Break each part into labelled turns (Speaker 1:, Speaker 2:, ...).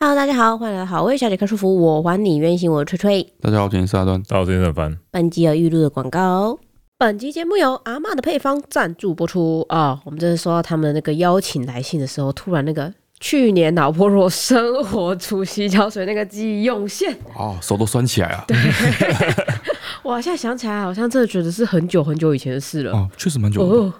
Speaker 1: Hello，大家好，欢迎来到好味小姐看舒服，我还你原形，我是吹吹。
Speaker 2: 大家好，我是阿端。
Speaker 3: 大家好，我是很烦。
Speaker 1: 本集有预录的广告。哦本集节目由阿嬷的配方赞助播出啊、我们这是收到他们的那个邀请来信的时候，突然那个去年脑波弱生活除夕胶水那个记忆涌现，
Speaker 2: 哦，手都酸起来了。
Speaker 1: 哇！现在想起来，好像真的觉得是很久很久以前的事了。
Speaker 2: 哦，确实蛮久的。
Speaker 1: 哦，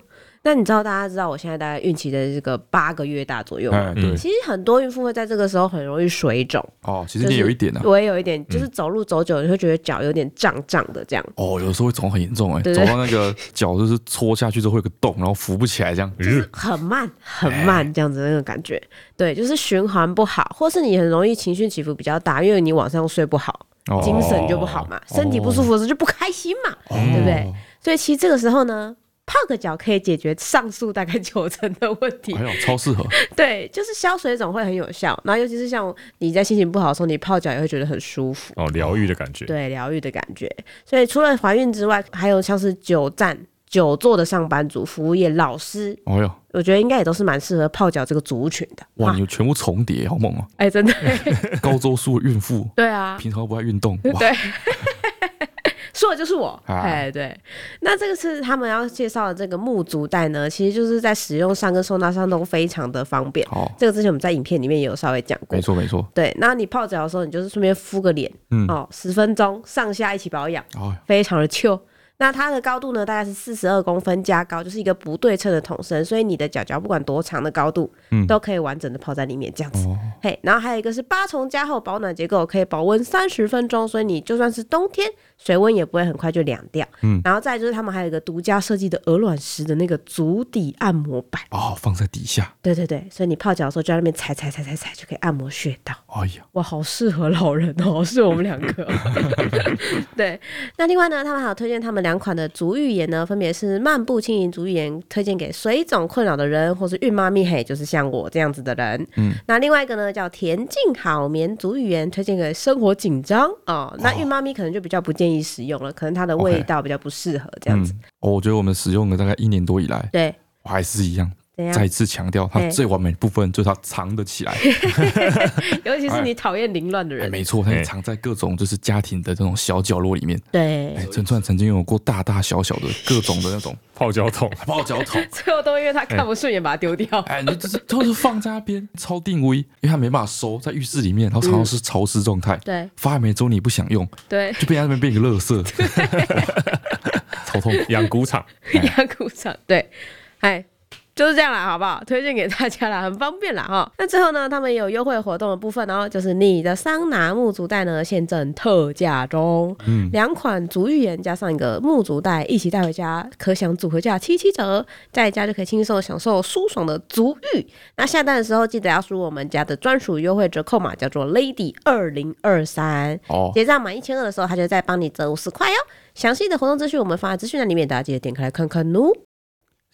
Speaker 1: 那你知道大家知道我现在大概孕期的这个八个月大左右吗？
Speaker 2: 哎，对
Speaker 3: 嗯，
Speaker 1: 其实很多孕妇会在这个时候很容易水肿，
Speaker 2: 哦，其实你也有一点啊。
Speaker 1: 我也有一点，就是走路走久了你会觉得脚有点胀胀的这样。
Speaker 2: 哦，有的时候会肿很严重，哎，
Speaker 1: 对
Speaker 2: 肿
Speaker 1: 对
Speaker 2: 到那个脚就是戳下去之后会有个洞，然后扶不起来这样。
Speaker 3: 日
Speaker 1: 很慢很慢这样子的那种感觉，对，就是循环不好，或是你很容易情绪起伏比较大，因为你晚上睡不好，
Speaker 2: 哦
Speaker 1: 精神就不好嘛，身体不舒服的时候就不开心嘛，对不对？所以其实这个时候呢，泡个脚可以解决上述大概九成的问题，
Speaker 2: 哎呦，超适合。
Speaker 1: 对，就是消水肿会很有效。然后尤其是像你在心情不好的时候，你泡脚也会觉得很舒服，
Speaker 3: 哦，疗愈的感觉。
Speaker 1: 对，疗愈的感觉。所以除了怀孕之外，还有像是久站、久坐的上班族、服务业、老师，
Speaker 2: 哎呦，
Speaker 1: 我觉得应该也都是蛮适合泡脚这个族群的。
Speaker 2: 哇，
Speaker 1: 啊
Speaker 2: 你们全部重叠，好猛啊！
Speaker 1: 哎、真的，
Speaker 2: 高周数的孕妇，
Speaker 1: 对 啊，
Speaker 2: 平常不爱运动，哇，
Speaker 1: 对说的就是我。
Speaker 2: 啊
Speaker 1: 哎、对，那这个是他们要介绍的这个木足带呢，其实就是在使用上跟收纳上都非常的方便。
Speaker 2: 好，
Speaker 1: 这个之前我们在影片里面也有稍微讲过
Speaker 2: 没，错没错。
Speaker 1: 对，那你泡脚的时候，你就是顺便敷个脸，
Speaker 2: 嗯
Speaker 1: 哦，十分钟上下一起保养，
Speaker 2: 哎，
Speaker 1: 非常的 Q。那它的高度呢，大概是四十二公分加高，就是一个不对称的桶身，所以你的脚脚不管多长的高度，
Speaker 2: 嗯
Speaker 1: 都可以完整的泡在里面这样子。
Speaker 2: 哦，
Speaker 1: 嘿，然后还有一个是八重加厚保暖结构，可以保温三十分钟，所以你就算是冬天，水温也不会很快就凉掉。
Speaker 2: 嗯
Speaker 1: 然后再就是他们还有一个独家设计的鹅卵石的那个足底按摩板，
Speaker 2: 哦，放在底下。
Speaker 1: 对对对，所以你泡脚的时候就在那边踩踩踩踩踩，就可以按摩穴道。
Speaker 2: 哎呀，
Speaker 1: 哇，好适合老人哦， 是我们两 个。对，那另外呢，他们还有推荐他们两款的足浴盐呢，分别是漫步轻盈足浴盐，推荐给水肿困扰的人，或是孕妈咪嘿，就是像我这样子的人。
Speaker 2: 嗯，
Speaker 1: 那另外一个呢叫田径好眠足浴盐，推荐给生活紧张哦。那孕妈咪可能就比较不建议使用了，可能它的味
Speaker 2: 哦 OK
Speaker 1: 道比较不适合这样
Speaker 2: 嗯
Speaker 1: 子。，
Speaker 2: 哦，我觉得我们使用了大概一年多以来，
Speaker 1: 对，
Speaker 2: 我还是一样。
Speaker 1: 怎
Speaker 2: 再
Speaker 1: 样？
Speaker 2: 次强调，
Speaker 1: 哎
Speaker 2: 它最完美的部分就是它藏得起来。
Speaker 1: 尤其是你讨厌凌乱的
Speaker 2: 哎，
Speaker 1: 人，
Speaker 2: 没错，它也
Speaker 3: 哎
Speaker 2: 藏在各种就是家庭的这种小角落里面。
Speaker 1: 对
Speaker 2: 哎，，陈川曾经有过大大小小的各种的那 种
Speaker 3: 泡脚桶，
Speaker 2: 泡脚桶，
Speaker 1: 最后都因为他看不顺眼把它丢掉。
Speaker 2: 哎，你就是就是放在那边超定位，因为它没办法收，在浴室里面，然后常常是潮湿状态，
Speaker 1: 对
Speaker 2: 发霉之后你不想用，
Speaker 1: 对，
Speaker 2: 就被它那边变一个垃圾， 超痛苦。
Speaker 3: 养菇场，
Speaker 1: 压鼓掌，对，哎。就是这样啦，好不好？推荐给大家啦，很方便啦哈。那最后呢，他们也有优惠活动的部分哦，就是你的桑拿木足袋呢，现正特价中，
Speaker 2: 嗯
Speaker 1: 两款足浴盐加上一个木足袋一起带回家，可享组合价七七折，在家就可以轻松地享受舒爽的足浴。那下单的时候记得要输入我们家的专属优惠折扣码，叫做 Lady 二零二三，
Speaker 2: 哦，
Speaker 1: 结账满一千二的时候，他就再帮你折五十块哦。详细的活动资讯我们放在资讯栏里面，大家记得点开来看看哦。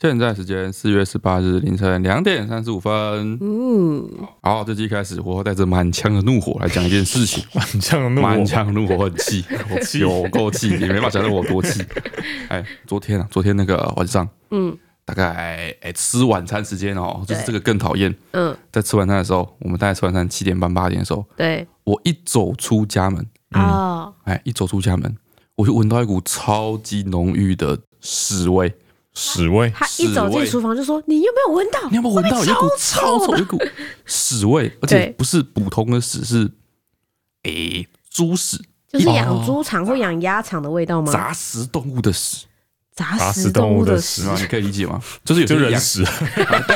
Speaker 2: 现在时间四月十八日凌晨两点三十五分。
Speaker 1: 嗯，
Speaker 2: 好，这集一开始我会带着满腔的怒火来讲一件事情。
Speaker 3: 满腔怒
Speaker 2: 满
Speaker 3: 火，
Speaker 2: 腔怒火，很 气，我
Speaker 3: 气
Speaker 2: 有够气，你没法想象我多气。哎，昨天啊，昨天那个晚上，
Speaker 1: 嗯，
Speaker 2: 大概哎吃晚餐时间哦，就是
Speaker 1: 对
Speaker 2: 这个更讨厌。
Speaker 1: 嗯，
Speaker 2: 在吃晚餐的时候，我们大概吃晚餐七点半八点的时候，
Speaker 1: 对，
Speaker 2: 我一走出家门，
Speaker 1: 哦，
Speaker 2: 哎，一走出家门，我就闻到一股超级浓郁的屎味。
Speaker 3: 屎味，
Speaker 1: 他一走进
Speaker 2: 屎味
Speaker 1: 厨房就说：“你有没有闻到？
Speaker 2: 你有没有闻
Speaker 1: 外
Speaker 2: 到？有
Speaker 1: 面
Speaker 2: 一股
Speaker 1: 超
Speaker 2: 超
Speaker 1: 臭
Speaker 2: 臭，
Speaker 1: 的
Speaker 2: 有一股屎味，而
Speaker 1: 对
Speaker 2: 且不是普通的屎，是哎猪屎、
Speaker 1: 就是养猪场或养鸭场的味道吗？
Speaker 2: 哦杂食动物的屎。
Speaker 1: 杂
Speaker 3: 杂
Speaker 1: 食
Speaker 3: 食
Speaker 1: 动
Speaker 3: 动
Speaker 1: 物
Speaker 3: 物
Speaker 1: 的
Speaker 3: 的
Speaker 1: 屎
Speaker 3: 屎
Speaker 2: 是吗？你可以理解吗？就是有些
Speaker 3: 就人
Speaker 2: 养
Speaker 3: 屎，哦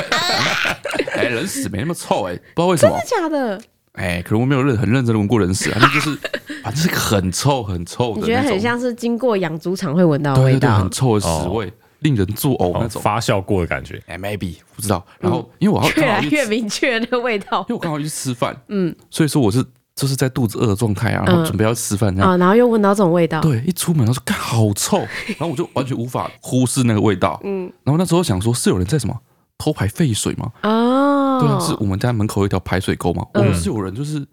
Speaker 2: 哎、人屎没那么臭哎、不知道为什么
Speaker 1: 真的假的？
Speaker 2: 哎、可能我没有认很认真的闻过人屎，啊，那就是 反正是个很臭很臭的
Speaker 1: 你
Speaker 2: 那
Speaker 1: 觉
Speaker 2: 种，
Speaker 1: 得很像是经过养猪场会闻到的
Speaker 2: 对
Speaker 1: 味
Speaker 2: 对对，
Speaker 1: 道
Speaker 2: 很？臭的屎味，令人作呕那
Speaker 3: 哦
Speaker 2: 种。
Speaker 3: 发酵过的感觉，
Speaker 2: 哎、m a y b e 不知道。然后因为我要
Speaker 1: 嗯越
Speaker 2: 刚好
Speaker 1: 来
Speaker 2: 去
Speaker 1: 越
Speaker 2: 吃
Speaker 1: 明确那个味道
Speaker 2: 因为我刚好去吃饭，
Speaker 1: 嗯
Speaker 2: 嗯，所以说我是就是在肚子饿的状态啊，然后
Speaker 1: 嗯
Speaker 2: 准备要吃饭这样。
Speaker 1: 啊，然后又闻到这种味道，
Speaker 2: 对，一出门他说干好臭，然后我就完全无法忽视那个味道。嗯，然后那时候想说，是有人在什么偷排废水吗？对啊，是
Speaker 1: 哦，
Speaker 2: 我们家门口有一条排水沟嘛，我们是有人就是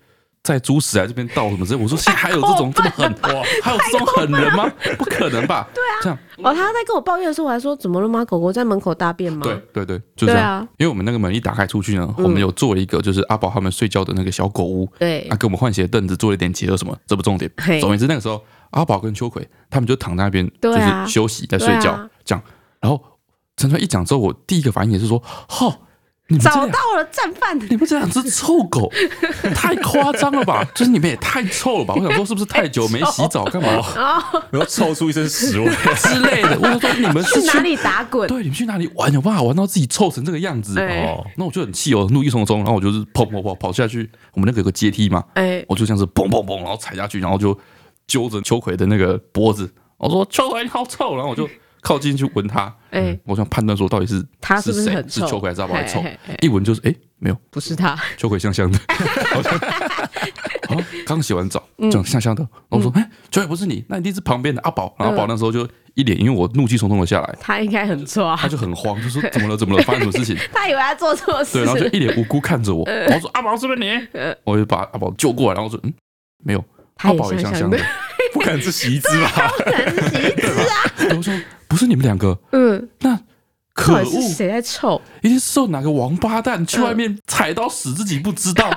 Speaker 2: 在猪屎来这边倒什么之类。我说 现在还有这种这么狠，
Speaker 3: 哇，
Speaker 2: 还有这种狠人吗？ 不可能吧？对啊，这样
Speaker 4: 哦，他在跟我抱怨的时候，我还说怎么了吗？狗狗在门口大便吗？
Speaker 2: 对
Speaker 1: 嗯
Speaker 2: 对对，就这
Speaker 4: 对
Speaker 2: 样
Speaker 4: 啊。
Speaker 2: 因为我们那个门一打开出去呢，我们有做一个就是阿宝他们睡觉的那个小狗屋，
Speaker 4: 对
Speaker 2: 啊，给我们换鞋凳子做了一点结合什么，这不重点
Speaker 4: 嘿。
Speaker 2: 总而言之，那个时候阿宝跟秋葵他们就躺在那边就
Speaker 4: 对啊
Speaker 2: 是休息在睡觉
Speaker 4: 对啊
Speaker 2: 这样。然后陈川一讲之后，我第一个反应也是说：“ 吼，你们这
Speaker 4: 找
Speaker 2: 两
Speaker 4: 到了战犯，
Speaker 2: 你们这两只臭 狗太夸张了吧？就是你们也太臭了吧？我想 说是不是太久没洗澡干嘛
Speaker 3: 然后臭出一身 屎味，
Speaker 2: 之类的？我想说你们是
Speaker 4: 去哪
Speaker 2: 去
Speaker 4: 里打滚？
Speaker 2: 对，你们去哪里玩？有办法玩到自己臭成这个样子？
Speaker 4: 哎
Speaker 2: 哦，那我就很气哦，怒气冲冲，然后我就是砰砰砰跑下去，我们那个有个阶梯嘛，
Speaker 4: 哎，
Speaker 2: 我就像是砰砰砰，然后踩下去，然后就揪着秋葵的那个脖子，我说秋葵你好臭，然后我就靠近去闻它，
Speaker 4: 哎
Speaker 2: 我想判断说到底是
Speaker 4: 他是不
Speaker 2: 是
Speaker 4: 是
Speaker 2: 谁
Speaker 4: 很
Speaker 2: 是
Speaker 4: 臭
Speaker 2: 秋葵还是阿宝在臭
Speaker 4: 嘿嘿嘿，
Speaker 2: 一闻就是哎、没有
Speaker 4: 不是他，
Speaker 2: 秋葵香香的， 好像啊刚洗完澡，
Speaker 4: 嗯
Speaker 2: 这样香香的，然后我说哎、秋葵不是你，那一定是旁边的阿
Speaker 4: 嗯
Speaker 2: 宝，然后阿宝那时候就一脸因为我怒气冲冲的下 来，
Speaker 4: 他应该很臭啊
Speaker 2: 他，就很慌，就说怎么了怎么了，发生什么事情？
Speaker 4: 他以为他做错
Speaker 2: 对，
Speaker 4: 事
Speaker 2: 然后就
Speaker 4: 了，
Speaker 2: 一脸无辜看着我，
Speaker 4: 嗯
Speaker 2: 然后说阿宝是不是你？我就把阿宝救过来，然后说嗯没有，
Speaker 4: 他
Speaker 2: 阿
Speaker 4: 也
Speaker 2: 宝也
Speaker 4: 香
Speaker 2: 香
Speaker 4: 香
Speaker 2: 的
Speaker 4: 的，
Speaker 3: 不可能是洗衣机 吧？
Speaker 4: 不然是洗衣机啊，
Speaker 2: 然后说不是你们两个，
Speaker 4: 嗯，
Speaker 2: 那可
Speaker 4: 到底
Speaker 2: 恶，
Speaker 4: 是谁在臭？
Speaker 2: 一定是受哪个王八蛋去外面踩到屎自己不知 道，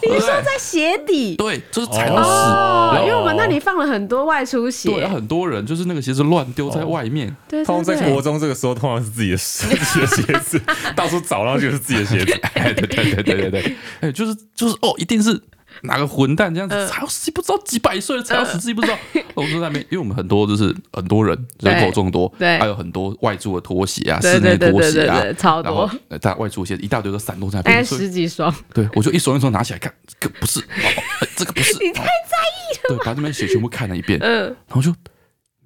Speaker 2: 对不对？
Speaker 4: 在鞋底
Speaker 2: 对，就是踩到屎。
Speaker 4: 哦，
Speaker 3: 然后
Speaker 4: 因为我们那里放了很多外出鞋，
Speaker 2: 对，然后很多人就是那个鞋子乱丢
Speaker 4: 哦
Speaker 2: 在外面，
Speaker 4: 对
Speaker 3: 通常
Speaker 4: 对
Speaker 3: 在国
Speaker 4: 对，
Speaker 3: 中这个时候，通常是自己的鞋 自己的鞋子，到处找，然后就是自己的 鞋子。
Speaker 2: 哎，对对对对对 对，哎，就是就是哦，一定是哪个混蛋这样
Speaker 4: 嗯
Speaker 2: 子踩到屎，不知道几百岁了踩到屎自己不知道。我们就在那边，因为我们很多就是很多人人口众多，
Speaker 4: 对
Speaker 2: 还有很多外租的拖鞋啊，
Speaker 4: 对
Speaker 2: 室内
Speaker 4: 对对
Speaker 2: 拖
Speaker 4: 对
Speaker 2: 鞋
Speaker 4: 对
Speaker 2: 啊
Speaker 4: 对，，超
Speaker 2: 然后
Speaker 4: 多，
Speaker 2: 呃大家外租鞋一大堆都散落在那
Speaker 4: 大概
Speaker 2: 边，所以
Speaker 4: 十几双，
Speaker 2: 对，我就一双一双拿起来看，这个不是，哦呃这个不是，
Speaker 4: 你太
Speaker 2: 哦对，把这边血全部看了一遍，
Speaker 4: 嗯，
Speaker 2: 然后就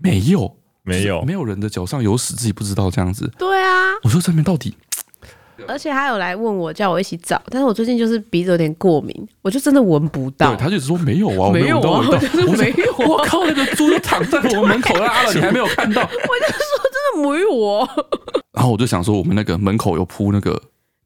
Speaker 2: 没有，
Speaker 3: 没有
Speaker 2: 没有人的脚上有屎，自己不知道这样子。
Speaker 4: 对啊，
Speaker 2: 我说这边到底
Speaker 4: 而且他有来问我，叫我一起找，但是我最近就是鼻子有点过敏，我就真的闻不到
Speaker 2: 对，。他就只说没有啊，我
Speaker 4: 没有
Speaker 2: 闻到
Speaker 4: 啊
Speaker 2: 味道。
Speaker 4: 我就是
Speaker 2: 我说
Speaker 4: 没有啊
Speaker 2: 我靠，那个猪就躺在 我们门口拉了，你还没有看到？
Speaker 4: 我就说真的没有哦。
Speaker 2: 然后我就想说，我们那个门口有铺那个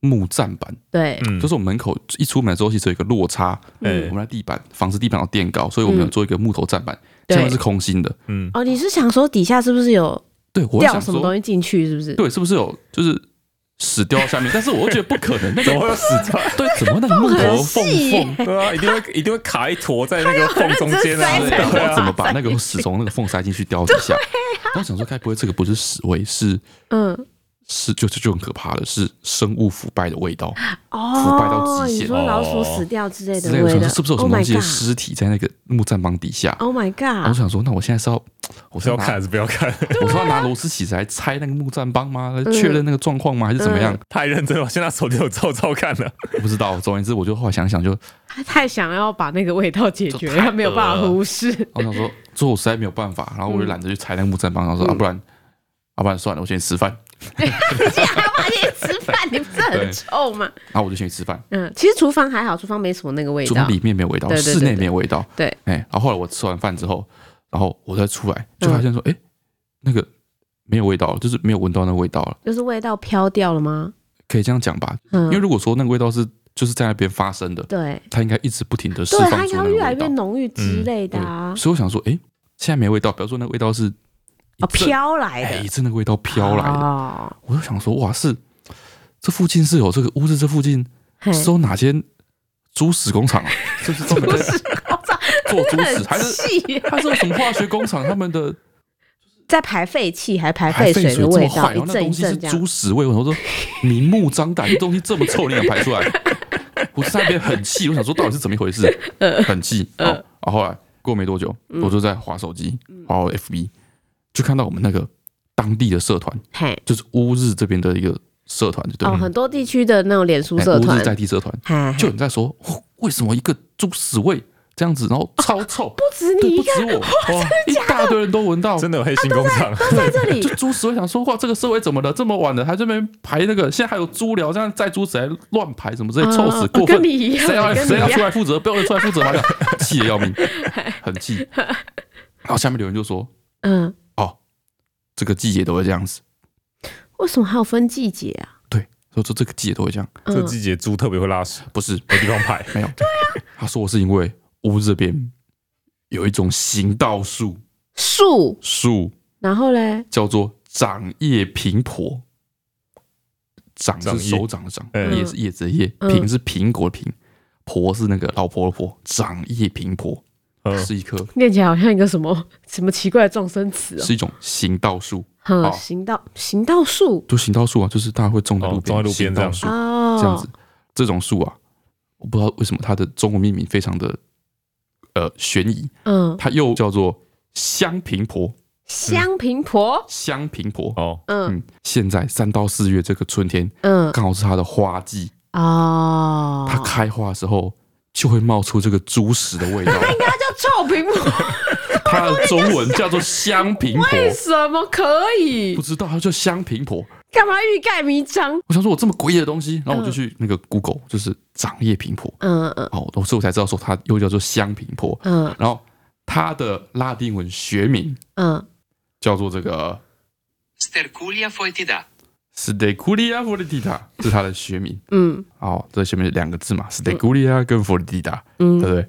Speaker 4: 嗯
Speaker 2: 木栈板，
Speaker 4: 对，
Speaker 3: 嗯
Speaker 2: 就是我们门口一出门的时候，其实有一个落差，
Speaker 3: 嗯
Speaker 2: 我们的地板房子地板有垫高，所以我们有做一个木头栈板，
Speaker 4: 对
Speaker 2: 下面是空心的。
Speaker 3: 嗯，
Speaker 4: 哦，你是想说底下是不是有
Speaker 2: 对，我
Speaker 4: 掉
Speaker 2: 想
Speaker 4: 什么
Speaker 2: 说
Speaker 4: 东西进去？是不是？
Speaker 2: 对，是不是有就是屎掉到下面？但是我又觉得不可 能，那
Speaker 3: 怎么
Speaker 2: 个
Speaker 3: 会有屎掉？
Speaker 2: 对，怎么那个木头缝缝？
Speaker 3: 对 啊，一定会一定会卡一坨在那个缝中间啊，
Speaker 4: 他有
Speaker 3: 对
Speaker 4: 认真塞对
Speaker 2: 然
Speaker 4: 啊
Speaker 2: 后
Speaker 3: 啊
Speaker 2: 怎么把那个屎从那个缝塞进去掉底下？然后想说，该不会这个不是屎味，是
Speaker 4: 嗯，
Speaker 2: 是就就就很可怕的，是生物腐败的味道腐败
Speaker 4: 哦
Speaker 2: 到，极
Speaker 4: 你
Speaker 2: 限
Speaker 4: 说老鼠死掉之类
Speaker 2: 之
Speaker 4: 的
Speaker 2: 类的。我
Speaker 4: 味
Speaker 2: 想
Speaker 4: 道，
Speaker 2: 说，是不是有什么东西的尸体在那个木栈帮底下？
Speaker 4: ？Oh my
Speaker 2: 然后我
Speaker 4: god！
Speaker 2: 想说，那我现在是要我
Speaker 3: 我
Speaker 2: 是
Speaker 3: 是
Speaker 2: 要
Speaker 3: 要
Speaker 2: 拿
Speaker 3: 看还是不要看？
Speaker 2: 我是要拿螺丝起子来拆那个木栈帮吗？来确认那个状况吗？还是怎么样？
Speaker 3: 太认真了，现在手机有 照照看了。
Speaker 2: 我不知道。总而言之，我就后来想想就
Speaker 4: 他太想要把那个味道解决，
Speaker 2: 就太
Speaker 4: 他没有办
Speaker 3: 恶
Speaker 4: 法
Speaker 3: 了
Speaker 4: 忽视。
Speaker 2: 我想说，最后我实在没有办法，然后我就懒得去踩那个木栈帮，然后说啊，不然，啊，不然算了，我先吃饭。
Speaker 4: 竟然还把你吃 饭，你不是
Speaker 2: 对
Speaker 4: 很臭吗？
Speaker 2: 然后我就先去吃饭，
Speaker 4: 嗯，其实厨房还好，厨房没什么那个味
Speaker 2: 厨
Speaker 4: 道
Speaker 2: 房。里面没有味道，
Speaker 4: 对对对
Speaker 2: 室内没有味道。
Speaker 4: 对，
Speaker 2: 哎，然后后来我吃完饭之后，然后我再出来，
Speaker 4: 嗯
Speaker 2: 就发现说，哎，那个没有味道了，就是没有闻到那个味道了，
Speaker 4: 就是味道飘掉了吗？
Speaker 2: 可以这样讲吧？因
Speaker 4: 嗯
Speaker 2: 为，如果说那个味道是就是在那边发生的，
Speaker 4: 对，
Speaker 2: 它应该一直不停的释
Speaker 4: 对，它
Speaker 2: 放
Speaker 4: 应
Speaker 2: 出
Speaker 4: 该
Speaker 2: 那
Speaker 4: 会
Speaker 2: 个
Speaker 4: 越来
Speaker 2: 味
Speaker 4: 越
Speaker 2: 道。
Speaker 4: 浓郁之
Speaker 3: 嗯
Speaker 4: 类的
Speaker 2: 对
Speaker 4: 啊，
Speaker 2: 所以我想说，哎，现在没味道，比方说那个味道是一
Speaker 4: 啊，
Speaker 2: 阵，
Speaker 4: 飘来
Speaker 2: 哎，
Speaker 4: 的
Speaker 2: 一，阵那个味道飘来的，
Speaker 4: 哦，
Speaker 2: 我就想说，哇，是这附近是有这个屋子，这附近。
Speaker 4: 嘿
Speaker 2: 是有哪间猪屎工 厂啊？就是专门在
Speaker 4: 我操，
Speaker 2: 做猪屎，还
Speaker 4: 很
Speaker 2: 是
Speaker 4: 气耶，
Speaker 2: 还是有什么化学工厂？他们的
Speaker 4: 在排废气还排
Speaker 2: 排
Speaker 4: 废
Speaker 2: 废
Speaker 4: 水
Speaker 2: 水
Speaker 4: 的
Speaker 2: 这
Speaker 4: 味
Speaker 2: 么
Speaker 4: 道，
Speaker 2: 坏，然
Speaker 4: 一
Speaker 2: 后那
Speaker 4: 阵一
Speaker 2: 东西是
Speaker 4: 阵这样
Speaker 2: 猪。屎味。我说明目张胆，这东西这么臭，你敢排出 来？我在那边很气，我想说到底是怎么一回事，
Speaker 4: 呃
Speaker 2: 很气。哦，然后后来过没多久，
Speaker 4: 嗯
Speaker 2: 我就在划手机，划我 FB，就看到我们那个当地的社团，
Speaker 4: 嘿，
Speaker 2: 就是乌日这边的一个社团，就对
Speaker 4: 哦，
Speaker 2: 了，
Speaker 4: 很多地区的那种脸书
Speaker 2: 嗯哎
Speaker 4: 社
Speaker 2: 乌
Speaker 4: 团
Speaker 2: 日，在地社团，
Speaker 4: 嘿，
Speaker 2: 就有
Speaker 4: 嘿
Speaker 2: 人在说，哦为什么一个猪屎味这样子，然后超臭，
Speaker 4: 不止
Speaker 2: 对，
Speaker 4: 你
Speaker 2: 不
Speaker 4: 一个
Speaker 2: 止我，哇，一大堆人都闻到，
Speaker 3: 真的有黑心工厂，
Speaker 4: 在这里
Speaker 2: 就，猪屎味，想说哇，这个社会怎么了？这么晚了还这边排那个，现在还有猪寮这样载猪屎来乱排什么之类，
Speaker 4: 啊
Speaker 2: 臭死，过分
Speaker 4: 跟。你一样，
Speaker 2: 谁要
Speaker 4: 跟你
Speaker 2: 谁
Speaker 4: 一
Speaker 2: 要
Speaker 4: 样
Speaker 2: 出来负责？不要人出来负责吗？气得要命，很气。然后下面留言就说
Speaker 4: 嗯，：“
Speaker 2: 哦，这个季节都会这样子。
Speaker 4: 为什么还有分季节啊？”
Speaker 2: 说这这个季节都会这样，
Speaker 4: 嗯
Speaker 3: 这季节猪特别会拉屎，
Speaker 2: 不是
Speaker 3: 没地方 排。
Speaker 2: 没有。
Speaker 4: 啊
Speaker 2: 他说是因为屋这边有一种行道树，
Speaker 4: 树，
Speaker 2: 树
Speaker 4: 然后嘞，
Speaker 2: 叫做掌叶苹婆。掌
Speaker 3: 掌
Speaker 2: 是
Speaker 3: 叶
Speaker 2: 手掌的掌，
Speaker 3: 嗯
Speaker 2: 叶是叶子的叶，
Speaker 4: 嗯
Speaker 2: 苹是苹果的苹，婆是那个老婆的婆。掌叶苹婆
Speaker 3: 嗯，
Speaker 2: 是一棵，
Speaker 4: 念起来好像一个什么 什么奇怪的撞声词哦。
Speaker 2: 是一种行道树，
Speaker 4: 哼，
Speaker 2: 好
Speaker 4: 行道行道树
Speaker 2: 就行道树啊，就是大家会种在
Speaker 3: 哦
Speaker 2: 路
Speaker 3: 种在
Speaker 2: 边，
Speaker 3: 路边
Speaker 2: 行道树
Speaker 4: 哦，
Speaker 2: 这样子。这种树啊，我不知道为什么它的中文命名非常的呃悬疑，
Speaker 4: 嗯，
Speaker 2: 它又叫做香苹婆，
Speaker 4: 香苹婆，
Speaker 2: 香苹婆。
Speaker 3: 哦，
Speaker 4: 嗯
Speaker 2: 嗯，现在三到四月这个春天，
Speaker 4: 嗯，
Speaker 2: 刚好是它的花季，
Speaker 4: 哦，
Speaker 2: 它开花的时候就会冒出这个猪屎的 味道。
Speaker 4: 它叫臭苹果，
Speaker 2: 它的中文叫做香苹
Speaker 4: 为
Speaker 2: 婆，
Speaker 4: 什么可以
Speaker 2: 不？知道它叫香苹婆。
Speaker 4: 干嘛欲盖弥彰？
Speaker 2: 我想说，我这么诡异的东西，然后我就去那个 Google，就是掌叶苹婆，
Speaker 4: 嗯嗯
Speaker 2: 哦，所以我才知道说它又叫做香苹婆。
Speaker 4: 嗯
Speaker 2: 然后它的拉丁文学名
Speaker 4: 嗯，
Speaker 2: 叫做这个
Speaker 5: Sterculia foetida.
Speaker 2: Steculia foletita，这是它的学名。
Speaker 4: 嗯
Speaker 2: 哦，这前面两个字嘛，Stegulia 跟 Foletida，、
Speaker 4: 嗯
Speaker 2: 对不对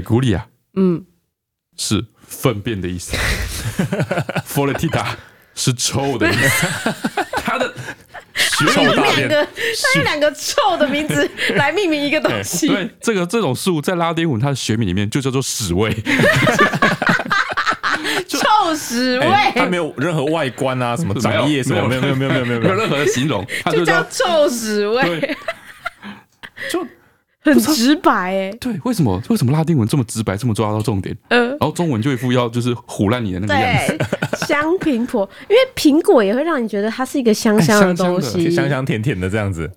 Speaker 2: ？Stegulia
Speaker 4: 嗯，
Speaker 2: 是粪便的意思，Foletida 是臭的意思。它的学
Speaker 3: 臭
Speaker 2: 名
Speaker 3: 大
Speaker 4: 两
Speaker 3: 便
Speaker 4: 个，它用两个臭的名字来命名一个东西，
Speaker 2: 对这个这种树在拉丁文它的学名里面就叫做屎味，
Speaker 4: 臭屎
Speaker 3: 哎，它
Speaker 4: 味，
Speaker 3: 没有任何外观啊，什么长叶什么，
Speaker 2: 没
Speaker 3: 没
Speaker 2: 有
Speaker 3: 有没有没有没有
Speaker 2: 没
Speaker 3: 没有没
Speaker 2: 有
Speaker 3: 有，
Speaker 2: 任何的形 容，它
Speaker 4: 就
Speaker 2: 就
Speaker 4: 叫
Speaker 2: 叫
Speaker 4: 臭屎味，
Speaker 2: 对，就
Speaker 4: 很直白哎，
Speaker 2: 对，为什么为什么拉丁文这么直白，这么抓到重点？
Speaker 4: 嗯。
Speaker 2: 然后中文就一副要就是唬烂你的那个样子，
Speaker 4: 对，香苹果，因为苹果也会让你觉得它是一个香
Speaker 2: 哎
Speaker 4: 香的
Speaker 2: 香香
Speaker 4: 东
Speaker 2: 的
Speaker 4: 西，
Speaker 3: 香香甜甜的这样子，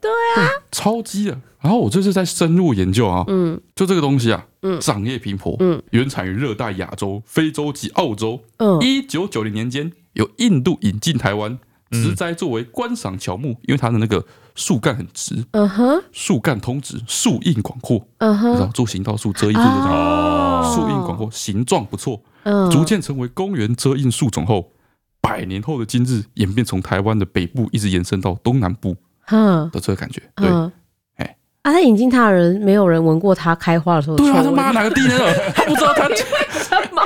Speaker 2: 超级的。然后我这次在深入研究啊，嗯，就这个东西啊，嗯，掌叶苹婆，嗯，原产于热带亚洲、非洲及澳洲，
Speaker 4: 嗯
Speaker 2: 一九九零年间由印度引进台湾，
Speaker 4: 嗯
Speaker 2: 植栽作为观赏乔木，因为它的那个树干很直，
Speaker 4: 嗯哼，
Speaker 2: 树干通直，树荫广阔，
Speaker 4: 嗯
Speaker 2: 然
Speaker 4: 哼，
Speaker 2: 后做行道树遮荫树这种，
Speaker 4: 哦
Speaker 2: 树荫广阔，形状不错，
Speaker 4: 嗯，
Speaker 2: 逐渐成为公园遮荫树种后。百年后的今日，演变从台湾的北部一直延伸到东南部
Speaker 4: 哼，
Speaker 2: 的这个感觉。对，
Speaker 4: 嗯，
Speaker 2: 哎
Speaker 4: 啊，他引进他的人，没有人闻过他开花的时候的
Speaker 2: 对
Speaker 4: 臭
Speaker 2: 啊，
Speaker 4: 味，
Speaker 2: 他 妈哪个地呢？他不知道他
Speaker 4: 什么？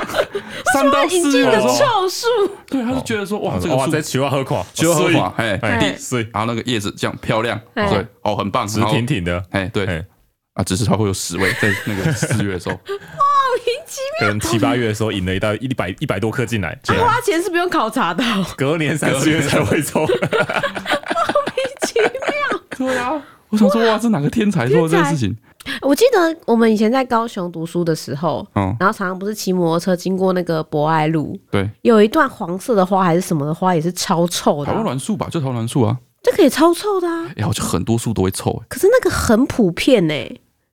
Speaker 2: 三到
Speaker 4: 引
Speaker 2: 四
Speaker 4: 进
Speaker 2: 月
Speaker 4: 的
Speaker 2: 的时候，
Speaker 4: 臭树，
Speaker 2: 对，他就觉得说哇，这
Speaker 3: 哇，
Speaker 2: 个
Speaker 3: 在
Speaker 2: 树
Speaker 3: 菊花啊喝垮，
Speaker 2: 菊花花哎
Speaker 3: 哎，
Speaker 4: 对
Speaker 3: 地碎，
Speaker 2: 然后那个叶子这样漂亮，
Speaker 4: 哎
Speaker 2: 对，哦，很棒，
Speaker 3: 直
Speaker 2: 然后
Speaker 3: 挺挺的，
Speaker 2: 哎，对
Speaker 3: 哎，
Speaker 2: 啊，只是它会有屎味，在那 个四月的时候，
Speaker 4: 莫名其
Speaker 3: 可能七八月的时候引了一大一百一百多颗进来，
Speaker 4: 妙，花钱是不用考 察的哦，莫
Speaker 3: 隔年三四月才会 抽。
Speaker 4: 名其妙。
Speaker 2: 对啊，我想说哇，这哪个天才做的这
Speaker 4: 天
Speaker 2: 个
Speaker 4: 才
Speaker 2: 事情？
Speaker 4: 我记得我们以前在高雄读书的时候，
Speaker 2: 嗯，
Speaker 4: 然后常常不是骑摩托车经过那个博爱路，
Speaker 2: 对，
Speaker 4: 有一段黄色的花还是什么的花，也是超臭的
Speaker 2: 台湾
Speaker 4: 啊，
Speaker 2: 栾树吧，就台湾栾树啊，
Speaker 4: 这个也超臭的啊。
Speaker 2: 哎，好像很多树都会臭，哎
Speaker 4: 可是那个很普遍呢、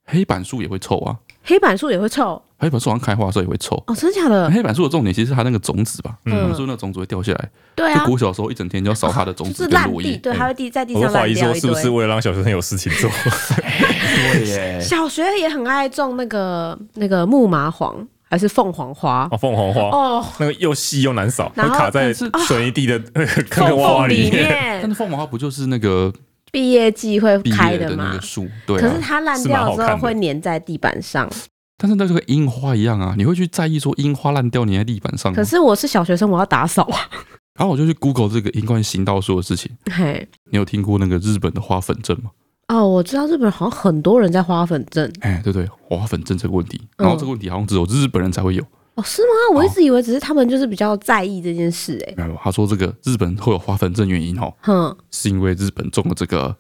Speaker 2: 黑板树也会臭啊，
Speaker 4: 黑板树也会臭
Speaker 2: 黑板树好像开花的时候也会臭。
Speaker 4: 哦，真的假
Speaker 3: 哎
Speaker 4: 的？
Speaker 2: 黑板树的重点其实是它那个种子吧，
Speaker 4: 嗯
Speaker 2: 树那个种子会掉下来。
Speaker 4: 对
Speaker 2: 就
Speaker 4: 啊，
Speaker 2: 国小的时候一整天就要扫它的种
Speaker 4: 就是
Speaker 2: 子跟
Speaker 4: 烂
Speaker 2: 落
Speaker 4: 地，
Speaker 2: 叶。
Speaker 4: 对，
Speaker 3: 嗯
Speaker 4: 它会地在地
Speaker 3: 我
Speaker 4: 上
Speaker 3: 都怀
Speaker 4: 烂
Speaker 3: 疑
Speaker 4: 掉
Speaker 3: 说
Speaker 4: 一
Speaker 3: 是不是
Speaker 4: 堆。
Speaker 3: 为了让小学生有事情 做？
Speaker 2: 对耶，
Speaker 4: 小学也很爱种那个那个木麻黄还是凤凰花
Speaker 3: 哦，凤凰花
Speaker 4: 哦，
Speaker 3: 那个又细又难扫，
Speaker 4: 然
Speaker 3: 会
Speaker 4: 后
Speaker 3: 卡在水泥地的那个坑坑洼洼
Speaker 4: 缝里
Speaker 3: 里面。
Speaker 2: 但
Speaker 4: 面
Speaker 2: 是凤凰花不就是那个
Speaker 4: 毕业季会
Speaker 2: 毕
Speaker 4: 开
Speaker 2: 业的那
Speaker 4: 嘛
Speaker 2: 个？树？对
Speaker 4: 可是
Speaker 2: 啊，
Speaker 4: 它烂
Speaker 3: 是蛮
Speaker 4: 掉
Speaker 3: 好
Speaker 4: 之后
Speaker 3: 看的
Speaker 4: 会粘在地板上。
Speaker 2: 但是那就跟樱花一样啊，你会去在意说樱花烂掉粘在地板
Speaker 3: 嗯
Speaker 2: 上吗？
Speaker 4: 可是我是小学生，我要打扫啊。
Speaker 2: 然后我就去 Google 这个樱关行道树的事情。
Speaker 4: 嘿，
Speaker 2: 你有听过那个日本的花粉症吗？
Speaker 4: 哦，我知道日本好像很多人在花粉症
Speaker 3: 嗯
Speaker 2: 哎，对对，花粉症这个问题，然后这个问题好像只有日本人才会有。
Speaker 4: 哦，是吗？我一直以为只是他们就是比较在意这件事、欸，哎，
Speaker 2: 没有，他说这个日本会有花粉症原因哦，
Speaker 4: 哼，
Speaker 2: 是因为日本种了这个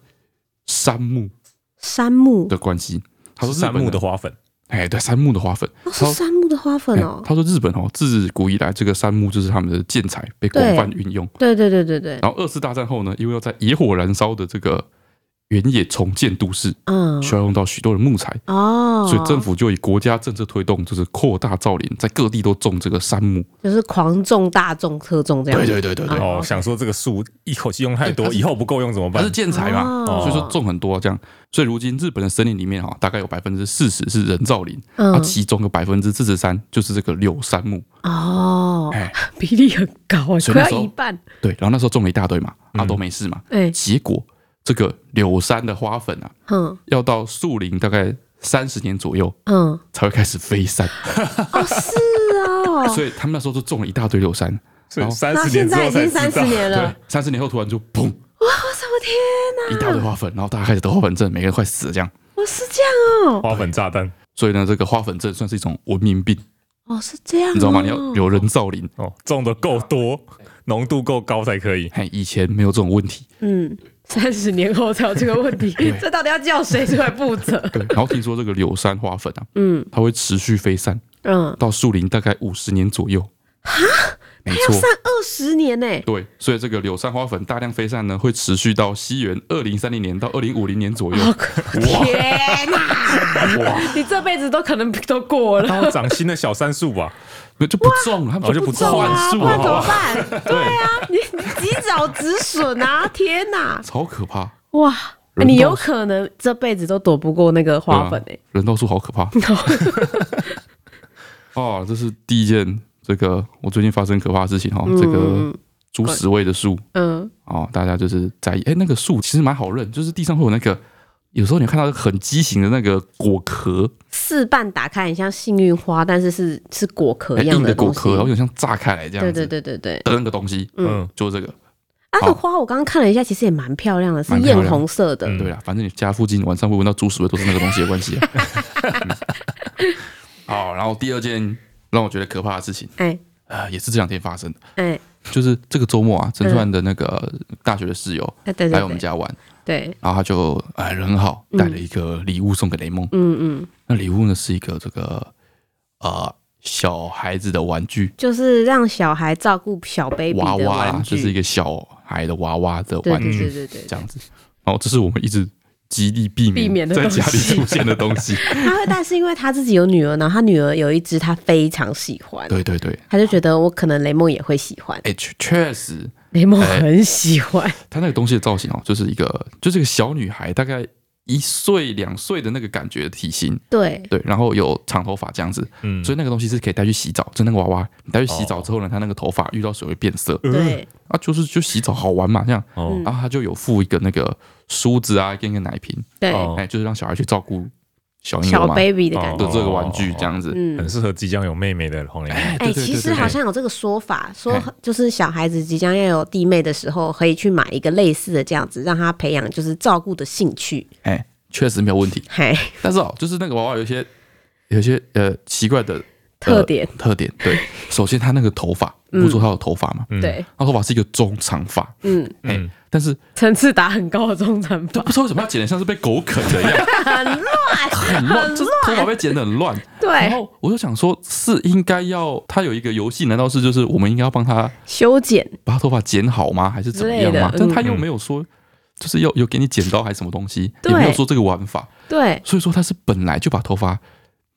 Speaker 2: 杉木
Speaker 4: 杉木
Speaker 2: 的关系。他说日
Speaker 3: 杉
Speaker 2: 本
Speaker 3: 木
Speaker 2: 人
Speaker 3: 的，花粉，
Speaker 2: 哎，对，杉木的花粉。
Speaker 4: 哦，是杉木的花粉
Speaker 2: 哎
Speaker 4: 哦。
Speaker 2: 他说日本哦，自古以来这个杉木就是他们的建材被广泛运用。
Speaker 4: 对对对对对，
Speaker 2: 然后二次大战后呢，因为要在野火燃烧的这个原野重建都市，
Speaker 3: 啊
Speaker 4: 嗯，
Speaker 2: 需要用到许多的木材，
Speaker 4: 哦，
Speaker 2: 所以政府就以国家政策推动，就是扩大造林，在各地都种这个杉木。
Speaker 4: 就是狂种大众特种这样子。
Speaker 2: 对对
Speaker 4: 啊
Speaker 3: 哦，想说这个树一口气用太
Speaker 2: 对
Speaker 3: 多，
Speaker 2: 它是
Speaker 3: 以后不够用怎么
Speaker 2: 它是
Speaker 3: 办？
Speaker 2: 建材嘛，
Speaker 4: 哦
Speaker 2: 所以说种很多啊这样。所以如今日本的森林里面哈，大概有百分之四十是人造林，
Speaker 4: 嗯
Speaker 2: 那其中有百分之四十三就是这个柳杉木。
Speaker 4: 哦
Speaker 2: 啊哎，
Speaker 4: 比例很高、欸，
Speaker 2: 所以
Speaker 4: 快
Speaker 2: 那时
Speaker 4: 要
Speaker 2: 候
Speaker 4: 一半。嗯
Speaker 2: 对，然后那时候种了一大堆嘛，啊都没事嘛。
Speaker 4: 哎、
Speaker 2: 结果这个柳杉的花粉啊，
Speaker 4: 嗯
Speaker 2: 要到树龄大概三十年左右
Speaker 4: 嗯，
Speaker 2: 才会开始飞散，
Speaker 4: 哦是哦，
Speaker 2: 所以他们那时候就种了一大堆柳杉。
Speaker 3: 所以
Speaker 2: 好
Speaker 3: 三
Speaker 4: 那
Speaker 3: 十年
Speaker 4: 现
Speaker 3: 之
Speaker 4: 在
Speaker 3: 后
Speaker 4: 已
Speaker 3: 才
Speaker 4: 经三
Speaker 3: 知
Speaker 4: 十
Speaker 3: 道，
Speaker 4: 年
Speaker 2: 对
Speaker 4: 了，，
Speaker 2: 三十年后突然就砰
Speaker 4: 我什么天哪、
Speaker 2: 一大堆花粉，然后大家开始得花粉症，每个人快死了这样。
Speaker 4: 我哦是这样哦，
Speaker 3: 花粉炸弹
Speaker 2: 所以呢，这个花粉症算是一种文明病，
Speaker 4: 哦是这样、哦，
Speaker 2: 你知道吗？你要有人造林，
Speaker 3: 哦，种的够多，浓度够高才可以。
Speaker 2: 嘿，以前没有这种问题。
Speaker 4: 嗯，三十年后才有这个问题， 这到底要叫谁出来负责？
Speaker 2: 对，然后听说这个柳杉花粉啊，
Speaker 4: 嗯
Speaker 2: 它会持续飞散
Speaker 4: 嗯，
Speaker 2: 到树龄大概五十年左右。没
Speaker 4: 要
Speaker 2: 错
Speaker 4: 上，二十年呢、
Speaker 2: 对，所以这个柳杉花粉大量飞散呢，会持续到西元二零三零年到二零五零年左右。
Speaker 3: 啊
Speaker 4: 哦天哪、你这辈子都可能都过了，
Speaker 3: 然后长新的小啊杉树吧，
Speaker 2: 那就不种了，他们
Speaker 3: 哦就不
Speaker 2: 种
Speaker 3: 种
Speaker 2: 了
Speaker 3: 了
Speaker 4: 啊，
Speaker 3: 换
Speaker 4: 不
Speaker 3: 树
Speaker 4: 然
Speaker 3: 好
Speaker 4: 怎
Speaker 3: 不
Speaker 4: 么
Speaker 3: 好
Speaker 4: 办？对啊，你你及早止 损啊！天哪，
Speaker 2: 超可怕。
Speaker 4: 哇！
Speaker 2: 人
Speaker 4: 你
Speaker 2: 道
Speaker 4: 有可能这辈子都躲不过那个花粉哎、
Speaker 2: 对啊人道树好可 怕。哦，这是第一件这个我最近发生可怕的事情哈、哦，这个猪屎味的树
Speaker 4: 嗯，
Speaker 2: 哦，大家就是在意。哎，那个树其实蛮好认，就是地上会有那个，有时候你看到很畸形的那个果壳，
Speaker 4: 四瓣打开很像幸运花，但是是是果壳
Speaker 2: 哎
Speaker 4: 一样
Speaker 2: 硬的果
Speaker 4: 东西。
Speaker 2: 壳，然后有点像炸开来这样
Speaker 4: 对
Speaker 2: 子
Speaker 4: 对对对对，
Speaker 2: 的那个东西，
Speaker 3: 嗯，
Speaker 2: 就是这个。
Speaker 4: 啊，那
Speaker 2: 好
Speaker 4: 个花我刚刚看了一下，其实也蛮漂亮的，是
Speaker 2: 蛮漂
Speaker 4: 艳
Speaker 2: 亮嗯
Speaker 4: 红色的。
Speaker 2: 对啊啦，反正你家附近晚上会闻到猪屎味，都是那个东西的关系、 啊。嗯好，然后第二件让我觉得可怕的事情，
Speaker 4: 哎
Speaker 2: 呃，也是这两天发生的。
Speaker 4: 哎
Speaker 2: 就是这个周末啊，陈川的那个大学的室友
Speaker 4: 哎，对
Speaker 2: 来我
Speaker 4: 对
Speaker 2: 们
Speaker 4: 对，
Speaker 2: 家玩，
Speaker 4: 对，
Speaker 2: 然后他就哎人很好，带了一个礼物送给雷梦。
Speaker 4: 嗯嗯，
Speaker 2: 那礼物呢是一个这个呃小孩子的玩具
Speaker 4: 就是让小孩照顾小 baby
Speaker 2: 娃
Speaker 4: 的
Speaker 2: 娃啦，
Speaker 4: 玩具，
Speaker 2: 就是一个小孩的娃娃的
Speaker 4: 对
Speaker 2: 玩
Speaker 4: 对
Speaker 2: 具
Speaker 4: 对对对，
Speaker 2: 这样子。然后这是我们一直极力避
Speaker 4: 避免的
Speaker 2: 在
Speaker 4: 东西
Speaker 2: 家里出现的东西。
Speaker 4: 他会带是因为他自己有女儿，然后他女儿有一只他非常喜欢，
Speaker 2: 对对对，
Speaker 4: 他就觉得我可能雷梦也会喜欢，
Speaker 2: 哎，确确实，
Speaker 4: 雷梦
Speaker 2: 哎
Speaker 4: 很喜欢，
Speaker 2: 他那个东西的造型哦，就是一个就是一个小女孩，大概一岁两岁的那个感觉的体型。
Speaker 4: 对，
Speaker 2: 对，然后有长头发这样子，
Speaker 3: 嗯
Speaker 2: 所以那个东西是可以带去洗澡，就那个娃娃，你带去洗澡
Speaker 3: 哦
Speaker 2: 之后呢，它那个头发遇到水会变色
Speaker 3: 呃
Speaker 4: 对，
Speaker 2: 啊，就是就洗澡好玩嘛，这样，
Speaker 3: 哦
Speaker 2: 然后他就有附一个那个梳子啊，跟一个奶瓶，
Speaker 4: 对，
Speaker 3: 哦
Speaker 2: 哎，就是让小孩去照顾小婴儿
Speaker 4: 小
Speaker 2: 嘛
Speaker 4: baby 的感觉，
Speaker 2: 的这个玩
Speaker 3: 哦
Speaker 2: 具这样子，
Speaker 4: 嗯
Speaker 3: 很。适合即将有妹妹的黄龄。
Speaker 2: 哎，
Speaker 4: 哎，
Speaker 2: 对对
Speaker 4: 其
Speaker 2: 对
Speaker 4: 实好
Speaker 2: 对，
Speaker 4: 像有这个说法，说
Speaker 2: 哎
Speaker 4: 就是小孩子即将要有弟妹的时候，可以去买一个类似的这样子，让他培养就是照顾的兴趣。
Speaker 2: 哎，确实没有问题，
Speaker 4: 嘿，
Speaker 2: 但是哦，就是那个娃娃有一些有一些呃奇怪的
Speaker 4: 特点
Speaker 2: 呃特点， 对，首先他那个头发，不是说他有头发嘛，
Speaker 3: 嗯
Speaker 4: 对，
Speaker 2: 他头发是一个中长发，
Speaker 4: 嗯，
Speaker 2: 哎，但是
Speaker 4: 层次打很高的中长
Speaker 2: 就
Speaker 4: 发
Speaker 2: 不，知道为什么要剪得像是被狗啃的一样。
Speaker 4: 很乱，
Speaker 2: 很乱，就是头发被剪得很乱。然
Speaker 4: 对，
Speaker 2: 后我就想说，是应该要他有一个游戏，难道是就是我们应该要帮他
Speaker 4: 修剪，
Speaker 2: 把他头发剪好吗？还是怎么样吗？
Speaker 4: 之类的
Speaker 2: 但
Speaker 4: 嗯
Speaker 2: 他又没有说，就是要有给你剪刀还是什么东西，
Speaker 4: 对
Speaker 2: 也没有说这个玩法。
Speaker 4: 对，
Speaker 2: 所以说他是本来就把头发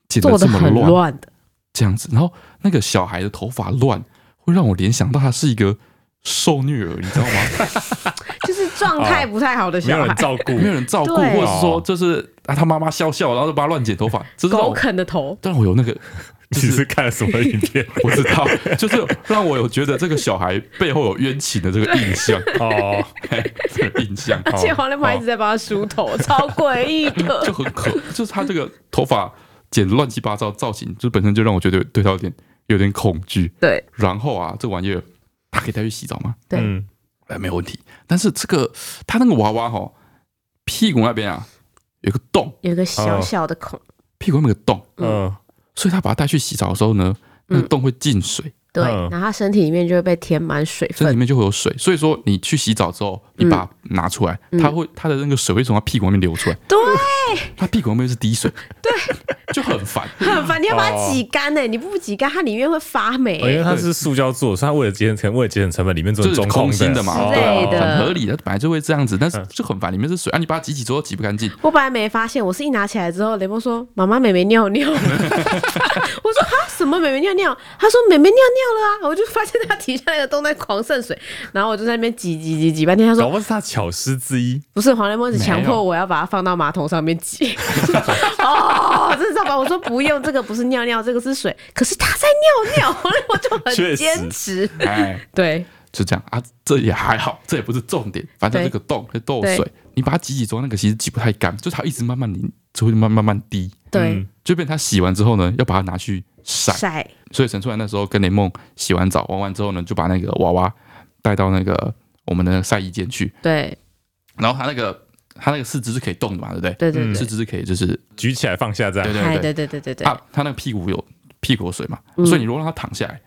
Speaker 2: 剪
Speaker 4: 做
Speaker 2: 得
Speaker 4: 的
Speaker 2: 这么
Speaker 4: 很
Speaker 2: 乱
Speaker 4: 乱的，
Speaker 2: 这样子，然后那个小孩的头发乱，会让我联想到他是一个受虐儿，你知道吗？
Speaker 4: 就是状态不太好的
Speaker 3: 没
Speaker 4: 小
Speaker 3: 有人
Speaker 4: 孩，
Speaker 3: 照顾
Speaker 2: 哦没，有人照顾，或
Speaker 4: 对
Speaker 2: 者是说就是啊他妈妈笑笑，然后就帮他乱剪头发，这是让
Speaker 4: 狗
Speaker 2: 我
Speaker 4: 啃的头，
Speaker 2: 让我有那个
Speaker 3: 你是看了什么影片？
Speaker 2: 不知道， 就是让我有觉得这个小孩背后有冤情的这个印象，
Speaker 3: 哦，
Speaker 2: 嘿这个印象 哦
Speaker 4: 而且黄连妈一直在帮他梳头，超诡异的
Speaker 2: 就。很可，就是他这个头发剪乱七八糟造型，就本身就让我觉得对他有点有点恐惧。
Speaker 4: 对
Speaker 2: 然后啊，这玩意儿他可以带去洗澡吗？
Speaker 4: 对
Speaker 3: 嗯，
Speaker 2: 哎，没有问题。但是这个他那个娃娃哈、哦，屁股那边啊有个洞，
Speaker 4: 有一个小
Speaker 2: 哦
Speaker 4: 小的孔，
Speaker 2: 屁股那边有个洞，
Speaker 3: 嗯，
Speaker 2: 所以他把他带去洗澡的时候呢，那个
Speaker 4: 嗯
Speaker 2: 洞会进水。
Speaker 4: 对，
Speaker 3: 嗯
Speaker 4: 然后他身体里面就会被填满水
Speaker 2: 所以里
Speaker 4: 分，
Speaker 2: 面就会有水，所以说你去洗澡之后，你把它拿出来，它会它的那个水会从它屁股外面流出来，
Speaker 4: 对，
Speaker 2: 它屁股外面是滴水，对， 就很烦。
Speaker 4: 很烦，你要把它挤干呢、欸你不挤干，它里面会发霉、欸
Speaker 3: 哦因为它是塑胶做，所以它为了节省成为了节省成本，里面做
Speaker 2: 就
Speaker 3: 成
Speaker 2: 是
Speaker 3: 中
Speaker 2: 空心
Speaker 3: 的哦
Speaker 2: 的嘛，
Speaker 4: 之类
Speaker 2: 对
Speaker 4: 的
Speaker 2: 啊，很合理的，它本来就会这样子，但是就很烦，里面是水啊，你把它挤挤之后挤不干净，
Speaker 4: 我本来没发现，我是一拿起来之后，雷波说：“妈妈，妹妹尿尿。” 我说：“哈，什么妹妹尿尿？”他说：“妹妹尿尿了啊！”我就发现他底下那个洞在狂渗水，然后我就在那边挤挤挤挤半天。他
Speaker 3: 搞
Speaker 4: 说
Speaker 3: 不好是它巧思之一：“。
Speaker 4: 不是，黄雷波只强迫我要把它放到马桶上面挤。” 哦，这知道吧？我说不用，这个不是尿尿，这个是水。可是他在尿尿， 黄雷波就很
Speaker 3: 确实
Speaker 4: 坚持。
Speaker 2: 哎，
Speaker 4: 对
Speaker 2: 就这样啊，这也还好，这也不是重点，反正
Speaker 4: 对
Speaker 2: 这个洞会漏
Speaker 4: 对
Speaker 2: 水，你把它挤挤之后，那个其实挤不太干，就它一直慢慢凝，就会慢慢慢滴，
Speaker 4: 对，
Speaker 2: 就变成它洗完之后呢，要把它拿去晒。
Speaker 4: 晒
Speaker 2: 所以陈楚然那时候跟雷梦洗完澡玩完之后呢，就把那个娃娃带到那个我们的那个晒衣间去，
Speaker 4: 对
Speaker 2: 然后它那个它那个四肢是可以动的嘛，对不对？
Speaker 4: 对对
Speaker 3: 嗯
Speaker 2: 四肢是可以就是
Speaker 3: 举起来放下这
Speaker 2: 对
Speaker 3: 样，
Speaker 4: 哎
Speaker 2: 对对，
Speaker 4: 对对对对对，
Speaker 2: 它它那个屁股有屁股有水嘛，
Speaker 4: 嗯
Speaker 2: 所以你如果让它躺下来，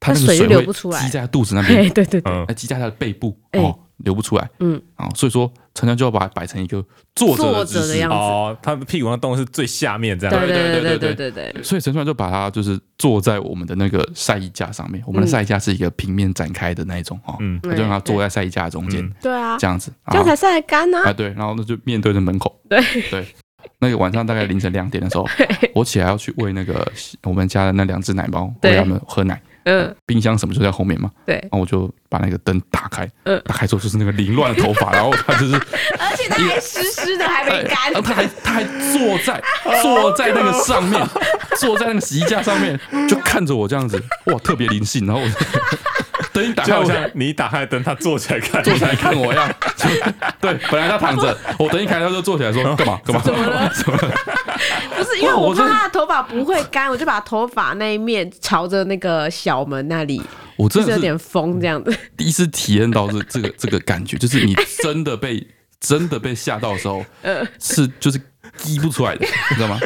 Speaker 2: 它
Speaker 4: 它
Speaker 2: 那个
Speaker 4: 水就
Speaker 2: 会
Speaker 4: 流不出来
Speaker 2: 积在它肚子那边
Speaker 4: 嘿， 对对对，
Speaker 3: 嗯
Speaker 2: 那积在它的背部
Speaker 4: 哎
Speaker 2: 哦流不出来，
Speaker 4: 嗯，
Speaker 2: 啊，所以说陈川就要把它摆成一个坐着
Speaker 4: 坐
Speaker 2: 的
Speaker 4: 着
Speaker 2: 姿
Speaker 4: 的
Speaker 2: 势
Speaker 4: 样，子，
Speaker 3: 哦，他的屁股上洞是最下面这
Speaker 4: 对
Speaker 3: 样，
Speaker 4: 对对
Speaker 2: 对
Speaker 4: 对
Speaker 2: 对
Speaker 4: 对对对，
Speaker 2: 所以陈川就把它就是坐在我们的那个晒衣架上面，我们的
Speaker 4: 嗯
Speaker 2: 晒衣架是一个平面展开的那一种哦，
Speaker 3: 嗯
Speaker 2: 他就让它坐在晒衣架中间
Speaker 3: 嗯
Speaker 4: 对啊，
Speaker 2: 这样子，
Speaker 4: 这
Speaker 2: 然
Speaker 4: 样
Speaker 2: 后
Speaker 4: 才晒得干啊
Speaker 2: 啊，对，然后那就面对着门口，
Speaker 4: 对
Speaker 2: 对，那个晚上大概凌晨两点的 时候，我起来要去喂那个我们家的那两只奶猫，
Speaker 4: 对
Speaker 2: 喂它们喝奶，
Speaker 4: 嗯，
Speaker 2: 冰箱什么就在后面嘛，
Speaker 4: 对，
Speaker 2: 然后我就把那个灯打开，
Speaker 4: 嗯
Speaker 2: 打开之后就是那个凌乱的头发，然后它 就是，哎
Speaker 4: 而且它还湿湿的，还没干
Speaker 2: 然后，它还它还坐在坐在那个上面，坐在那个洗衣架上面，就看着我这样子，哇，特别灵性，然后我灯一打
Speaker 3: 就
Speaker 2: 开，
Speaker 3: 好
Speaker 2: 我
Speaker 3: 像你打开灯，他坐起来 看，
Speaker 2: 坐起来看我一样。 就对，本来他躺着，我灯一开，他就坐起 来说干嘛 干嘛？ 怎么了？
Speaker 4: 不是因为
Speaker 2: 哇
Speaker 4: 我
Speaker 2: 哎我真
Speaker 4: 怕
Speaker 2: 的
Speaker 4: 它的头发不会干，我就把头发那一面朝着那个小门那里，
Speaker 2: 我
Speaker 4: 就
Speaker 2: 真
Speaker 4: 是
Speaker 2: 的
Speaker 4: 有
Speaker 2: 是
Speaker 4: 点风这样子，
Speaker 2: 第一次体验到这这个这个感觉，就是你真的被 真的被吓到的时 候，
Speaker 4: 呃
Speaker 2: 是就是滴不出来的， 你知道吗？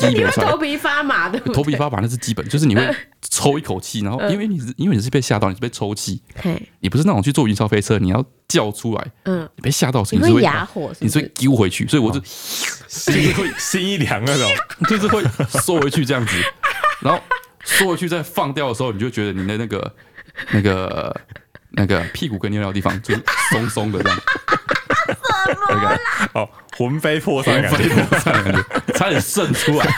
Speaker 2: 滴
Speaker 4: 你
Speaker 2: 不
Speaker 4: 会
Speaker 2: 出来
Speaker 4: 头，呃皮发麻的，
Speaker 2: 头皮发麻那是基本，就是你会抽一口气，然后
Speaker 4: 呃
Speaker 2: 因为你是因为你是被吓到，你是被抽气，
Speaker 4: 嘿，
Speaker 2: 你不是那种去坐云霄飞车，你要叫出来，
Speaker 4: 嗯，
Speaker 2: 你被吓到的时候
Speaker 4: 你
Speaker 2: 你是
Speaker 4: 会
Speaker 2: 会
Speaker 4: 哑火是
Speaker 2: 你
Speaker 4: 不
Speaker 2: 是
Speaker 4: 是
Speaker 2: 会？丢回去，所以我就。
Speaker 3: 心会心一凉那 种，
Speaker 2: 就是会缩回去这样子，然后缩回去再放掉的时候，你就觉得你的那个那个那个屁股跟尿尿的地方就是松松的这样，那个
Speaker 3: 哦，魂飞魄散的感
Speaker 2: 飞
Speaker 3: 觉，
Speaker 2: 沫上来的差点渗出来，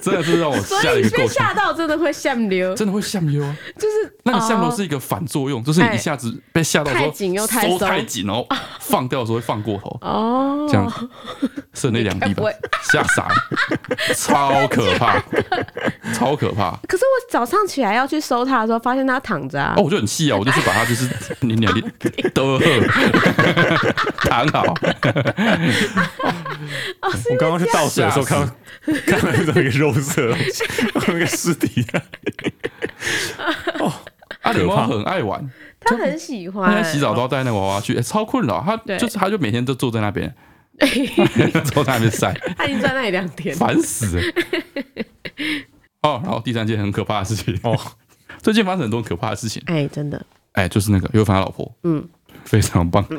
Speaker 2: 真的是让我
Speaker 4: 所
Speaker 2: 吓了
Speaker 4: 以
Speaker 2: 一
Speaker 4: 你
Speaker 2: 个
Speaker 4: 被
Speaker 2: 够呛
Speaker 4: 吓，到真的会吓溜，
Speaker 2: 真的会吓溜啊！
Speaker 4: 就是
Speaker 2: 那个吓溜
Speaker 4: 哦哎
Speaker 2: 是一个反作用，就是你一下子被吓到的时候
Speaker 4: 太紧又太
Speaker 2: 收
Speaker 4: 松
Speaker 2: 太紧，然 后放掉的时候会放过头，
Speaker 4: 哦，
Speaker 2: 这样子剩那两滴
Speaker 4: 你该不
Speaker 2: 吧
Speaker 4: 会，
Speaker 2: 吓傻 了，超可怕，超可怕。
Speaker 4: 可是我早上起来要去收它的时候，发现它躺着啊
Speaker 2: 哦，。我就很气啊，我就是把它就是你你 你都 躺好，
Speaker 3: 我刚刚去倒水的时候，看到看到有一个肉色的东 西，那个尸体， 哦
Speaker 2: 啊，你
Speaker 3: 可怕
Speaker 2: 猫很爱玩，
Speaker 4: 它很喜
Speaker 2: 它
Speaker 4: 欢
Speaker 2: 在洗澡都要带那个娃娃去，欸超困扰，它
Speaker 4: 对
Speaker 2: 就是它就每天都坐在那边， 坐在那边晒，
Speaker 4: 它已经在那里两天。
Speaker 2: 烦死了。哦，然后第三件很可怕的事情哦，最近发生很多很可怕的事情，
Speaker 4: 哎，真的，
Speaker 2: 哎，就是那个又凡他老婆，
Speaker 4: 嗯，
Speaker 2: 非常棒，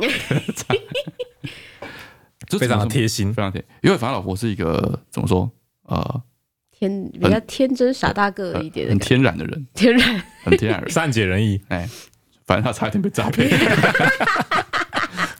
Speaker 2: 就
Speaker 3: 非常
Speaker 2: 怎么说
Speaker 3: 贴心
Speaker 2: 非，常贴。因为凡他老婆是一个怎么说呃
Speaker 4: 天比较天真傻大个一点
Speaker 2: 很
Speaker 4: 的
Speaker 2: 天然的人，
Speaker 4: 天 然。
Speaker 2: 很天然的人。
Speaker 3: 善解人意，
Speaker 2: 哎，反正他差一点被诈骗，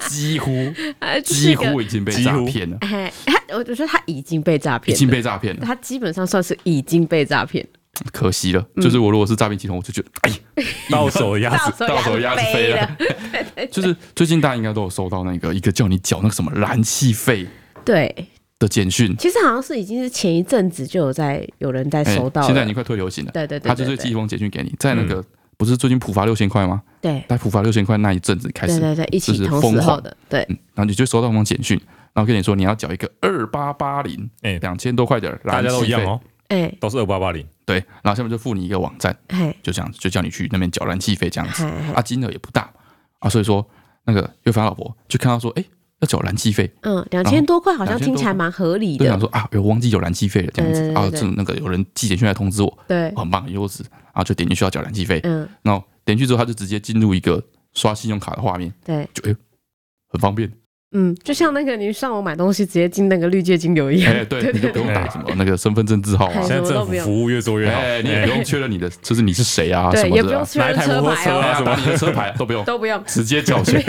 Speaker 2: 几乎
Speaker 4: 哎就是一
Speaker 2: 几
Speaker 4: 个
Speaker 2: 乎已经被诈骗了，
Speaker 4: 哎，他我我觉得他已经被诈
Speaker 2: 已
Speaker 4: 骗了，
Speaker 2: 经被诈骗了，
Speaker 4: 他基本上算是已经被诈骗了，
Speaker 2: 可惜了。
Speaker 4: 嗯
Speaker 2: 就是我如果是诈骗集团，我就觉得哎，
Speaker 3: 到手鸭子，
Speaker 4: 手
Speaker 2: 到手鸭
Speaker 4: 鸭子
Speaker 2: 子
Speaker 4: 哎飞
Speaker 2: 飞 了。就是最近大家应该都有收到那个一个叫你缴那个什么燃气费
Speaker 4: 对，
Speaker 2: 的简讯。
Speaker 4: 其实好像是已经是前一阵子就有在有人在
Speaker 2: 哎
Speaker 4: 收到了，
Speaker 2: 现在已经快退流行了。
Speaker 4: 对对对对嗯
Speaker 2: 他就是寄一封简讯给你，在那个不是最近浦发六千块吗？
Speaker 4: 对
Speaker 2: 在浦发六千块那一阵子开
Speaker 4: 对
Speaker 2: 始，
Speaker 4: 对对，一
Speaker 2: 就
Speaker 4: 起
Speaker 2: 是
Speaker 4: 同
Speaker 2: 疯
Speaker 4: 时候
Speaker 2: 狂
Speaker 4: 的，对
Speaker 2: 嗯，然后你就收到那封简讯，然后跟你说你要缴一个二八八零，
Speaker 3: 哎
Speaker 2: 两千多块的
Speaker 3: 大
Speaker 2: 燃
Speaker 3: 家
Speaker 2: 气
Speaker 3: 都一
Speaker 2: 费
Speaker 3: 样。哦，
Speaker 2: 嗯
Speaker 4: 哎
Speaker 3: 都是二八八零，
Speaker 2: 对，然后下面就附你一个网站，
Speaker 4: 哎
Speaker 2: 就这样子，就叫你去那边缴燃气费这样子
Speaker 4: 哎，哎
Speaker 2: 啊，金额也不大啊，所以说那个岳凡老婆就看到说，哎，要缴燃气费，
Speaker 4: 嗯，两千多块好像
Speaker 2: 2000
Speaker 4: 听起来
Speaker 2: 多块
Speaker 4: 蛮合理
Speaker 2: 就想
Speaker 4: 的，
Speaker 2: 说啊，我忘记有燃气费了这样
Speaker 4: 对
Speaker 2: 子
Speaker 4: 对
Speaker 2: 啊，
Speaker 4: 对
Speaker 2: 这那个有人寄简讯来通知我，
Speaker 4: 对
Speaker 2: 哦，很棒，很优质，然后就点进去要缴燃气费，
Speaker 4: 嗯
Speaker 2: 然后点进去之后，他就直接进入一个刷信用卡的画面，
Speaker 4: 对，
Speaker 2: 就哎呦，很方便，
Speaker 4: 嗯，就像那个你上网买东西直接进那个绿界精油一 样，
Speaker 2: 哎，对，你就不用打
Speaker 3: 对
Speaker 2: 什么那个身份证字号
Speaker 4: 哎
Speaker 2: 啊
Speaker 4: 什
Speaker 3: 现在
Speaker 4: 么都
Speaker 3: 政
Speaker 4: 不
Speaker 3: 府
Speaker 4: 用
Speaker 3: 服务越做越好，
Speaker 2: 哎，你也不用确认你的，就是你是谁啊什
Speaker 4: 对，
Speaker 2: 么
Speaker 4: 也不
Speaker 2: 的
Speaker 4: 用
Speaker 2: 啊，
Speaker 4: 确
Speaker 3: 哪
Speaker 4: 认
Speaker 3: 一台
Speaker 4: 车
Speaker 3: 摩托
Speaker 4: 牌
Speaker 3: 车
Speaker 2: 哎
Speaker 4: 哦
Speaker 3: 啊，
Speaker 2: 呀，打你的车牌都不用，
Speaker 4: 都不用，
Speaker 2: 直接缴钱，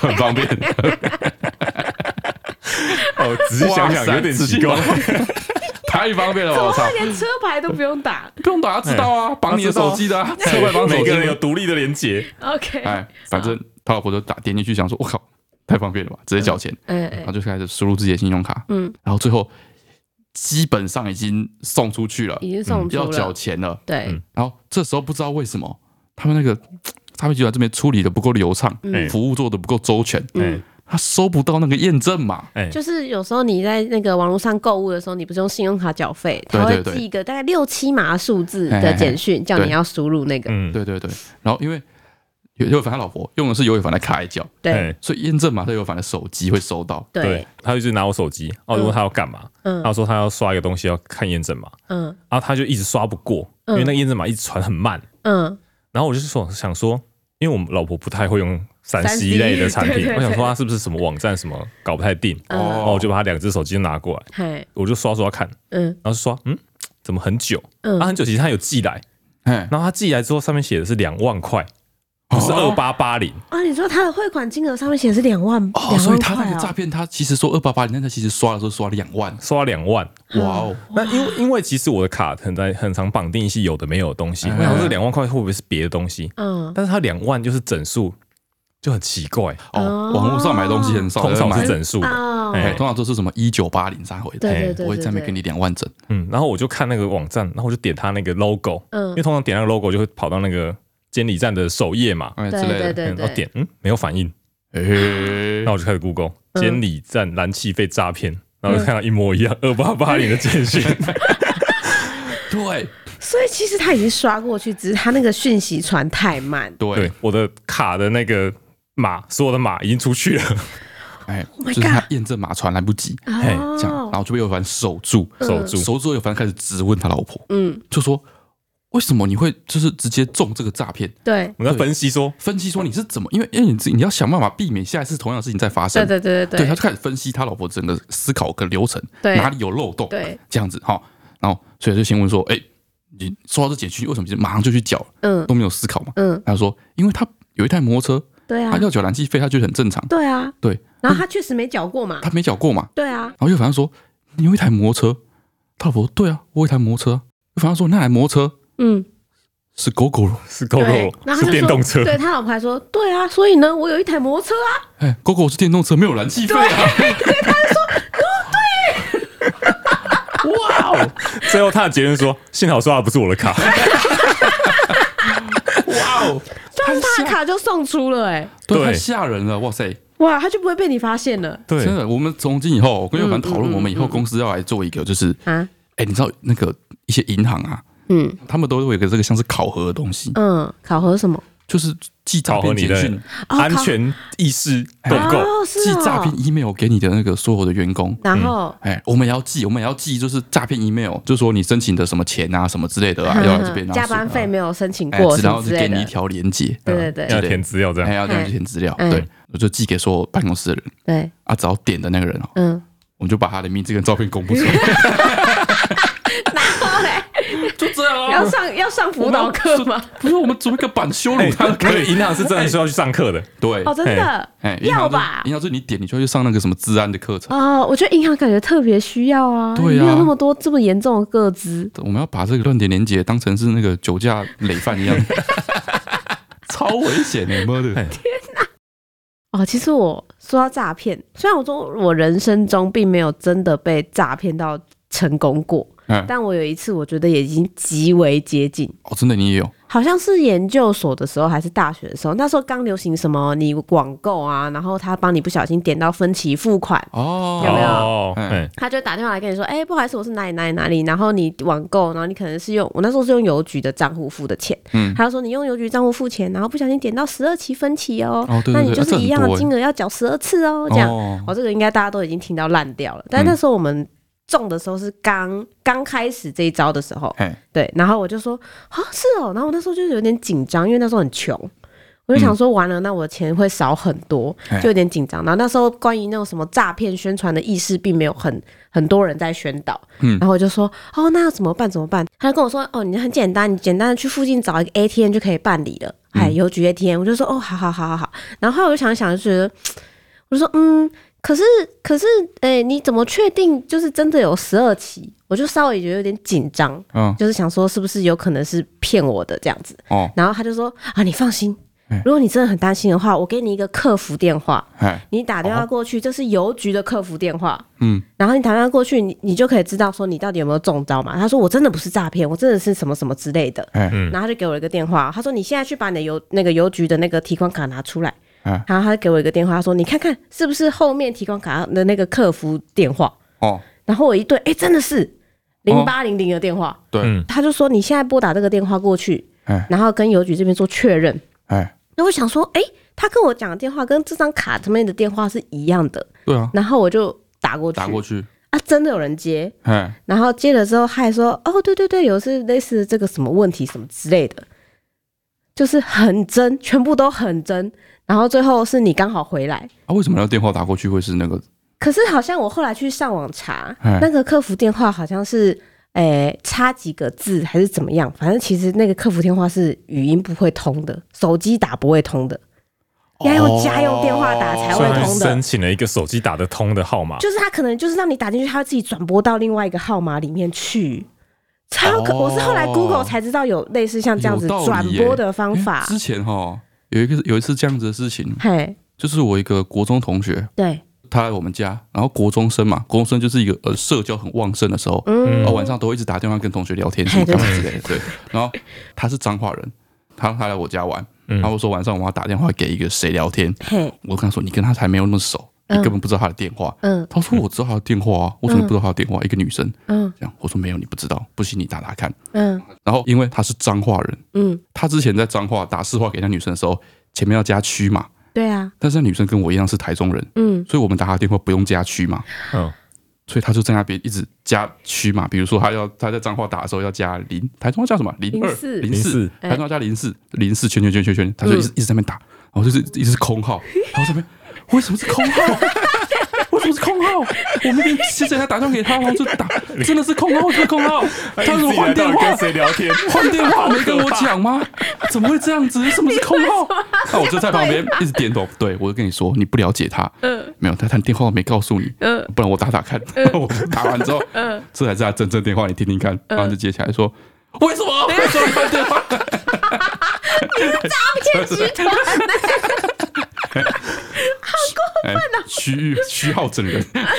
Speaker 2: 很方便。
Speaker 3: 哦，仔细想想有点奇怪
Speaker 2: 哇，塞，仔细想太方便了吧，我操！
Speaker 4: 连车牌都不用 打
Speaker 2: 不用打，他知道啊，绑你的手机的啊，
Speaker 3: 哎
Speaker 2: 车外绑手
Speaker 3: 每
Speaker 2: 机
Speaker 3: 个人有
Speaker 2: 的。
Speaker 3: 独立的连接，
Speaker 4: ，OK，
Speaker 2: 哎，反正他老婆就打点进去，想说，我靠，太方便了吧，直接缴钱，
Speaker 4: 哎
Speaker 2: 然
Speaker 4: 哎
Speaker 2: 后就开始输入自己的信用卡，
Speaker 4: 嗯，
Speaker 2: 然后最后基本上已经送出去了，
Speaker 4: 已经送出
Speaker 2: 嗯要缴
Speaker 4: 了，
Speaker 2: 钱了。
Speaker 4: 对
Speaker 3: 嗯，
Speaker 2: 然后这时候不知道为什么他们那个诈骗集团这边处理的不够流畅
Speaker 4: 嗯，
Speaker 2: 服务做的不够周全，
Speaker 3: 哎，
Speaker 2: 他收不到那个验证码，
Speaker 3: 哎，
Speaker 4: 就是有时候你在那个网络上购物的时候，你不是用信用卡缴费，
Speaker 2: 对
Speaker 4: 他会
Speaker 2: 对对
Speaker 4: 寄一个大概六七码数字
Speaker 2: 嘿嘿
Speaker 4: 的
Speaker 2: 嘿
Speaker 4: 简讯，叫
Speaker 2: 对
Speaker 4: 你要输入那个。
Speaker 3: 嗯，
Speaker 2: 对对对。然后因为尤尤伟凡他老婆用的是尤伟凡的卡来缴，
Speaker 4: 对
Speaker 3: 哎，
Speaker 2: 所以验证码在尤伟凡的手机会收到。
Speaker 4: 对，，
Speaker 3: 他一直拿我手机，哦，我问他要干嘛，
Speaker 4: 嗯
Speaker 3: 他说他要刷一个东西要看验证码，
Speaker 4: 嗯
Speaker 3: 然后他就一直刷不过，因为那个验证码一直传很慢，
Speaker 4: 嗯，
Speaker 3: 然后我就是说想说，因为我们老婆不太会用三
Speaker 4: 3C
Speaker 3: C 类的产
Speaker 4: 对对
Speaker 3: 品，
Speaker 4: 对
Speaker 3: 我想说她啊是不是什么网站什么搞不太定，
Speaker 4: 嗯
Speaker 3: 然后我就把她两只手机拿过来，
Speaker 4: 嗨，
Speaker 3: 我就刷刷看，
Speaker 4: 嗯
Speaker 3: 然后刷嗯。怎么很久？
Speaker 4: 嗯
Speaker 3: 啊，很久，其实他有寄来，
Speaker 2: 哎，
Speaker 3: 然后他寄来之后，上面写的是两万块，不是
Speaker 2: 哦
Speaker 3: 二八八零，
Speaker 4: 啊，你说他的汇款金额上面显示两万，两
Speaker 2: 哦，
Speaker 4: 万
Speaker 2: 所以他那
Speaker 4: 块
Speaker 2: 个
Speaker 4: 哦
Speaker 2: 诈骗，他其实说二八八零，但他其实刷的时候刷两万，
Speaker 4: 啊
Speaker 3: 刷两万。
Speaker 2: 哇哦，
Speaker 3: 那因为因为其实我的卡很在很常绑定一些有的没有的东西，
Speaker 2: 嗯
Speaker 3: 我想说这两万块会不会是别的东西？
Speaker 4: 嗯，
Speaker 3: 但是它两万就是整数，就很奇怪，
Speaker 4: 哦
Speaker 2: 哦，网络上买东西很少，
Speaker 3: 通常
Speaker 2: 买
Speaker 3: 是整数的。
Speaker 4: 哦，
Speaker 2: 哎，
Speaker 3: 哎
Speaker 2: 通常都是什么一九八零三回的，
Speaker 4: 对
Speaker 3: 哎
Speaker 4: 对对对，
Speaker 2: 我会再没给
Speaker 4: 对，
Speaker 2: 你两万整，
Speaker 3: 嗯，然后我就看那个网站，然后我就点它那个 logo，
Speaker 4: 嗯
Speaker 3: 因为通常点那个 logo 就会跑到那个监理站的首页嘛，
Speaker 2: 哎之
Speaker 4: 对
Speaker 2: 类的。
Speaker 4: 对对
Speaker 3: 嗯然后
Speaker 4: 对，
Speaker 3: 点嗯没有反应，
Speaker 2: 哎
Speaker 3: 那，我就开始 Google
Speaker 4: 嗯
Speaker 3: 监理站燃气费诈骗，然后就看到一模一样二八八零的简讯，
Speaker 2: 对
Speaker 4: 所以其实他已经刷过去，只是他那个讯息传太慢。
Speaker 2: 对
Speaker 3: 对，，我的卡的那个码，所有的码已经出去了，
Speaker 2: 哎，
Speaker 4: Oh my 哦
Speaker 2: 就是他验证码传来不及，
Speaker 3: 嘿
Speaker 2: 这样，然，后就被尤凡守住，
Speaker 3: 守住。
Speaker 2: 守住之后，尤凡开始质问他老婆，
Speaker 4: 嗯，
Speaker 2: 就说为什么你会就是直接中这个诈骗？
Speaker 4: 对，
Speaker 3: 我们在分析说，
Speaker 2: 分析说你是怎么，因为因为你自己你要想办法避免下一次同样的事情再发生
Speaker 4: 对。对对对
Speaker 2: 对，他就开始分析他老婆整个思考跟流程，
Speaker 4: 对
Speaker 2: 哪里有漏洞，
Speaker 4: 对，
Speaker 2: 这样子哈。然后，所以就先问说，哎、你收到这简讯，为什么就马上就去缴，
Speaker 4: 嗯
Speaker 2: 都没有思考嘛？
Speaker 4: 嗯，
Speaker 2: 他说，因为他有一台摩托车，
Speaker 4: 对啊
Speaker 2: 他，要嗯缴燃气费，他觉得很正常，
Speaker 4: 对啊，
Speaker 2: 对
Speaker 4: 然后他确实没缴过嘛
Speaker 2: 他，没缴过嘛。
Speaker 4: 对啊，
Speaker 2: 然后又反正说，你有一台摩托车，他老婆说对啊，我有一台摩托车啊。又反正说那台摩托车
Speaker 4: 嗯，
Speaker 2: 是狗狗，
Speaker 3: 是 GoGo，
Speaker 4: 对，然后他就
Speaker 3: 哦
Speaker 4: 说
Speaker 3: 是电动车，
Speaker 4: 对他老婆还说，对啊，所以呢，我有一台摩托车啊，
Speaker 2: 哎，狗狗是电动车，没有燃气费啊。
Speaker 3: 哇哦！ 最后他的结论说，幸好刷的不是我 的卡，
Speaker 4: 啊
Speaker 2: 哇哦，
Speaker 4: 但是他的卡就送出了，哎，
Speaker 2: 对，
Speaker 3: 对
Speaker 2: 太吓人了，哇塞！
Speaker 4: 哇，他就不会被你发现了
Speaker 3: 对
Speaker 2: 真的，我们从今以后，我跟友凡讨
Speaker 4: 嗯
Speaker 2: 论，
Speaker 4: 嗯
Speaker 2: 我们以后公司要来做一个，就是，
Speaker 4: 啊，
Speaker 2: 哎，你知道那个一些银行啊，
Speaker 4: 嗯
Speaker 2: 他们都会有一个这个像是考核的东西，
Speaker 4: 嗯，考核什么？
Speaker 2: 就是寄诈
Speaker 3: 考核
Speaker 2: 骗
Speaker 3: 你
Speaker 2: 简讯
Speaker 3: 的、
Speaker 4: 哦
Speaker 3: 安全意识够不够？
Speaker 4: 哦，是
Speaker 2: 寄
Speaker 4: 哦
Speaker 2: 诈骗 email 给你的那个所有的员工。
Speaker 4: 然
Speaker 3: 嗯
Speaker 4: 后
Speaker 2: 哎，我们也要寄，我们也要寄，就是诈骗 email，就是说你申请的什么钱啊，什么之类的啊，要来这边然后
Speaker 4: 嗯加班
Speaker 2: 是
Speaker 4: 费没有申请
Speaker 2: 哎
Speaker 4: 过，，什
Speaker 2: 然后
Speaker 4: 么
Speaker 2: 就
Speaker 4: 之类
Speaker 2: 给你一
Speaker 4: 的，
Speaker 2: 条连接，嗯
Speaker 4: 对对对
Speaker 3: 要填资料这
Speaker 2: 哎，
Speaker 3: 样，
Speaker 2: 要让你填资料，
Speaker 4: 嗯
Speaker 2: 对，我就寄给所有办公室的人
Speaker 4: 对，
Speaker 2: 啊，只要点的那个人哦，
Speaker 4: 嗯，
Speaker 2: 我们就把他的名字跟照片公布出 来，
Speaker 4: 然后嘞，
Speaker 2: 就这样啊
Speaker 4: 要上要上辅导课吗？？
Speaker 2: 不是，我们组一个版羞
Speaker 3: 哎
Speaker 2: 辱他，
Speaker 3: 那个银行是真的是要去上课的，
Speaker 2: 对
Speaker 4: 哦，，真的
Speaker 2: 哎，银行
Speaker 4: 要
Speaker 2: 就
Speaker 4: 吧
Speaker 2: 银？行就是你点，你就要去上那个什么治安的课程。
Speaker 4: 哦，我觉得银行感觉特别需要啊，
Speaker 2: 对
Speaker 4: 你
Speaker 2: 啊
Speaker 4: 没有那么多这么严重的个资，
Speaker 2: 我们要把这个乱点连接当成是那个酒驾累犯 一样，超危险 的，妈的！
Speaker 4: 哦，其实我说到诈骗，虽然我说我人生中并没有真的被诈骗到成功过，
Speaker 2: 哎，
Speaker 4: 但我有一次我觉得也已经极为接近，
Speaker 2: 哦，真的你也有，
Speaker 4: 好像是研究所的时候还是大学的时候，那时候刚流行什么你网购啊，然后他帮你不小心点到分期付款，
Speaker 2: 哦，
Speaker 4: 有没有
Speaker 3: 哦，
Speaker 2: 嗯
Speaker 3: 哎
Speaker 4: 他就会打电话来跟你说，哎、不好意思，我是哪里哪里哪里，然后你网购，然后你可能是用我那时候是用邮局的账户付的钱，
Speaker 2: 嗯
Speaker 4: 他就说你用邮局账户付钱，然后不小心点到十二期分期哦，
Speaker 2: 哦对对对
Speaker 4: 那你就
Speaker 2: 啊这
Speaker 4: 是
Speaker 2: 很
Speaker 4: 一样的
Speaker 2: 多欸
Speaker 4: 金额要缴十二次哦，这样，
Speaker 2: 哦
Speaker 4: 哦，这个应该大家都已经听到烂掉了，但是那时候我们中的时候是刚刚开始这一招的时候，
Speaker 2: 哎，
Speaker 4: 对，然后我就说啊是哦，然后我那时候就是有点紧张，因为那时候很穷，我就想说完了，那我的钱会少很多，
Speaker 2: 嗯哎
Speaker 4: 就有点紧张。然后那时候关于那种什么诈骗宣传的意识，并没有很很多人在宣导，
Speaker 2: 嗯
Speaker 4: 然后我就说哦那要怎么办怎么办？他就跟我说哦你很简单，你简单的去附近找一个 ATM 就可以办理了，
Speaker 2: 嗯
Speaker 4: 哎邮局 ATM，我就说哦好好好好好，然后后来我就想一想就觉得，我就说嗯。可是，可是，哎、你怎么确定就是真的有十二期？我就稍微觉得有点紧张，
Speaker 2: 嗯，
Speaker 4: 就是想说是不是有可能是骗我的这样子。
Speaker 2: 哦，
Speaker 4: 然后他就说啊，你放心
Speaker 2: 嗯，
Speaker 4: 如果你真的很担心的话，我给你一个客服电话，
Speaker 2: 哎，
Speaker 4: 你打电话过去，这是邮局的客服电话。
Speaker 2: 嗯，
Speaker 4: 然后你打电话过去，你你就可以知道说你到底有没有中招嘛。他说我真的不是诈骗，我真的是什么什么之类的。
Speaker 2: 哎，
Speaker 4: 然后他就给我一个电话，他说你现在去把你的邮那个邮局的那个提款卡拿出来。
Speaker 2: 嗯
Speaker 4: 然后他就给我一个电话，他说你看看是不是后面提款卡的那个客服电话？
Speaker 2: 哦，
Speaker 4: 然后我一对，哎、真的是零八零零的电话。
Speaker 2: 对，
Speaker 3: 嗯
Speaker 4: 他就说你现在拨打这个电话过去，
Speaker 2: 哎
Speaker 4: 然后跟邮局这边做确认。
Speaker 2: 哎，
Speaker 4: 那我想说，哎、他跟我讲的电话跟这张卡上面的电话是一样的，
Speaker 2: 对啊，
Speaker 4: 然后我就打过去，
Speaker 2: 打过去，
Speaker 4: 啊，真的有人接。
Speaker 2: 哎，
Speaker 4: 然后接了之后，他还说，哦，对对对，有是类似这个什么问题什么之类的，就是很真，全部都很真。然后最后是你刚好回来，
Speaker 2: 啊，为什么要电话打过去会是那个？
Speaker 4: 可是好像我后来去上网查
Speaker 2: 哎，
Speaker 4: 那个客服电话好像是，诶、差几个字还是怎么样？反正其实那个客服电话是语音不会通的，手机打不会通的，
Speaker 2: 哦
Speaker 4: 要用家用电话打才
Speaker 3: 所
Speaker 4: 会
Speaker 3: 以他
Speaker 4: 通
Speaker 3: 是
Speaker 4: 的
Speaker 3: 申。请了一个手机打得通的号码，
Speaker 4: 就是他可能就是让你打进去，他会自己转播到另外一个号码里面去。超可！
Speaker 2: 哦
Speaker 4: 我是后来 Google 才知道有类似像这样子
Speaker 2: 有道理
Speaker 4: 转
Speaker 2: 耶
Speaker 4: 播的方法
Speaker 2: 哎。之前哈有一个有一次这样子的事情，
Speaker 4: 嘿，
Speaker 2: 就是我一个国中同学，
Speaker 4: 对，
Speaker 2: 他来我们家，然后国中生嘛，国中生就是一个呃社交很旺盛的时候，
Speaker 4: 嗯
Speaker 2: 然后晚上都会一直打电话跟同学聊天什
Speaker 4: 哎
Speaker 2: 么
Speaker 4: 对
Speaker 2: 干嘛之类的，对。然后他是彰化人，他他来我家玩，
Speaker 3: 嗯
Speaker 2: 然后我说晚上我要打电话给一个谁聊天，
Speaker 4: 嘿，
Speaker 2: 我跟他说你跟他才没有那么熟，你
Speaker 4: 嗯
Speaker 2: 根本不知道他的电话。
Speaker 4: 嗯
Speaker 2: 他说我知道他的电话啊，我怎么不知道他的电话？一个女生
Speaker 4: 嗯
Speaker 2: 这样，我说没有，你不知道，不信你打打看。
Speaker 4: 嗯
Speaker 2: 然后因为他是彰化人，
Speaker 4: 嗯，
Speaker 2: 他之前在彰化打市话给那女生的时候，前面要加区嘛，
Speaker 4: 对啊，
Speaker 2: 但是那女生跟我一样是台中人，
Speaker 4: 嗯
Speaker 2: 所以我们打她电话不用加区嘛，
Speaker 3: 嗯，
Speaker 2: 所以他就在那边一直加区嘛，比如说他要他在彰化打的时候要加零，台中要加什么零二
Speaker 4: 04
Speaker 2: 零四，
Speaker 4: 哎
Speaker 2: 台中要加零四零四圈圈圈圈圈，他就一直一直在那边打，然后就是一直是空号，然后这边为什么是空号？为什么是空号？我明明之前才打电话给他，然后就 打，真的是空号，是空号，他怎么换电
Speaker 3: 你自己来到底
Speaker 2: 话
Speaker 3: 跟？谁聊天？
Speaker 2: 换电话没跟我讲 吗？怎么会这样子？什么是空号？那、我就在旁边一直点头。对，我就跟你说，你不了解他，
Speaker 4: 嗯
Speaker 2: 没有，他他电话没告诉你，
Speaker 4: 嗯
Speaker 2: 不然我打打看。
Speaker 4: 呃
Speaker 2: 我打完之后，这才是他真正电话，你听听看。然后就接起来说，为什 么？为什么换电话？你是诈骗集团！好过分哦！区域区号整 人，哎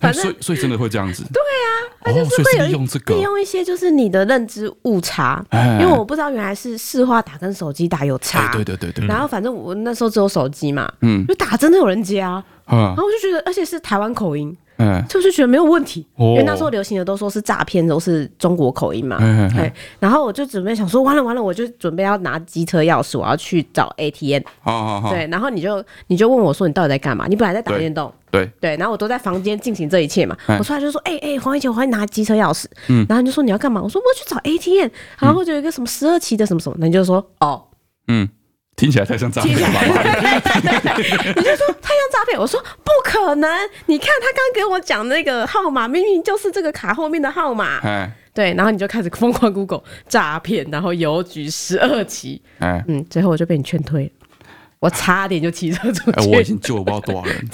Speaker 4: 反正
Speaker 2: 所以所以真的会这样子。对啊，哦，
Speaker 4: 就
Speaker 2: 所
Speaker 4: 是
Speaker 2: 以
Speaker 4: 会
Speaker 2: 是
Speaker 4: 有
Speaker 2: 利用这个
Speaker 4: 利用一些就是你的认知误差，
Speaker 2: 哎
Speaker 4: 因为我不知道原来是市话打跟手机打有
Speaker 2: 哎
Speaker 4: 差，
Speaker 2: 对对对对，
Speaker 4: 然后反正我那时候只有手机嘛，
Speaker 2: 嗯
Speaker 4: 就打真的有人接啊，
Speaker 2: 啊
Speaker 4: 然，后我就觉得，而且是台湾口音，
Speaker 2: 嗯，
Speaker 4: 所以我就觉得没有问题，
Speaker 2: 哦
Speaker 4: 因为那时候流行的都说是诈骗，都是中国口音嘛。
Speaker 2: 哎哎哎
Speaker 4: 哎，然后我就准备想说，完了完了，我就准备要拿机车钥匙，我要去找 ATM。
Speaker 2: 好好好，
Speaker 4: 对，然后你就你就问我说，你到底在干嘛？你本来在打电动，
Speaker 2: 哦对，
Speaker 4: 对，然后我都在房间进行这一切嘛。
Speaker 2: 哎
Speaker 4: 我出来就说，哎、哎、黄一姐，我要拿机车钥匙。
Speaker 2: 嗯
Speaker 4: 然后你就说你要干嘛？我说我要去找 ATM，然后就有一个什么十二期的什么什么，那你就说哦，
Speaker 2: 嗯，听起来太像诈骗
Speaker 4: 听
Speaker 2: 了
Speaker 4: 起来
Speaker 2: 吧？
Speaker 4: 你就说他像诈骗，我说不可能，你看他刚给我讲那个号码，明明就是这个卡后面的号码。
Speaker 2: 哎
Speaker 4: 对，然后你就开始疯狂 Google 诈骗，然后邮局十二期，
Speaker 2: 哎
Speaker 4: 嗯，最后我就被你劝退了，我差点就骑车出
Speaker 2: 哎，我已
Speaker 4: 去。
Speaker 2: 经救了不知道多少人，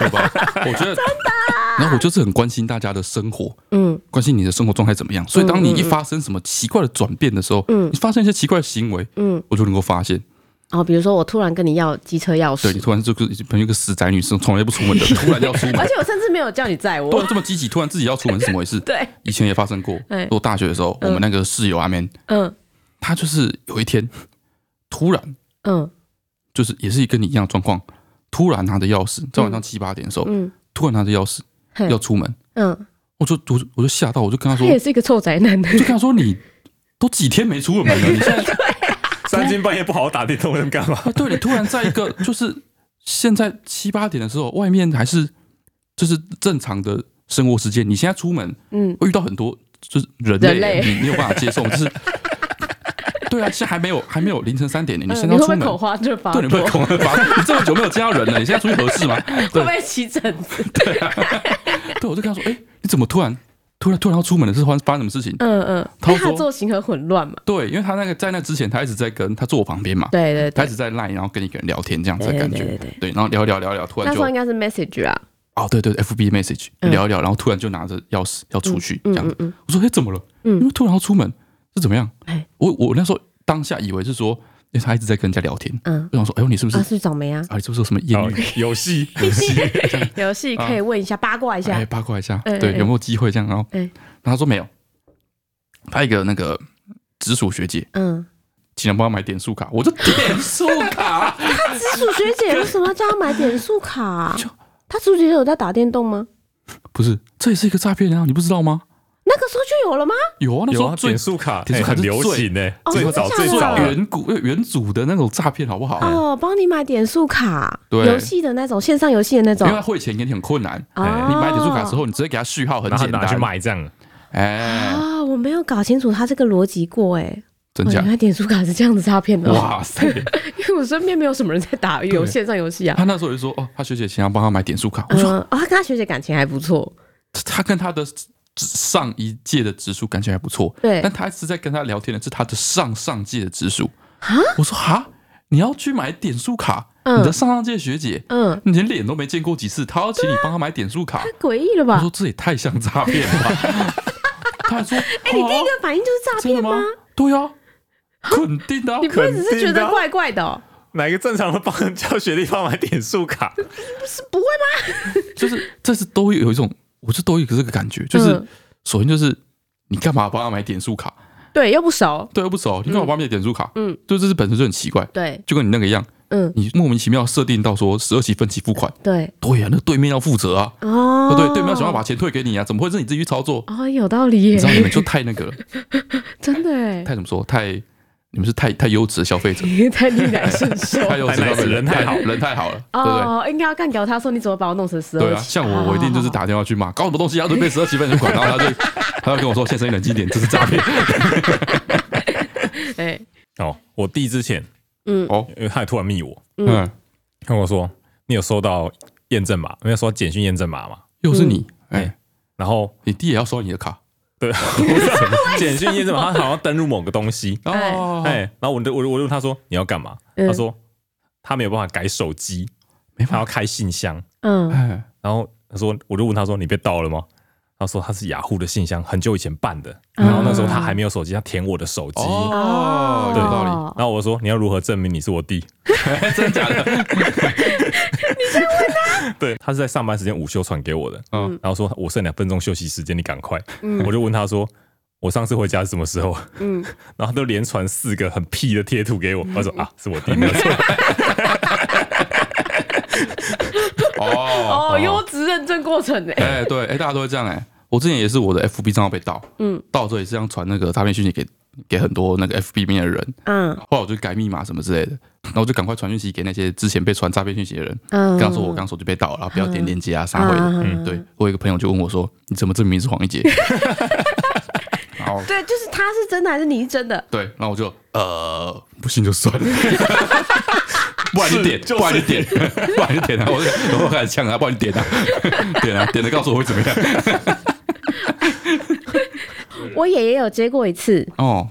Speaker 2: 对吧？我觉得真的。然后我就是很关心大家的生活，
Speaker 4: 嗯，
Speaker 2: 关心你的生活状态怎么样。所以当你一发生什么奇怪的转变的时候，你发生一些奇怪的行为，
Speaker 4: 嗯，
Speaker 2: 我就能够发现，
Speaker 4: 哦，比如说我突然跟你要机车钥
Speaker 2: 对你
Speaker 4: 匙，
Speaker 2: 突然就是朋友一个死宅女生，从来不出门的，突然要出门
Speaker 4: 而，且我甚至没有叫你载
Speaker 2: 突
Speaker 4: 我
Speaker 2: 然。这么积极，突然自己要出门是怎么回事？
Speaker 4: 对，
Speaker 2: 以前也发生过
Speaker 4: 哎。
Speaker 2: 我大学的时候，我们那个室友阿 Man，
Speaker 4: 嗯
Speaker 2: 他就是有一天突然
Speaker 4: 嗯
Speaker 2: 就是也是跟你一样的状况，突然拿着钥匙，在晚上七八点的时候，
Speaker 4: 嗯
Speaker 2: 突然拿着钥匙
Speaker 4: 嘿
Speaker 2: 要出门，
Speaker 4: 嗯，
Speaker 2: 我就我就我就吓到，我就跟他
Speaker 4: 他
Speaker 2: 说，
Speaker 4: 也是一个臭宅男。
Speaker 2: 就跟他说你都几天没出门 了，你现在
Speaker 3: 三更半夜不好好打电动，能干嘛？
Speaker 2: 啊对你突然在一个就是现在七八点的时候，外面还是就是正常的生活时间，你现在出门
Speaker 4: 嗯，
Speaker 2: 会遇到很多就是人
Speaker 4: 人
Speaker 2: 类，
Speaker 4: 类
Speaker 2: 你你有办法 接受吗？就是。对啊，现在还没有还没有凌晨三点呢，你
Speaker 4: 嗯
Speaker 2: 现在
Speaker 4: 你
Speaker 2: 要
Speaker 4: 会不
Speaker 2: 出
Speaker 4: 会
Speaker 2: 门，
Speaker 4: 口啊花就发
Speaker 2: 对，
Speaker 4: 作？
Speaker 2: 你会不会恐慌发作，你这么久没有见到人了，你现在出去合适 吗？
Speaker 4: 会
Speaker 2: 对
Speaker 4: 不，会起疹子？
Speaker 2: 对，我就跟他说，哎、你怎么突然突然突然要出门了？是发生发生什么事情？
Speaker 4: 嗯嗯，
Speaker 2: 他
Speaker 4: 因
Speaker 2: 说
Speaker 4: 为他作息很混乱嘛。
Speaker 2: 对，因为他那个在那之前，他一直在跟他坐我旁边嘛，
Speaker 4: 对对
Speaker 2: 他一，
Speaker 4: 对
Speaker 2: 直在赖，然后跟一个人聊天这样子的
Speaker 4: 对
Speaker 2: 感
Speaker 4: 对
Speaker 2: 觉，
Speaker 4: 对对
Speaker 2: 然后聊一聊聊一聊，突
Speaker 4: 那
Speaker 2: 然
Speaker 4: 时
Speaker 2: 就
Speaker 4: 候应该是 message 啊。
Speaker 2: 哦，对对，FB message
Speaker 4: 嗯
Speaker 2: 聊一聊，然后突然就拿着钥匙要出去这
Speaker 4: 嗯
Speaker 2: 样
Speaker 4: 嗯，嗯，
Speaker 2: 我说，哎、怎么了？
Speaker 4: 嗯
Speaker 2: 因为突然要出门是怎么样
Speaker 4: 哎？
Speaker 2: 我我那时候当下以为是说，因为他一直在跟人家聊天，
Speaker 4: 嗯
Speaker 2: 我想说，哎呦，你是不是
Speaker 4: 啊，是长梅啊。
Speaker 2: 啊？你是不是有什么艳
Speaker 3: 哦
Speaker 2: 遇？
Speaker 3: 游 戏，游戏，
Speaker 4: 游戏可以问一下，八卦一下
Speaker 2: 哎，。八卦一下，
Speaker 4: 哎
Speaker 2: 对，
Speaker 4: 哎
Speaker 2: 有没有机会这样？然后，
Speaker 4: 哎
Speaker 2: 然后他说没有，他一个那个直属学姐
Speaker 4: 嗯，
Speaker 2: 竟然帮他买点数卡，我就点数卡，
Speaker 4: 他紫薯哎学姐为什么要叫他买点数卡、啊？他紫薯学姐有在打电动吗？
Speaker 2: 不是，这也是一个诈骗啊！你不知道吗？
Speaker 4: 那个时候就有了吗？
Speaker 2: 有啊，那时
Speaker 3: 有
Speaker 2: 候
Speaker 3: 啊，
Speaker 2: 最
Speaker 3: 点数卡，
Speaker 2: 点数卡
Speaker 3: 哎很
Speaker 2: 是
Speaker 3: 流
Speaker 2: 最
Speaker 3: 行呢，
Speaker 4: 哦
Speaker 3: 最
Speaker 4: 真的
Speaker 3: 早
Speaker 4: 假的
Speaker 3: 最早啊
Speaker 2: 远古远祖的那种诈骗，好不好？
Speaker 4: 哦，帮你买点数卡，
Speaker 2: 哎对
Speaker 4: 游戏的那种线上游戏的那
Speaker 2: 因
Speaker 4: 种
Speaker 2: 为他汇钱给你很困难，哎
Speaker 4: 哦
Speaker 2: 你买点数卡之后，你直接给他序号，很
Speaker 3: 然后
Speaker 2: 简
Speaker 3: 拿
Speaker 2: 单。
Speaker 3: 去，买这样，
Speaker 2: 哎，
Speaker 4: 啊，我没有搞清楚他这个逻辑过哎。
Speaker 2: 真
Speaker 4: 哦，
Speaker 2: 假
Speaker 4: 原？来点数卡是这样子诈骗的哦，
Speaker 2: 哇塞！
Speaker 4: 因为我身边没有什么人在打游线上游戏啊
Speaker 2: 他。那时候就说，哦，他学姐想要帮他买点数卡。我
Speaker 4: 嗯，
Speaker 2: 说，
Speaker 4: 哦，他跟他学姐感情还不错，
Speaker 2: 他跟他的上一届的直属感情还不错，
Speaker 4: 对
Speaker 2: 但他是在跟他聊天的是他的上上届的直属。我说哈，你要去买点数卡？
Speaker 4: 啊嗯
Speaker 2: 你的上上届学姐，
Speaker 4: 嗯，
Speaker 2: 你连脸都没见过几次，她要请你帮她买点数卡
Speaker 4: 太。诡异
Speaker 2: 我
Speaker 4: 了吧
Speaker 2: 说？这也太像诈骗了 吧。他还说，哎
Speaker 4: 哎，你第一个反应就是诈
Speaker 2: 真的
Speaker 4: 骗
Speaker 2: 吗？对啊，肯定的啊、
Speaker 4: 你不会只是觉
Speaker 3: 肯定的
Speaker 4: 得
Speaker 3: 啊
Speaker 4: 怪怪的哦？
Speaker 3: 哪个正常的帮叫学历帮买点数卡？
Speaker 4: 是不会吗？
Speaker 2: 就是这是都有一种，我就都有这个感觉，就是、
Speaker 4: 嗯
Speaker 2: 首先就是你干嘛帮他买点数卡？
Speaker 4: 对，又不熟，
Speaker 2: 对，又不熟，啊你干嘛帮他买点数卡？
Speaker 4: 嗯，
Speaker 2: 就这是本身就很奇怪，
Speaker 4: 对，
Speaker 2: 就跟你那个一样，
Speaker 4: 嗯，
Speaker 2: 你莫名其妙设定到说十二期分期付款，
Speaker 4: 对，
Speaker 2: 对呀、那对面要负责啊，
Speaker 4: 哦，
Speaker 2: 对，对面要想办法把钱退给你啊，怎么会是你自己去操作？
Speaker 4: 哦，有道理
Speaker 2: 你
Speaker 4: 耶
Speaker 2: 知，道你们就太那个了，
Speaker 4: 真的哎，
Speaker 2: 太怎么说？太你们是太太优质的消 费者，
Speaker 4: 太逆来顺受。
Speaker 2: 太优质的消费者，
Speaker 3: 人太好
Speaker 2: 人太好了，对不对？
Speaker 4: 哦，应该要干掉他，说你怎么把我弄成十二
Speaker 2: 对啊，像我，我一定就是打电话去骂，搞什么东西啊，都被十二七分人管，然后他就他就跟我说，先生你冷静一点，这是诈骗。
Speaker 4: 哎，
Speaker 3: 哦，我弟之前，
Speaker 2: 哦，
Speaker 3: 因为他也突然密我，
Speaker 2: 嗯，
Speaker 3: 他跟我说你有收到验证码，没有收到简讯验证码嘛？
Speaker 2: 又是你，哎
Speaker 3: 哎，然后
Speaker 2: 你弟也要收你的卡
Speaker 3: 对，简讯验证码，他好像登录某个东西，
Speaker 4: 哎
Speaker 2: 哦，
Speaker 3: 哎，然后我就我就我就问他说你要干嘛？
Speaker 4: 嗯
Speaker 3: 他说他没有办法改手机，
Speaker 2: 没
Speaker 3: 他
Speaker 2: 法
Speaker 3: 要，开信箱。
Speaker 4: 嗯，
Speaker 2: 哎，
Speaker 3: 然后他说我就问他说你被盗了吗？他说他是雅虎的信箱，很久以前办的，然后那时候他还没有手机，他填我的手机。
Speaker 2: 哦，有道
Speaker 3: 然后我说你要如何证明你是我弟？
Speaker 2: 理，真假的，
Speaker 3: 对他是在上班时间午休传给我的，
Speaker 2: 嗯
Speaker 3: 然后说我剩两分钟休息时间，你赶快。我就问他说。我上次回家是什么时候？
Speaker 4: 嗯，
Speaker 3: 然后他都连传四个很屁的贴图给我，他说啊，是我弟没有错，
Speaker 2: 哦，
Speaker 4: 哦，优质认证过程 哎，
Speaker 2: 哎，对，哎，大家都会这样，哎，我之前也是我的 FB 账号被盗，
Speaker 4: 嗯，
Speaker 2: 盗之后也是这样传那个诈骗讯息给给很多那个 FB 里面的人，
Speaker 4: 嗯
Speaker 2: 后来我就改密码什么之类的，然后我就赶快传讯息给那些之前被传诈骗讯息的人，
Speaker 4: 嗯
Speaker 2: 跟他说我刚手机被盗了，然后不要点链接啊，啥回的。
Speaker 4: 嗯
Speaker 2: 对，我有一个朋友就问我说：“你怎么证明是黄一杰？” 然后
Speaker 4: 对，就是他是真的还是你是真的？
Speaker 2: 对，然后我就呃，不信就算了， 不然你点，
Speaker 3: 是就是
Speaker 2: 不然你点， 不然你点啊！我就然后开始呛他，不然你点啊， 点啊，点了告诉我会怎么样？
Speaker 4: 我爷爷有接过一次，
Speaker 2: 哦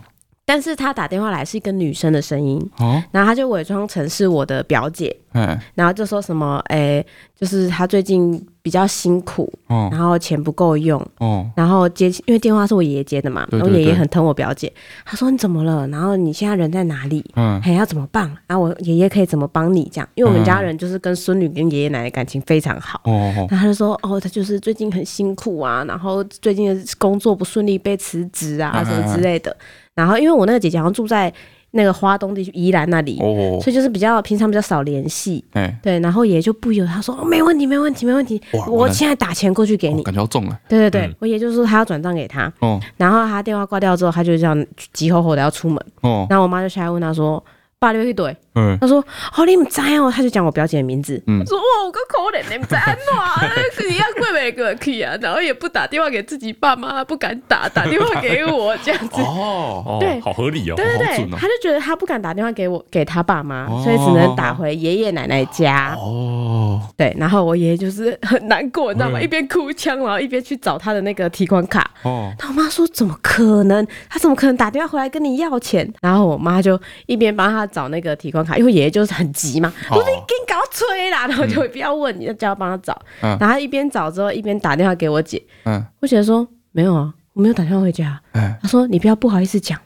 Speaker 4: 但是他打电话来是一个女生的声音，
Speaker 2: 哦，
Speaker 4: 然后他就伪装成是我的表姐，
Speaker 2: 哎
Speaker 4: 然后就说什么，哎，就是他最近比较辛苦，
Speaker 2: 哦
Speaker 4: 然后钱不够用，
Speaker 2: 哦，
Speaker 4: 然后接，因为电话是我爷爷接的嘛，
Speaker 2: 对
Speaker 4: 然
Speaker 2: 对
Speaker 4: 后爷爷
Speaker 2: 对
Speaker 4: 很疼我表姐，他说你怎么了？然后你现在人在哪里？
Speaker 2: 嗯
Speaker 4: 还要怎么办？然后我爷爷可以怎么帮你？这样，因为我们家人就是跟孙女跟爷爷奶奶感情非常好。
Speaker 2: 哦哦
Speaker 4: 然后他就说：“哦，他就是最近很辛苦啊，然后最近的工作不顺利，被辞职啊
Speaker 2: 嗯
Speaker 4: 什么之类的。然后因为我那个姐姐好像住在那个花东地区宜兰那里，
Speaker 2: 哦，
Speaker 4: 所以就是比较平常比较少联系。
Speaker 2: 哎，
Speaker 4: 对，然后爷爷就不由他说：‘哦，没问题，没问题，没问题，
Speaker 2: 哇
Speaker 4: 我
Speaker 2: 那
Speaker 4: 现在打钱过去给
Speaker 2: 我
Speaker 4: 你。’
Speaker 2: 哦感觉要中了
Speaker 4: 对对对
Speaker 3: 嗯，
Speaker 4: 我爷就说他要转账给他，
Speaker 2: 哦
Speaker 4: 然后他电话挂掉之后，他就这样急吼吼的要出门，
Speaker 2: 哦，
Speaker 4: 然后我妈就下来问他说：“爸，你要去怼
Speaker 2: 嗯？”
Speaker 4: 他说：“哦，你唔知哦。”他就讲我表姐的名字，
Speaker 2: 嗯
Speaker 4: 我说：“哇，哦我个可怜，你唔知安怎， 你要贵每个去啊，然后也不打电话给自己爸妈，不敢打，打电话给我这样子。”
Speaker 2: 哦
Speaker 3: 哦
Speaker 4: 对，
Speaker 3: 好合理哦，
Speaker 4: 对对
Speaker 2: 好
Speaker 4: 对
Speaker 2: 准，哦
Speaker 4: 他就觉得他不敢打电话给我给他爸妈，
Speaker 2: 哦
Speaker 4: 所以只能打回爷爷奶奶家。
Speaker 2: 哦，
Speaker 4: 对，然后我爷爷就是很难过，你知道吗？
Speaker 2: 嗯
Speaker 4: 一边哭腔，然后一边去找他的那个提款卡。
Speaker 2: 哦，
Speaker 4: 然后我妈说：“怎么可能？他怎么可能打电话回来跟你要钱？”然后我妈就一边帮他找那个提款卡，因为爷爷就是很急嘛，
Speaker 2: 哦
Speaker 4: 我说：“你给你搞催啦！”然后就不要问，你就叫他帮他找。
Speaker 2: 嗯
Speaker 4: 然后他一边找之后一边打电话给我姐，
Speaker 2: 嗯
Speaker 4: 我姐说：“没有啊，我没有打电话回家。
Speaker 2: 哎”
Speaker 4: 她说：“你不要不好意思讲。”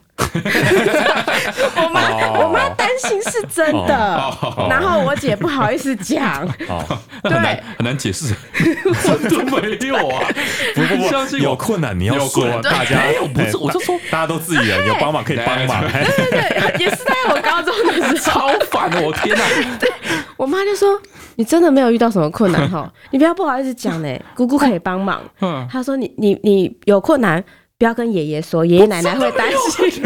Speaker 4: 我妈，我妈担信是真的。
Speaker 2: 哦
Speaker 4: 然后我姐不好意思讲，
Speaker 3: 好，
Speaker 2: 很
Speaker 4: 对
Speaker 2: 难很难解释，真的没有 啊！
Speaker 3: 不不不，
Speaker 2: 相信
Speaker 3: 有
Speaker 2: 我，
Speaker 3: 困难你要
Speaker 2: 有
Speaker 3: 说
Speaker 2: 困，难
Speaker 3: 大家
Speaker 2: 没有不是
Speaker 3: 哎
Speaker 2: 我就说
Speaker 3: 大家都自己人，有帮忙可以帮忙，哎
Speaker 4: 对对，也是在我高中的时候
Speaker 2: 超，烦的，我天哪！
Speaker 4: 我妈就说：“你真的没有遇到什么困难哈， 你不要不好意思讲嘞，姑姑可以帮 忙。”
Speaker 2: 嗯
Speaker 4: 她说你：“你你有困难，不要跟爷爷说，爷爷奶奶会担 心。”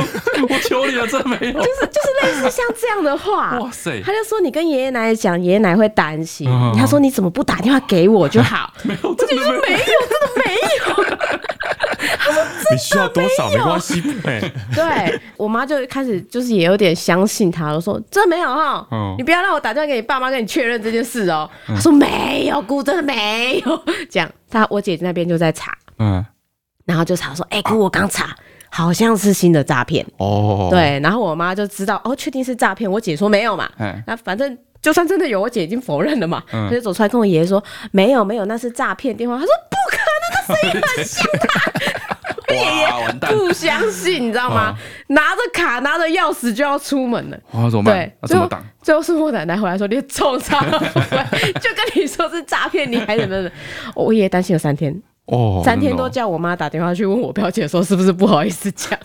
Speaker 2: 我求你了，真没有。
Speaker 4: 就是就是类似像这样的话。
Speaker 2: 哇塞
Speaker 4: 他就说你跟爷爷奶奶讲，爷爷奶奶会担心。
Speaker 2: 嗯
Speaker 4: 他说你怎么不打电话给我就好？
Speaker 2: 没有，真的没有。
Speaker 4: 哦 没有，真的没有。
Speaker 3: 你需要多少没关系，哎，
Speaker 4: 对我妈就开始就是也有点相信他了，说真没有哈，
Speaker 2: 嗯
Speaker 4: 你不要让我打电话给你爸妈跟你确认这件事哦。他说没有，姑真的没有。这样，他我姐姐那边就在查，
Speaker 2: 嗯，
Speaker 4: 然后就查说，哎、姑我刚查，好像是新的诈骗。
Speaker 2: 哦，，
Speaker 4: 对，然后我妈就知道哦，确定是诈骗。我姐说没有嘛
Speaker 2: 哎，
Speaker 4: 那反正就算真的有，我姐已经否认了嘛，
Speaker 2: 嗯
Speaker 4: 她就走出来跟我爷爷说没有没有，那是诈骗电话。她说不可
Speaker 2: 哇，完蛋，
Speaker 4: 不相信，你知道
Speaker 2: 哦
Speaker 4: 吗？拿着卡拿着钥匙就要出门了。
Speaker 2: 哇，怎么办
Speaker 4: 对？
Speaker 2: 那，
Speaker 4: 最
Speaker 2: 怎么
Speaker 4: 后
Speaker 2: 挡？
Speaker 4: 最后是我奶奶回来说：“你臭渣，就跟你说是诈骗，你还怎 么怎么？”我爷爷担心有三天，
Speaker 2: 哦，
Speaker 4: 三天
Speaker 2: 真的
Speaker 4: 都
Speaker 2: 哦
Speaker 4: 叫我妈打电话去问我表姐说是不是不好意思讲。
Speaker 2: 哦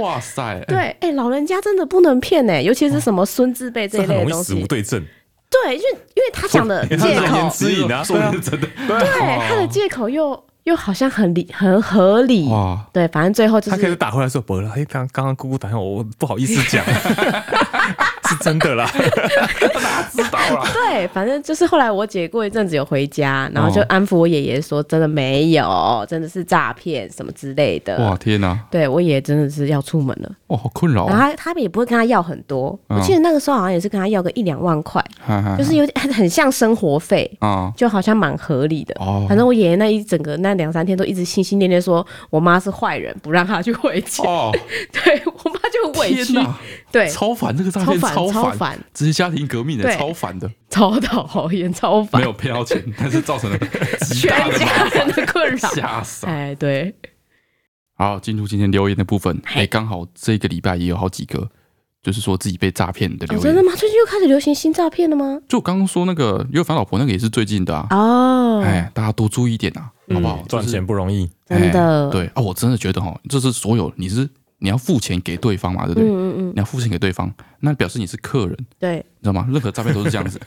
Speaker 2: 哇塞，
Speaker 4: 对，哎、老人家真的不能骗哎、尤其是什么孙字辈这
Speaker 3: 哦这
Speaker 4: 一
Speaker 3: 很
Speaker 4: 类
Speaker 3: 容
Speaker 4: 的
Speaker 3: 易
Speaker 4: 东
Speaker 3: 死
Speaker 4: 西，
Speaker 3: 无对证，
Speaker 4: 对，就因为他讲的
Speaker 3: 他
Speaker 4: 借
Speaker 3: 是
Speaker 4: 口，
Speaker 3: 言之隐啊，
Speaker 2: 说
Speaker 3: 对啊
Speaker 2: 的真的，
Speaker 3: 哦
Speaker 4: 对他的借口又又好像很理很合理
Speaker 2: 哇，
Speaker 4: 对，反正最后就
Speaker 3: 他开始
Speaker 4: 是
Speaker 3: 打回来说：“不了，哎，刚刚刚姑姑打电话，我不好意思讲， 是真的 啦。
Speaker 2: 知道了。
Speaker 4: 对，反正就是后来我姐过一阵子有回家，然后就
Speaker 2: 哦
Speaker 4: 安抚我爷爷说，真的没有，真的是诈骗什么之类
Speaker 2: 哇，
Speaker 4: 的。
Speaker 2: 天哪，
Speaker 4: 对我爷爷真的是要出门了，
Speaker 2: 哇，好困扰哦。
Speaker 4: 然后他他们也不会跟他要很多，我
Speaker 2: 嗯
Speaker 4: 记得那个时候好像也是跟他要个一两万块，
Speaker 2: 哈哈
Speaker 3: 啊
Speaker 4: 就是有点 很像生活费，
Speaker 2: 啊，
Speaker 4: 就好像蛮合理的。
Speaker 2: 哦
Speaker 4: 反正我爷爷那一整个那两三天都一直心心念念说我妈是坏人，不让他去回家。
Speaker 2: 哦，
Speaker 4: 对我妈就很委
Speaker 2: 天
Speaker 4: 屈，
Speaker 2: 哪，
Speaker 4: 对，
Speaker 2: 超烦这个诈骗，
Speaker 4: 超烦
Speaker 2: 超
Speaker 4: 超烦，
Speaker 2: 这是家庭革命的，
Speaker 4: 对
Speaker 2: 超烦的，
Speaker 4: 超讨好厌，超
Speaker 2: 没
Speaker 4: 烦，
Speaker 2: 有骗到钱， 但是造成了极
Speaker 4: 全
Speaker 2: 大的。
Speaker 4: 家人的困扰
Speaker 2: 吓死。
Speaker 4: 哎，对，
Speaker 2: 好，进入今天留言的部分。
Speaker 4: 嘿
Speaker 2: 哎，刚好这个礼拜也有好几个，就是说自己被诈骗的
Speaker 4: 哦，
Speaker 2: 留
Speaker 4: 真的
Speaker 2: 言。
Speaker 4: 吗？最近又开始流行新诈骗了吗？
Speaker 2: 就刚刚说那个因为烦老婆那个也是最近的啊，
Speaker 4: 哦，
Speaker 2: 哎，大家多注意一点啊，好不好？就
Speaker 3: 赚
Speaker 2: 是
Speaker 3: 钱不容易，
Speaker 4: 真的
Speaker 2: 哎对啊，我真的觉得哈，这是所有你是你要付钱给对方嘛，对不对？
Speaker 4: 嗯嗯嗯，
Speaker 2: 你要付钱给对方，那表示你是客人，你
Speaker 4: 对，
Speaker 2: 知道吗？任何诈骗都是这样子，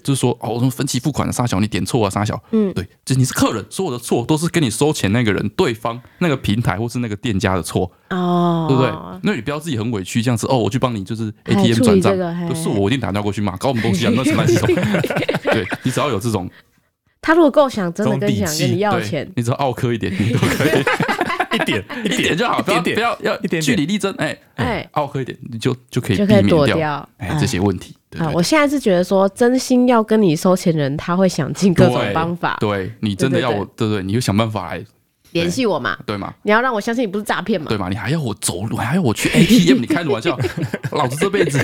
Speaker 2: 就是说哦，我说分期付款的、啊、傻小，你点错啊，傻小，
Speaker 4: 嗯，
Speaker 2: 对，就是你是客人，所有的错都是跟你收钱那个人、对方那个平台或是那个店家的错，
Speaker 4: 哦，
Speaker 2: 对不对？那你不要自己很委屈，这样子哦，我去帮你就是
Speaker 4: 哎
Speaker 2: ATM
Speaker 4: 处
Speaker 2: 转
Speaker 4: 理这
Speaker 2: 账
Speaker 4: 个，嘿
Speaker 2: 不是我我一定打电话过去骂，搞我们东西啊，那什么这种， 对你只要有这种，
Speaker 4: 他如果够想，真的跟
Speaker 3: 这种
Speaker 4: 想
Speaker 3: 底气
Speaker 4: 跟你要
Speaker 2: 对
Speaker 4: 钱，，
Speaker 2: 你只要傲科一点，你 都可以。
Speaker 3: 一点
Speaker 2: 一点就好，
Speaker 3: 一
Speaker 2: 不要
Speaker 3: 点
Speaker 2: 不
Speaker 3: 点，
Speaker 2: 要要
Speaker 3: 一点点
Speaker 2: 据理力争，哎
Speaker 4: 哎
Speaker 2: 哎，傲喝一点，你就就可以
Speaker 4: 就
Speaker 2: 避
Speaker 4: 可以
Speaker 2: 免
Speaker 4: 躲掉
Speaker 2: 掉哎这些问题。对
Speaker 4: 啊，
Speaker 2: 对
Speaker 4: 我现在是觉得说，真心要跟你收钱人，他会想尽各
Speaker 2: 对
Speaker 4: 种方法
Speaker 2: 对你真的要我，对对，你就想办法来，
Speaker 4: 联系我嘛。
Speaker 2: 对吗？
Speaker 4: 你要让我相信你不是诈
Speaker 3: 嗯
Speaker 4: 骗嘛？
Speaker 2: 对吗？你还要我走路，还要我 去 ATM？你开什么玩笑？ 老子这辈子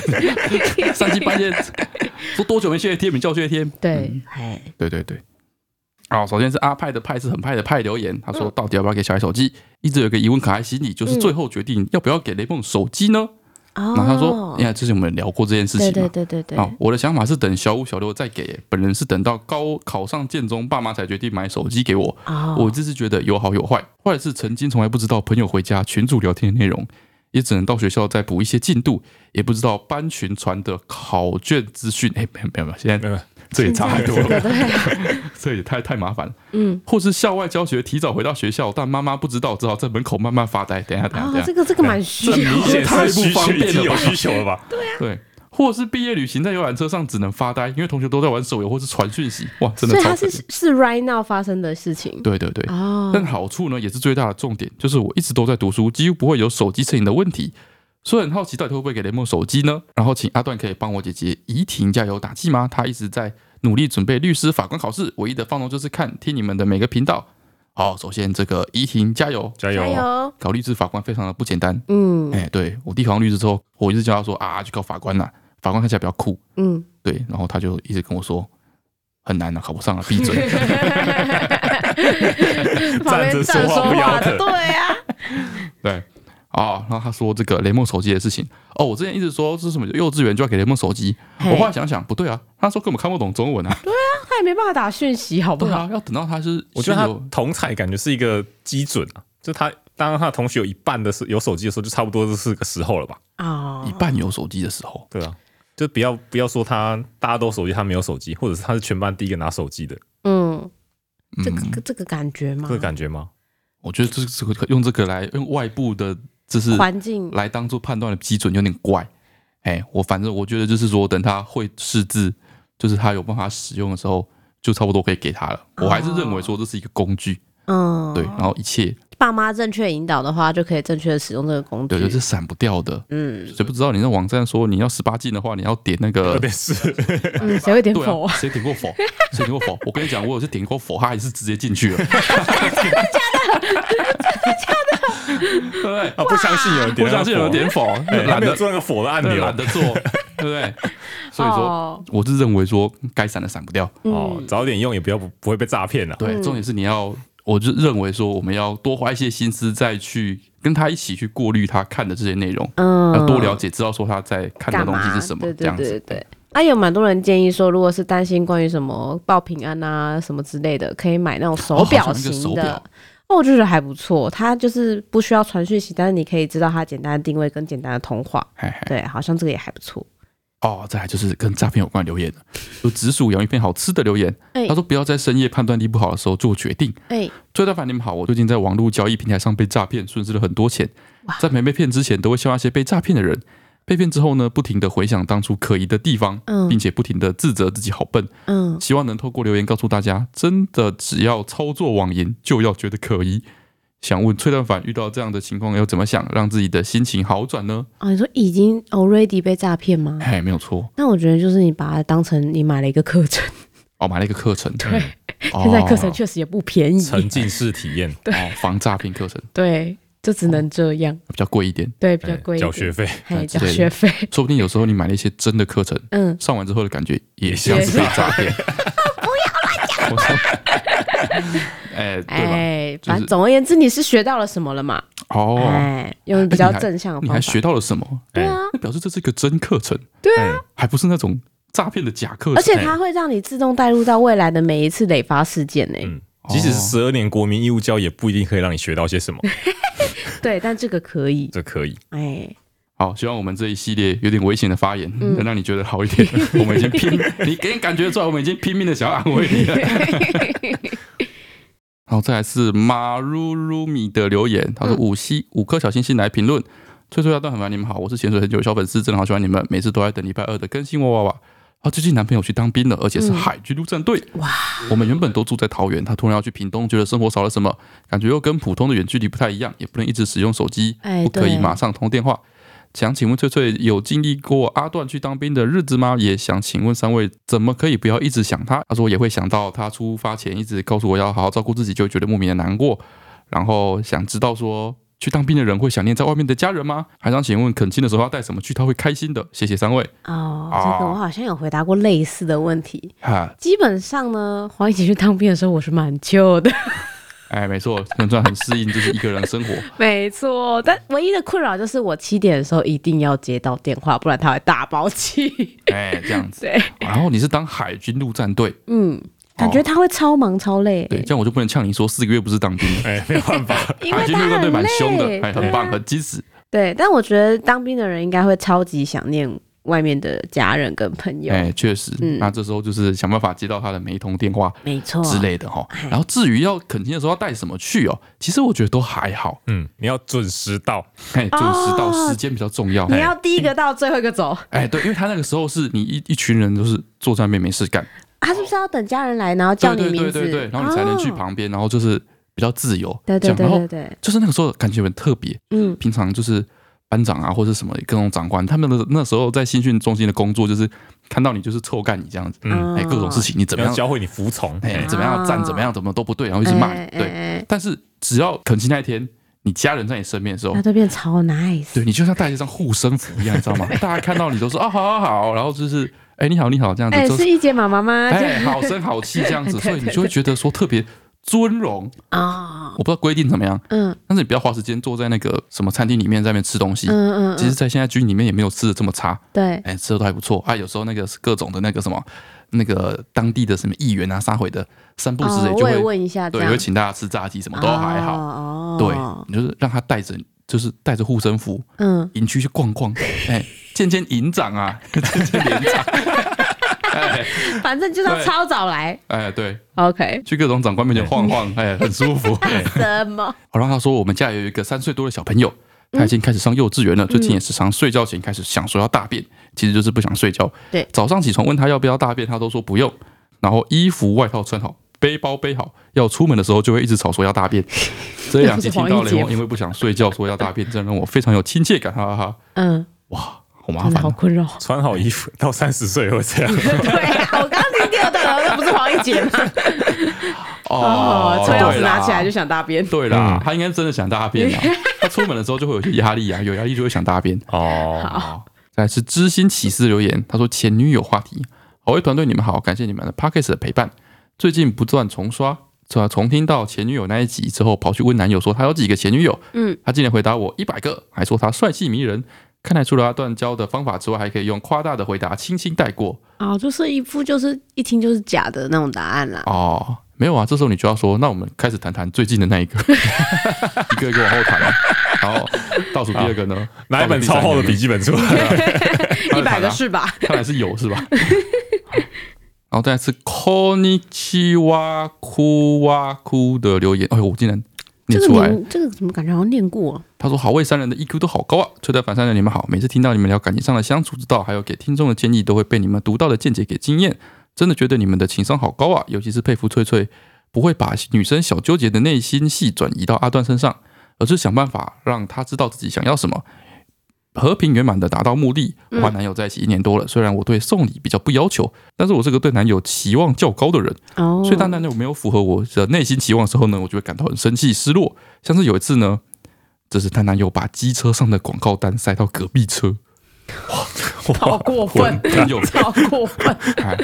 Speaker 2: 三更半夜说多久没去 ATM？你叫我去 ATM？
Speaker 4: 对，哎，
Speaker 2: 对对对。好，首先是阿派的派是很派的派留言，他
Speaker 4: 嗯
Speaker 2: 说到底要不要给小孩手机？一直有一个疑问卡在心里，就是最后决定要不要给雷梦手机呢？
Speaker 4: 哦，
Speaker 2: 然后他说，因为之前我们聊过这件事情
Speaker 4: 对
Speaker 2: 嘛，
Speaker 4: 对对对对，
Speaker 2: 哦，我的想法是等小五、小六再给，本人是等到高考上建中，爸妈才决定买手机给我。
Speaker 4: 哦
Speaker 2: 我只是觉得有好有坏，坏的是曾经从来不知道朋友回家群组聊天的内容，也只能到学校再补一些进度，也不知道班群传的考卷资讯。哎、没有没有没有，现
Speaker 3: 没
Speaker 2: 在
Speaker 3: 有，
Speaker 2: 这也差太多
Speaker 4: 对
Speaker 2: 了，
Speaker 4: 对对，
Speaker 2: 这也太太麻烦了。
Speaker 4: 嗯，
Speaker 2: 或是校外教学，提早回到学校，但妈妈不知道，只好在门口慢慢发呆。等一下等一下
Speaker 4: 哦
Speaker 2: 等，一
Speaker 4: 这
Speaker 2: 下，
Speaker 4: 个这个蛮需要
Speaker 3: 这明显
Speaker 4: 的，
Speaker 2: 太
Speaker 3: 是
Speaker 2: 不
Speaker 3: 需
Speaker 2: 方
Speaker 3: 求已
Speaker 2: 便
Speaker 3: 经
Speaker 2: 了
Speaker 3: 有
Speaker 2: 吧
Speaker 3: 需求了 吧？
Speaker 2: 对。或是毕业旅行在游览车上只能发呆，因为同学都在玩手游或是传讯息，哇，真的
Speaker 4: 所以
Speaker 2: 超
Speaker 4: 它
Speaker 2: 可
Speaker 4: 是
Speaker 2: 怜
Speaker 4: 是 right now 发生的事情
Speaker 2: 对对对，
Speaker 4: 哦，
Speaker 2: 但好处呢，也是最大的重点，就是我一直都在读书，几乎不会有手机成瘾的问题。所以很好奇，到底会不会给雷梦手机呢？然后请阿段可以帮我姐姐怡婷加油打气吗？她一直在努力准备律师、法官考试，唯一的放松就是看听你们的每个频道。好，首先这个怡婷加油，
Speaker 3: 加
Speaker 4: 加
Speaker 3: 油！
Speaker 4: 油，
Speaker 2: 搞律师、法官非常的不简单。
Speaker 4: 哎嗯
Speaker 2: 哎、对我弟考上律师之后，我一直叫他说啊，去考法官啦、法官看起来比较酷。
Speaker 4: 嗯，
Speaker 2: 对，然后他就一直跟我说很难啊，考不上啊，闭 嘴。
Speaker 4: 旁边
Speaker 3: 着
Speaker 4: 站
Speaker 3: 说话
Speaker 4: 说
Speaker 3: 不腰
Speaker 4: 话，
Speaker 3: 疼
Speaker 4: 对啊，
Speaker 2: 对，啊，然后他说这个雷梦手机的事情，哦，我之前一直说是什么幼稚园就要给雷梦手机，
Speaker 4: 嘿
Speaker 2: 我后来想想不对啊，他说根本看不懂中文啊，
Speaker 4: 他也没办法打讯息，好不
Speaker 2: 对
Speaker 4: 好？
Speaker 2: 啊，要等到他是，
Speaker 3: 我觉得
Speaker 2: 他
Speaker 3: 他同才感觉是一个基准啊，就他当他的同学有一半的是有手机的时候，就差不多是个时候了吧？
Speaker 4: 哦
Speaker 2: 一，半有手机的时候，
Speaker 3: 对啊，就不要不要说他大家都有手机，他没有手机，或者是他是全班第一个拿手机的，
Speaker 4: 嗯，这
Speaker 2: 嗯，
Speaker 4: 个这个感觉吗？
Speaker 3: 这个感觉吗？
Speaker 2: 我觉得这这个用这个来用外部的知识
Speaker 4: 环境
Speaker 2: 来当做判断的基准有点怪，哎，我反正我觉得就是说，等他会识字，就是他有办法使用的时候，就差不多可以给他了。我还是认为说这是一个工具，
Speaker 4: 嗯，
Speaker 2: 对，然后一切
Speaker 4: 爸妈正确引导的话，就可以正确的使用这个工具
Speaker 2: 对，。这是闪不掉的。
Speaker 4: 嗯
Speaker 2: 谁不知道你那网站说你要十八禁的话，你要点那个
Speaker 3: 特别是
Speaker 4: 嗯，谁会点
Speaker 2: 对
Speaker 4: 否
Speaker 2: 啊，
Speaker 4: 啊？
Speaker 2: 谁点过 否？谁点过否？我跟你讲，我有些点过否，他还是直接进去 了。真的假的？真的假的？对不对？
Speaker 3: 啊，不相信有人点，
Speaker 2: 我相信有人点，否，
Speaker 3: 哎他
Speaker 2: 懒
Speaker 3: 没有
Speaker 2: 得
Speaker 3: 做那个否的按钮，
Speaker 2: 懒得做，对不对？所以说
Speaker 4: 哦，
Speaker 2: 我是认为说该闪的闪不掉。
Speaker 4: 嗯
Speaker 3: 哦，早点用也不要不不会被诈骗啊了。
Speaker 2: 对，重点是你要，我就认为说我们要多花一些心思再去跟他一起去过滤他看的这些内容，要
Speaker 4: 嗯，
Speaker 2: 多了解，知道说他在看的
Speaker 4: 干
Speaker 2: 东
Speaker 4: 嘛？
Speaker 2: 西是什么
Speaker 4: 对，
Speaker 2: 这
Speaker 4: 对
Speaker 2: 样
Speaker 4: 对
Speaker 2: 子
Speaker 4: 对。对。啊，有蛮多人建议说，如果是担心关于什么报平安啊什么之类的，可以买那种手表
Speaker 2: 哦好像有
Speaker 4: 型
Speaker 2: 一个手
Speaker 4: 的。
Speaker 2: 表
Speaker 4: 哦我就觉得还不错，它就是不需要传讯息，但是你可以知道它简单的定位跟简单的通话。
Speaker 2: 嘿嘿
Speaker 4: 对，好像这个也还不错。
Speaker 2: 哦，再来就是跟诈骗有关的留言，有紫薯洋芋片好吃的留言，
Speaker 4: 哎
Speaker 2: 他说不要在深夜判断力不好的时候做决定。
Speaker 4: 哎、
Speaker 2: 最大凡你们好，我最近在网络交易平台上被诈骗，损失了很多钱
Speaker 4: 哇。
Speaker 2: 在没被骗之前，都会笑那些被诈骗的人。被骗之后呢，不停的回想当初可疑的地方，
Speaker 4: 嗯
Speaker 2: 并且不停的自责自己好笨。
Speaker 4: 嗯，
Speaker 2: 希望能透过留言告诉大家，真的只要操作网银，就要觉得可疑。想问崔蛋凡遇到这样的情况要怎么想，让自己的心情好转呢？
Speaker 4: 哦，你说已经 already 被诈骗吗？
Speaker 2: 哎，没有错，
Speaker 4: 那我觉得就是你把它当成你买了一个课程，
Speaker 2: 哦，买了一个课程，对，
Speaker 4: 现在课程确实也不便宜，
Speaker 3: 沉浸式体验，
Speaker 2: 哦，防诈骗课程
Speaker 4: 对，就只能这样，
Speaker 2: 比较贵一点，
Speaker 4: 对，比较贵一点，
Speaker 3: 交哎学费，
Speaker 4: 还
Speaker 2: 哎
Speaker 4: 交
Speaker 2: 之类的
Speaker 4: 学费，
Speaker 2: 说不定有时候你买了一些真的课程，
Speaker 4: 嗯，
Speaker 2: 上完之后的感觉也像是被诈骗。 不要乱讲！哎，对吧？
Speaker 4: 哎，
Speaker 2: 就是
Speaker 4: 反正总而言之，你是学到了什么了嘛？
Speaker 2: 哦，
Speaker 4: 哎，用比较正向的
Speaker 2: 你还
Speaker 4: 方法
Speaker 2: 学，到了什么？
Speaker 4: 对
Speaker 3: 哎
Speaker 4: 啊，
Speaker 2: 那表示这是一个真课程，
Speaker 4: 对啊，
Speaker 3: 哎
Speaker 2: 还不是那种诈骗的假课程。
Speaker 4: 而且它会让你自动带入到未来的每一次累发事件呢。
Speaker 3: 嗯，即使是十二年国民义务教育，也不一定可以让你学到些 什么，
Speaker 4: 对，但这个可以，
Speaker 3: 这可以。
Speaker 4: 哎，
Speaker 2: 好，希望我们这一系列有点危险的发言，
Speaker 4: 嗯
Speaker 2: 能让你觉得好一 点。我们已经拼，你给你感觉出来，我们已经拼命的想要安慰你了。 然后再来是马鲁鲁米的留言，他说
Speaker 4: 嗯
Speaker 2: 五星五颗小星星来评论。翠翠大段很烦你们好，我是潜水很久的小粉丝，真的好喜欢你们，每次都在等礼拜二的更新哇哇哇。啊，最近男朋友去当兵了，而且是海军陆战队。
Speaker 4: 嗯哇！
Speaker 2: 我们原本都住在桃园，他突然要去屏东，觉得生活少了什么，感觉又跟普通的远距离不太一样，也不能一直使用手机，
Speaker 4: 哎
Speaker 2: 不可以
Speaker 4: 对
Speaker 2: 马上通电话。想请问翠翠有经历过阿段去当兵的日子吗？也想请问三位，怎么可以不要一直想他？他说也会想到他出发前一直告诉我要好好照顾自己，就会觉得莫名的难过。然后想知道说去当兵的人会想念在外面的家人吗？还想请问恳亲的时候要带什么去，他会开心的。谢谢三位。
Speaker 4: 哦，
Speaker 2: 啊
Speaker 4: 这个我好像有回答过类似的问题。
Speaker 2: 哈，
Speaker 4: 基本上呢，黄一姐去当兵的时候，我是蛮 旧的，
Speaker 2: 哎，没错，很赚很适应，就是一个人生活。
Speaker 4: 没错。但唯一的困扰就是我七点的时候一定要接到电话，不然他会大 爆气。
Speaker 2: 哎，这样子。
Speaker 4: 对，
Speaker 2: 然后你是当海军陆战队，
Speaker 4: 嗯，感觉他会超忙超累、
Speaker 2: 哦对，这样我就不能呛你说四个月不是当兵。
Speaker 3: 哎，没有办法，
Speaker 4: 因
Speaker 2: 海
Speaker 4: 为
Speaker 2: 军
Speaker 4: 他
Speaker 2: 陆战队
Speaker 4: 很
Speaker 2: 蛮
Speaker 4: 累，
Speaker 2: 凶的，哎，
Speaker 4: 对
Speaker 2: 很
Speaker 4: 啊
Speaker 2: 棒，很机智。
Speaker 4: 对，但我觉得当兵的人应该会超级想念外面的家人跟朋友。
Speaker 2: 哎，确实，
Speaker 4: 嗯哦
Speaker 2: 那这时候就是想办法接到他的每一通电话
Speaker 4: 没错，
Speaker 2: 之类的哈。
Speaker 4: 哎
Speaker 2: 然后至于要恳亲的时候要带什么去哦，其实我觉得都还好，
Speaker 3: 嗯，你要准时到，
Speaker 2: 哎，准时到
Speaker 4: 哦
Speaker 2: 时间比较重要。
Speaker 4: 你要第一个到，最后一个走。
Speaker 2: 哎，对，因为他那个时候是你一一群人都是坐在那边没事干，
Speaker 4: 他啊是不是要等家人来，然后叫
Speaker 2: 对
Speaker 4: 你
Speaker 2: 对
Speaker 4: 名
Speaker 2: 对
Speaker 4: 字？
Speaker 2: 对对，然后你才能去
Speaker 4: 哦
Speaker 2: 旁边，然后就是比较自由，
Speaker 4: 对
Speaker 2: 这样
Speaker 4: 对对
Speaker 2: 然
Speaker 4: 对
Speaker 2: 后
Speaker 4: 对，
Speaker 2: 就是那个时候感觉很特别，
Speaker 4: 嗯，
Speaker 2: 平常就是班长啊或者什么各种长官，他们的那时候在新训中心的工作就是看到你就是臭干你这样子，
Speaker 4: 嗯
Speaker 2: 哎，各种事情你怎么
Speaker 3: 要
Speaker 2: 样，
Speaker 3: 教会你服从。嗯
Speaker 2: 哎，怎么样站，
Speaker 4: 啊
Speaker 2: 怎么样怎么都不对，然后一直骂
Speaker 4: 哎
Speaker 2: 你，
Speaker 4: 哎
Speaker 2: 对。
Speaker 4: 哎
Speaker 2: 但是只要恳亲那一天，你家人在你身边的时候
Speaker 4: 那，都变超 nice。
Speaker 2: 对你就像带着一张护身符一样，你知道 吗？大家看到你都说啊，好好好，然后就是哎、你好你好这样子，
Speaker 4: 哎，
Speaker 2: 就是
Speaker 4: 一姐妈妈吗？这样
Speaker 2: 哎好声好气这样子，所以你就会觉得说特别尊荣。
Speaker 4: 啊，
Speaker 2: 我不知道规定怎么样，
Speaker 4: 嗯
Speaker 2: 但是你不要花时间坐在那个什么餐厅里面在那边吃东西。
Speaker 4: 嗯嗯，
Speaker 2: 其实，在现在军里面也没有吃的这么差，
Speaker 4: 对，
Speaker 2: 哎、吃的都还不错啊。有时候那个各种的那个什么，那个当地的什么议员啊、杀回的三不时
Speaker 4: 哦
Speaker 2: 也，就
Speaker 4: 我也
Speaker 2: 会、
Speaker 4: 问一下，这
Speaker 2: 对，
Speaker 4: 样
Speaker 2: 会请大家吃炸鸡，什么都还好。
Speaker 4: 哦，
Speaker 2: 对，你就是让他带着，就是带着护身符，
Speaker 4: 嗯，
Speaker 2: 营区去逛逛，哎、见见营长啊， 见见连长，哎
Speaker 4: 反正就是要
Speaker 2: 对
Speaker 4: 超早来
Speaker 2: 哎，对，
Speaker 4: ，OK，
Speaker 2: 去各种长官面前晃 晃，哎，很舒服。哎
Speaker 4: 什么？
Speaker 2: 我让他说，我们家有一个三岁多的小朋友，
Speaker 4: 嗯
Speaker 2: 他已经开始上幼稚园了，最近也时常睡觉前开始想说要大便，其实就是不想睡觉。
Speaker 4: 嗯对
Speaker 2: 早上起床问他要不要大便，他都说不用，然后衣服外套穿好。背包背好，要出门的时候就会一直吵说要大 便。这两集听到
Speaker 4: 这
Speaker 2: 了
Speaker 4: 是黄奕杰吗
Speaker 2: 因为不想睡觉说要大便，真的让我非常有亲切感，哈哈哈！
Speaker 4: 嗯，
Speaker 2: 好麻
Speaker 4: 真的
Speaker 2: 烦
Speaker 4: 嗯好
Speaker 2: 哦，
Speaker 4: 困扰。
Speaker 3: 穿好衣服
Speaker 4: 哎
Speaker 3: 到三十岁会这 样，
Speaker 4: 对啊，我刚刚听第二段，然后那不是黄奕杰吗？哦，
Speaker 2: 对
Speaker 4: 车钥匙
Speaker 2: 啦
Speaker 4: 拿起来就想大便。
Speaker 2: 对啦
Speaker 3: 嗯，
Speaker 2: 他应该真的想大便啊。他出门的时候就会有一些压力啊，有压力就会想大便。
Speaker 3: 哦，
Speaker 2: 好，再来是知心起司留言，他说前女友话题，好味团队你们好，感谢你们的 p o c k e t 的陪伴。最近不断重刷，重重听到前女友那一集之后，跑去问男友说他有几个前女友，
Speaker 4: 嗯，
Speaker 2: 他竟然回答我一百个，还说他帅气迷人。看得出了他断交的方法之外，还可以用夸大的回答轻轻带过。
Speaker 4: 哦，就是一副就是一听就是假的那种答案啦。
Speaker 2: 哦，没有啊，这时候你就要说，那我们开始谈谈最近的那一 个，一个一个往后谈啊。然后倒数第二 个呢，
Speaker 3: 啊拿一本超厚的笔记本出 来，
Speaker 2: 当然谈啊
Speaker 4: 一百个是吧？
Speaker 2: 看来是有是吧？好然后再来是 Konichiwa Kuwa Ku 的留言，哎呦，我竟然
Speaker 4: 这
Speaker 2: 念
Speaker 4: 个
Speaker 2: 出来了。
Speaker 4: 名这个怎么感觉好像念过？啊
Speaker 2: 他说：“好味三人的 EQ 都好高啊！吹在反三人，你们好。每次听到你们聊感情上的相处之道，还有给听众的建议，都会被你们独到的见解给惊艳。真的觉得你们的情商好高啊！尤其是佩服翠翠，不会把女生小纠结的内心戏转移到阿段身上，而是想办法让她知道自己想要什么，和平圆满的达到目的。我和男友在一起一年多了，虽然我对送礼比较不要求，但是我是个对男友期望较高的人。
Speaker 4: 哦，
Speaker 2: 所以
Speaker 3: 嗯
Speaker 2: 当男友没有符合我的内心期望的时候呢，我就会感到很生气、失落。像是有一次呢，就是她男友把机车上的广告单塞到隔壁 车，
Speaker 4: 好过分，
Speaker 2: 很有
Speaker 4: 超过分。
Speaker 2: 哎，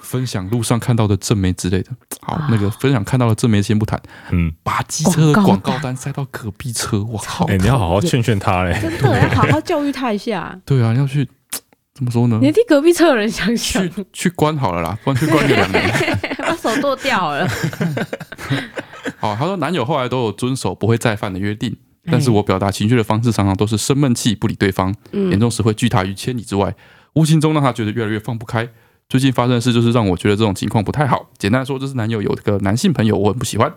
Speaker 2: 分享路上看到的正媒之类的。好，那个分享看到的正媒先不谈，
Speaker 3: 啊嗯，
Speaker 2: 把机车的
Speaker 4: 广
Speaker 2: 广告
Speaker 4: 告单
Speaker 2: 单塞到隔壁车，我靠！
Speaker 3: 哎，你要好好劝劝他嘞，
Speaker 4: 真的要好好教育他一下。
Speaker 2: 对啊，要去怎么说呢
Speaker 4: 你？要替隔壁车的人想想
Speaker 2: 去，去关好了啦，不然去关个两年。
Speaker 4: 把手剁掉 了。
Speaker 2: 好，哦她说男友后来都有遵守不会再犯的约定，但是我表达情绪的方式常常都是生闷气不理对方，严重时会拒他于千里之外，无形中让他觉得越来越放不开。最近发生的事就是让我觉得这种情况不太好。简单来说，就是男友有个男性朋友，我很不喜欢。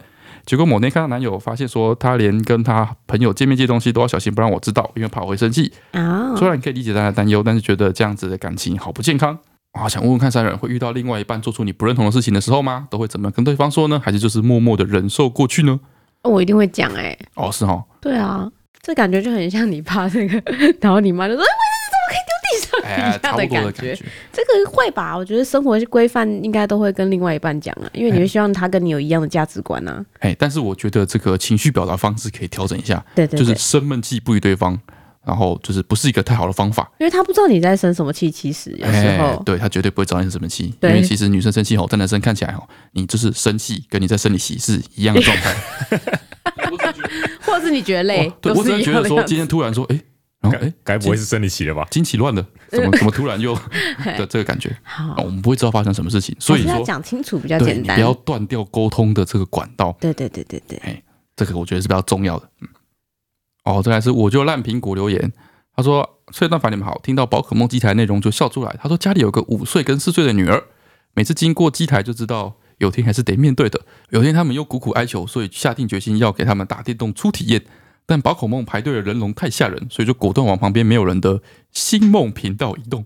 Speaker 2: 结果某天看到男友发现说，他连跟他朋友见面借东西都要小心不让我知道，因为怕我会生气。
Speaker 4: 啊，
Speaker 2: 虽然可以理解大家的担忧，但是觉得这样子的感情好不健康啊！想问问看，三人会遇到另外一半做出你不认同的事情的时候吗？都会怎么跟对方说呢？还是就是默默的忍受过去呢？
Speaker 4: 我一定会讲哎、
Speaker 2: 哦，是 哦，
Speaker 4: 对啊，这感觉就很像你爸那个，然后你妈就说：“哎
Speaker 2: 哎，，
Speaker 4: 怎
Speaker 2: 差
Speaker 4: 么可
Speaker 2: 不多的
Speaker 4: 以丢地上？”一样的
Speaker 2: 感
Speaker 4: 觉。
Speaker 2: 觉。
Speaker 4: 这个会吧？我觉得生活规范应该都会跟另外一半讲啊，因为你会希望他跟你有一样的价值观啊。
Speaker 2: 哎，但是我觉得这个情绪表达方式可以调整一下，
Speaker 4: 对对
Speaker 2: 就
Speaker 4: 对，
Speaker 2: 是生闷气不理对方，然后就是不是一个太好的方法。
Speaker 4: 因为他不知道你在生什么气，其实有时
Speaker 2: 哎
Speaker 4: 候，，
Speaker 2: 对他绝对不会找你生什么气，因
Speaker 4: 对
Speaker 2: 为其实女生生气吼，但男生看起来吼，你就是生气跟你在生理期是一样的状 态。我只觉得
Speaker 4: 或者是你觉得累
Speaker 2: 哇，哦对我只是觉得说今天突然说，哎，然后哎
Speaker 3: 该，该不会是生理期了 吧？
Speaker 2: 惊奇乱的，怎么怎么突然又的这个感觉、啊
Speaker 4: 呃好，
Speaker 2: 我们不会知道发生什么事情，所以
Speaker 4: 我觉得要
Speaker 2: 说
Speaker 4: 讲清楚比较
Speaker 2: 对
Speaker 4: 简
Speaker 2: 你
Speaker 4: 单
Speaker 2: 不。要断掉沟通的这个管道，
Speaker 4: 对对对对对，
Speaker 2: 这个我觉得是比较重要的。嗯，哦，再来是我就烂苹果留言，他说：“碎蛋凡你们好，听到宝可梦机台内容就笑出来。”他说家里有个五岁跟四岁的女儿，每次经过机台就知道有天还是得面对的。有天他们又苦苦哀求，所以下定决心要给他们打电动初体验。但宝可梦排队的人龙太吓人，所以就果断往旁边没有人的星梦频道移动。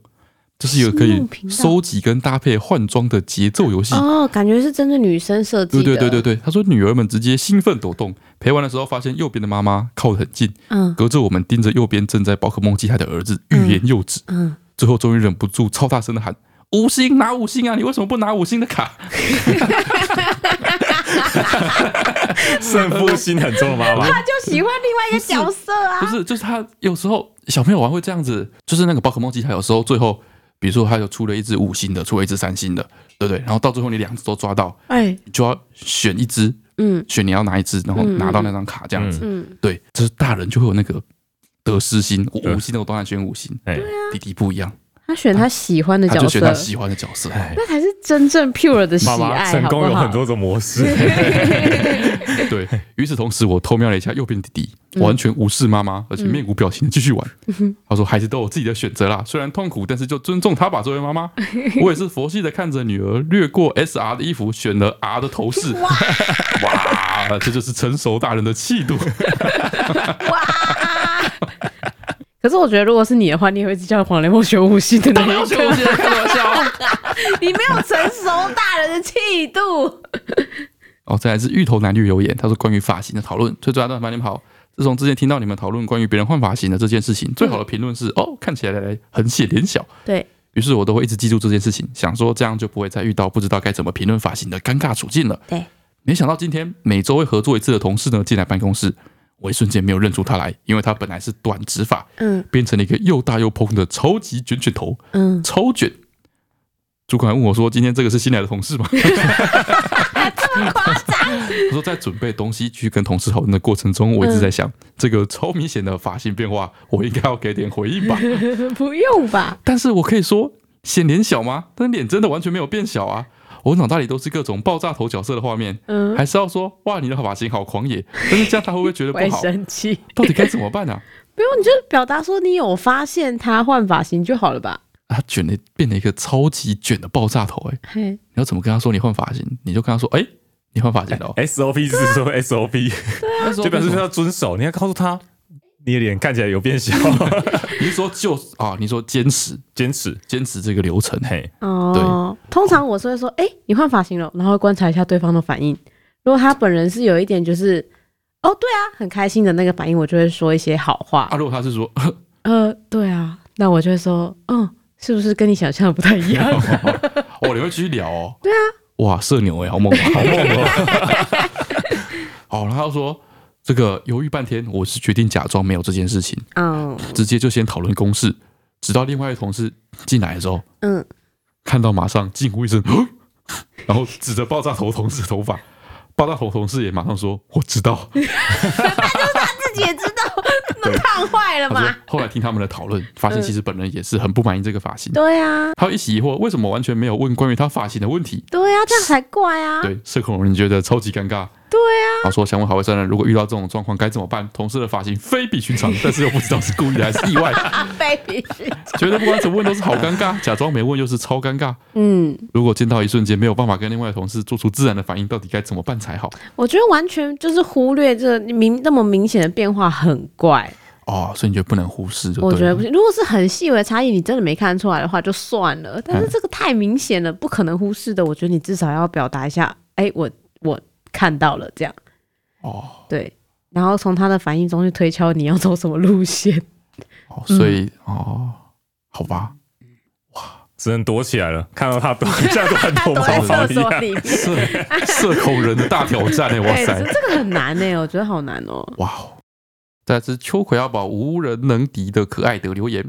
Speaker 2: 这是一个可
Speaker 4: 星
Speaker 2: 以
Speaker 4: 梦频道
Speaker 2: 收集跟搭配换装的节奏游戏，
Speaker 4: 哦，感觉是针对女生设计
Speaker 2: 对
Speaker 4: 的。
Speaker 2: 对对对对，他说女儿们直接兴奋抖动，陪玩的时候发现右边的妈妈靠得很近，
Speaker 4: 嗯
Speaker 2: 隔着我们盯着右边正在宝可梦机台的儿子，欲言又止，
Speaker 4: 嗯，
Speaker 2: 最后终于忍不住超大声的喊：“五星拿五星啊！你为什么不拿五星的卡
Speaker 3: 胜负心很重的妈 妈，
Speaker 4: 他就喜欢另外一个角色？”
Speaker 2: 不
Speaker 4: 啊。
Speaker 2: 是，就是他有时候小朋友玩会这样子，就是那个宝可梦机台有时候最后，比如说他有出了一只五星的，出了一只三星的，对不对？然后到最后你两只都抓到，
Speaker 4: 哎，
Speaker 2: 你就要选一只
Speaker 4: 嗯
Speaker 2: 选你要哪一支，然后拿到那张卡这样子。
Speaker 4: 嗯，
Speaker 2: 对，就是大人就会有那个得失心，我
Speaker 3: 对
Speaker 2: 五星的我当然选五星，
Speaker 3: 哎，
Speaker 2: 弟弟不一样，
Speaker 4: 他选他喜欢的
Speaker 2: 他
Speaker 4: 啊角
Speaker 2: 就
Speaker 4: 色
Speaker 2: 选，他喜欢的角色。
Speaker 3: 哎
Speaker 4: 那才是真正 pure 的喜
Speaker 3: 妈妈
Speaker 4: 爱，
Speaker 3: 成功
Speaker 4: 好
Speaker 3: 有
Speaker 4: 不好
Speaker 3: 很多种模式，
Speaker 2: 对与此同时，我偷瞄了一下右边弟弟，
Speaker 4: 嗯
Speaker 2: 完全无视妈妈，而且面无表情的继续玩。他说：“孩子都有自己的选择啦，虽然痛苦，但是就尊重他吧，这位妈 妈。”我也是佛系的看着女儿掠过 S R 的衣服，选了 R 的头饰。 哇，这就是成熟大人的气度。
Speaker 4: 可是我觉得，如果是你的话，你也会一直叫黄连梦选五星的 那一
Speaker 2: 选五
Speaker 4: 个，
Speaker 2: 星，开玩笑。
Speaker 4: 你没有成熟大人的气度。
Speaker 2: 哦，再来是芋头男女留言，他说关于发型的讨论，最主要的烦你们好。自从之前听到你们讨论关于别人换发型的这件事情，最好的评论是哦，看起来很显脸小。
Speaker 4: 对，
Speaker 2: 于是我都会一直记住这件事情，想说这样就不会再遇到不知道该怎么评论发型的尴尬处境了。
Speaker 4: 对，
Speaker 2: 没想到今天每周会合作一次的同事呢，进来办公室，我一瞬间没有认出他来，因为他本来是短直发，
Speaker 4: 嗯
Speaker 2: 变成了一个又大又蓬的超级卷卷头，
Speaker 4: 嗯，
Speaker 2: 超卷。主管还问我说：“今天这个是新来的同事吗？”
Speaker 4: 这么夸张？
Speaker 2: 他说，在准备东西去跟同事讨论的过程中，我一直在想，这个超明显的发型变化，我应该要给点回应吧。
Speaker 4: 不用吧？
Speaker 2: 但是我可以说显脸小吗？但脸真的完全没有变小啊！我脑袋里都是各种爆炸头角色的画面，
Speaker 4: 嗯，
Speaker 2: 还是要说哇，你的发型好狂野。但是这样他会不会觉得
Speaker 4: 我
Speaker 2: 不
Speaker 4: 会
Speaker 2: 好？
Speaker 4: 生气。
Speaker 2: 到底该怎么办啊？
Speaker 4: 不用，你就表达说你有发现他换发型就好了吧？
Speaker 2: 他卷了，变了一个超级卷的爆炸头、欸，
Speaker 4: 嘿，
Speaker 2: 你要怎么跟他说你换发型？你就跟他说，哎、你换发型了、哦，
Speaker 3: SOP 是说 SOP，
Speaker 2: 那时候
Speaker 3: 就表示
Speaker 2: 为
Speaker 3: 说
Speaker 2: 什么
Speaker 3: 要遵守，你要告诉他你的脸看起来有 变小，
Speaker 2: 你是说就啊，你说坚持
Speaker 3: 坚持。
Speaker 2: 坚持这个流程，
Speaker 3: 嘿，
Speaker 4: 哦，通常我是会说，哎、你换发型了，然后观察一下对方的反应。如果他本人是有一点就是，哦，对啊，很开心的那个反应，我就会说一些好话。
Speaker 2: 啊，如果他是说，
Speaker 4: 呃，对啊，那我就会说，嗯，是不是跟你想象的不太一样？
Speaker 2: 哦，你会继续聊哦。对啊，哇，社牛哎、好猛、啊，好猛哦。 好，然后他说这个犹豫半天，我是决定假装没有这件事情，
Speaker 4: 嗯
Speaker 2: 直接就先讨论公事，直到另外一个同事进来的时候，
Speaker 4: 嗯，
Speaker 2: 看到马上惊呼一声， 哦然后指着爆炸头同事的头发。爆炸头同事也马上说：“我知道。
Speaker 4: 自 己也知道，那么烫坏”了
Speaker 2: 他说
Speaker 4: 嘛？：“
Speaker 2: 后来听他们的讨论，发现其实本人也是很不满意这个发型。
Speaker 4: 嗯对啊，
Speaker 2: 他一起疑惑为什么完全没有问关于他发型的问题。
Speaker 4: 对啊，这样才怪 啊！
Speaker 2: 对，社恐人觉得超级尴尬。
Speaker 4: 对啊，
Speaker 2: 他说：“想问好卫生人，如果遇到这种状况该怎么办？同事的发型非比寻常，但是又不知道是故意的还是 意外，
Speaker 4: 阿飞必须，
Speaker 2: 觉得不管怎么问都是好尴尬，假装没问又是超尴尬。
Speaker 4: 嗯，
Speaker 2: 如果见到一瞬间没有办法跟另外的同事做出自然的反应，到底该怎么办才好？
Speaker 4: 我觉得完全就是忽略这明那么明显的变化，很怪。
Speaker 2: 哦，所以你觉得不能忽视就对了
Speaker 4: 我觉得不行。如果是很细微的差异，你真的没看出来的话，就算了。但是
Speaker 2: 嗯
Speaker 4: 这个太明显了，不可能忽视的。我觉得你至少要表达一下，哎、我我看到了这样，
Speaker 2: 哦
Speaker 4: 对。然后从他的反应中去推敲你要走什么路线。
Speaker 2: 哦，所以、哦，好吧，
Speaker 3: 只能躲起来了。看到他躲 一下都很头
Speaker 4: 躲在
Speaker 3: 毛发
Speaker 4: 厕
Speaker 3: 一
Speaker 4: 所
Speaker 3: 样。
Speaker 4: 里面，
Speaker 2: 社 社恐人的大挑战哎、 哇
Speaker 4: 对，这
Speaker 2: 塞，
Speaker 4: 这个很难呢、我觉得好难哦、
Speaker 2: 哇哦！再来是秋葵阿宝无人能敌的可爱的留 言，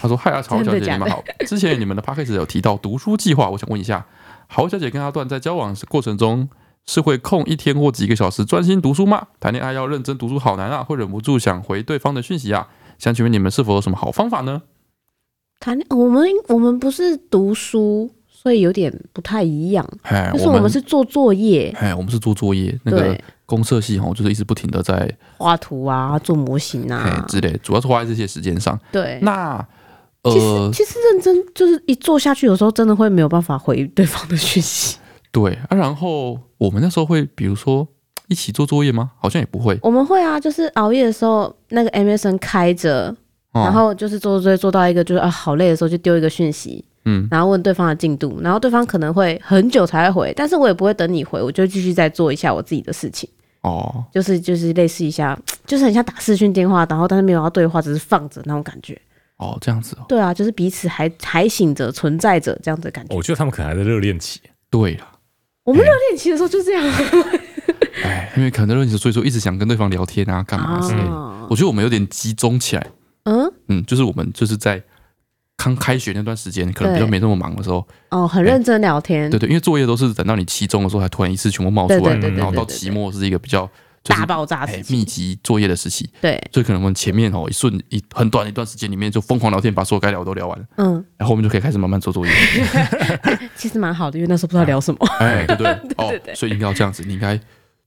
Speaker 2: 他说：“嗨，阿潮小
Speaker 4: 真的
Speaker 2: 姐，
Speaker 4: 假
Speaker 2: 你
Speaker 4: 的
Speaker 2: 们好。之前你们的 p a c k a g e 有提到读书计划，我想问一下，豪小姐跟阿段在交往过程中是会空一天或几个小时专心读书吗？谈恋爱要认真读书好难啊，会忍不住想回对方的讯息啊。想请问你们是否有什么好方法呢？
Speaker 4: 谈恋我们我们不是读书，所以有点不太一样。
Speaker 2: 哎
Speaker 4: 就是我们是做作业，
Speaker 2: 哎，我们是做作业，那个
Speaker 4: 对
Speaker 2: 公社系吼，就是一直不停的在
Speaker 4: 画图啊，做模型
Speaker 2: 哎
Speaker 4: 啊，
Speaker 2: 之类，主要是花在这些时间上。
Speaker 4: 对。
Speaker 2: 那
Speaker 4: 其实
Speaker 2: 呃，
Speaker 4: 其实认真就是一做下去，有时候真的会没有办法回对方的讯息。
Speaker 2: 对啊，然后我们那时候会，比如说一起做作业吗？好像也不会。
Speaker 4: 我们会啊，就是熬夜的时候，那个 MSN 开着，
Speaker 2: 哦
Speaker 4: 然后就是做作业做到一个就是啊好累的时候，就丢一个讯息，
Speaker 2: 嗯，
Speaker 4: 然后问对方的进度，然后对方可能会很久才会回，但是我也不会等你回，我就继续再做一下我自己的事情，
Speaker 2: 哦，
Speaker 4: 就是就是类似一下，就是很像打视讯电话，然后但是没有要对话，只是放着那种感觉。
Speaker 2: 哦，这样子哦，
Speaker 4: 对啊，就是彼此还还醒着、存在着这样子的感觉。
Speaker 3: 我觉得他们可能还在热恋期，
Speaker 2: 对啦，
Speaker 4: 我们热恋期的时候就这样
Speaker 2: 哎，因为可能认识，所以说一直想跟对方聊天
Speaker 4: 哦
Speaker 2: 啊，干嘛之类的。
Speaker 4: 啊。
Speaker 2: 我觉得我们有点集中起来，
Speaker 4: 嗯，
Speaker 2: 嗯，就是我们就是在刚开学那段时间，可能比较
Speaker 4: 对
Speaker 2: 没那么忙的时候，
Speaker 4: 哦，很认真聊天，
Speaker 2: 哎对对，因为作业都是等到你期中的时候才突然一次全部冒出来，
Speaker 4: 对
Speaker 3: 对对对
Speaker 2: 然后到
Speaker 4: 对对对
Speaker 2: 期末是一个比较就是
Speaker 4: 大爆炸
Speaker 2: 哎
Speaker 4: 时期，
Speaker 2: 密集作业的时期，
Speaker 4: 对，
Speaker 2: 所以可能我们前面哦一瞬一很短一段时间里面就疯狂聊天，把所有该聊的都聊完了，
Speaker 4: 嗯，
Speaker 2: 然后我们就可以开始慢慢做作业。
Speaker 4: 其实蛮好的，因为那时候不知道 聊什么，
Speaker 2: 哎，对不对？哦，所以应该要这样子，你应该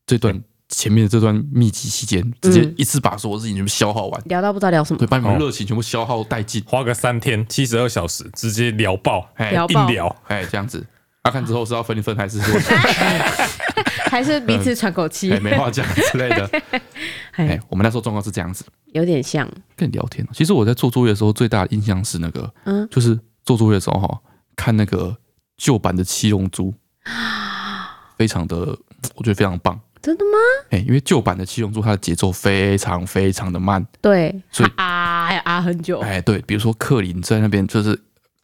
Speaker 2: 这段前面的这段密集期间，直接一次把所有事情全部消耗完，
Speaker 4: 聊到不知道聊什么
Speaker 2: 对，，把你们
Speaker 3: 哦
Speaker 2: 热情全部消耗殆尽。
Speaker 3: 花个三天七十二小时，直接聊爆，
Speaker 2: 哎
Speaker 4: 聊爆
Speaker 3: 硬聊，
Speaker 2: 哎，这样子，阿看之后是要分一分还是说，
Speaker 4: 还是彼此喘口气
Speaker 2: 嗯哎，，没话讲之类的？哎
Speaker 4: 哎，，
Speaker 2: 我们那时候状况是这样子，
Speaker 4: 有点像，
Speaker 2: 跟你聊天。哦其实我在做作业的时候，最大的印象是那个，
Speaker 4: 嗯
Speaker 2: 就是做作业的时候哈，看那个旧版的《七龙珠》， 非常的，我觉得非常棒。
Speaker 4: 真的吗？
Speaker 2: 哎，因为旧版的《七龙珠》它的节奏非常非常的慢，
Speaker 4: 对，
Speaker 2: 所以
Speaker 4: 啊还啊很久，
Speaker 2: 哎，对，比如说克林在那边就是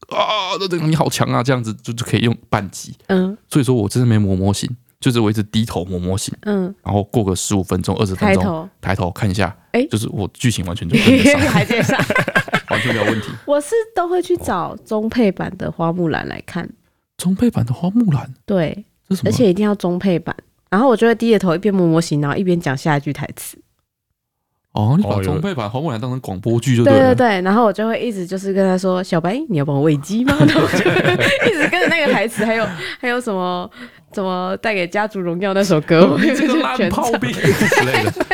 Speaker 2: 啊，这个你好强啊，这样子就就可以用半级。
Speaker 4: 嗯
Speaker 2: 所以说我真的没磨模型，就是我一直低头磨模型，
Speaker 4: 嗯，
Speaker 2: 然后过个十五分钟、二十分
Speaker 4: 抬
Speaker 2: 钟，抬
Speaker 4: 头
Speaker 2: 看一下，
Speaker 4: 哎
Speaker 2: 就是我剧情完全就跟得 上，
Speaker 4: 还在上，
Speaker 2: 完全没有问题。
Speaker 4: 我是都会去找中配版的花木兰来看，
Speaker 2: 中配版的花木兰，
Speaker 4: 对，
Speaker 2: 这是什么？啊
Speaker 4: 而且一定要中配版。然后我就会低着头一边摸模型，然后一边讲下一句台词。
Speaker 2: 哦，你把
Speaker 3: 哦有
Speaker 2: 中配版花木兰当成广播剧就
Speaker 4: 对
Speaker 2: 了。
Speaker 4: 对对，然后我就会一直就是跟他说：“小白，你要帮我喂鸡吗？” 然后我就一直跟着那个台词，还有还有什么什么带给家族荣耀那 首歌，我就
Speaker 2: 你这个
Speaker 4: 是
Speaker 2: 烂
Speaker 4: 全
Speaker 2: 炮
Speaker 4: 场。
Speaker 2: 兵之类的，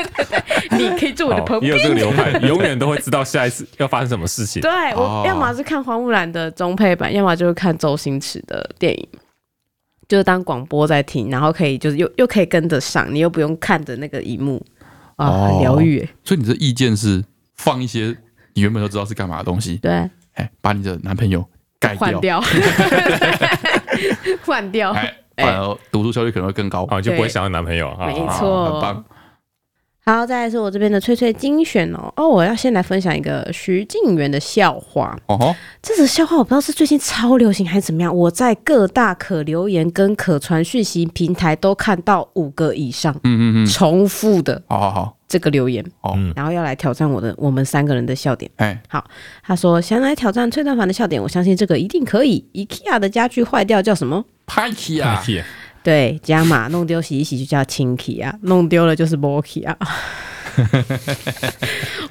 Speaker 4: 你可以坐我的
Speaker 3: 好
Speaker 4: 旁
Speaker 3: 也
Speaker 4: 边
Speaker 3: 哦有。这个流派，永远都会知道下一次要发生什么事情。
Speaker 4: 对
Speaker 2: 哦
Speaker 4: 我，要么是看花木兰的中配版，要么就是看周星驰的电影，就是当广播在听，然后可以就是又又可以跟得上，你又不用看着那个荧幕啊，
Speaker 2: 哦
Speaker 4: 很疗愈耶。
Speaker 2: 所以你的意见是放一些你原本就知道是干嘛的东西，
Speaker 4: 对，
Speaker 2: 哎，把你的男朋友盖
Speaker 4: 换
Speaker 2: 掉，
Speaker 4: 掉， 换掉，
Speaker 2: 哎，反而读书效率可能会更高。
Speaker 3: 哦，你就不会
Speaker 4: 对
Speaker 3: 想要男朋友啊？
Speaker 4: 没
Speaker 3: 好好好
Speaker 2: 很棒
Speaker 4: 错。好，再来是我这边的翠翠精选哦。哦，我要先来分享一个徐静媛的笑话。
Speaker 2: 哦吼，
Speaker 4: 这则笑话我不知道是最近超流行还是怎么样，我在各大可留言跟可传讯息平台都看到五个以上
Speaker 2: 嗯嗯嗯，
Speaker 4: 重复的
Speaker 2: 好好好，
Speaker 4: 这个留言，
Speaker 2: 哦
Speaker 3: 嗯
Speaker 4: 然后要来挑战我的我们三个人的笑点。
Speaker 2: 哎，
Speaker 4: 他说想来挑战崔蛋凡的笑点，我相信这个一定可以。IKEA 的家具坏掉叫什么？
Speaker 2: 拍起
Speaker 3: 啊
Speaker 2: 啊，
Speaker 4: 对，加码弄丢洗一洗就叫清洗啊，弄丢了就是 m o k i 啊。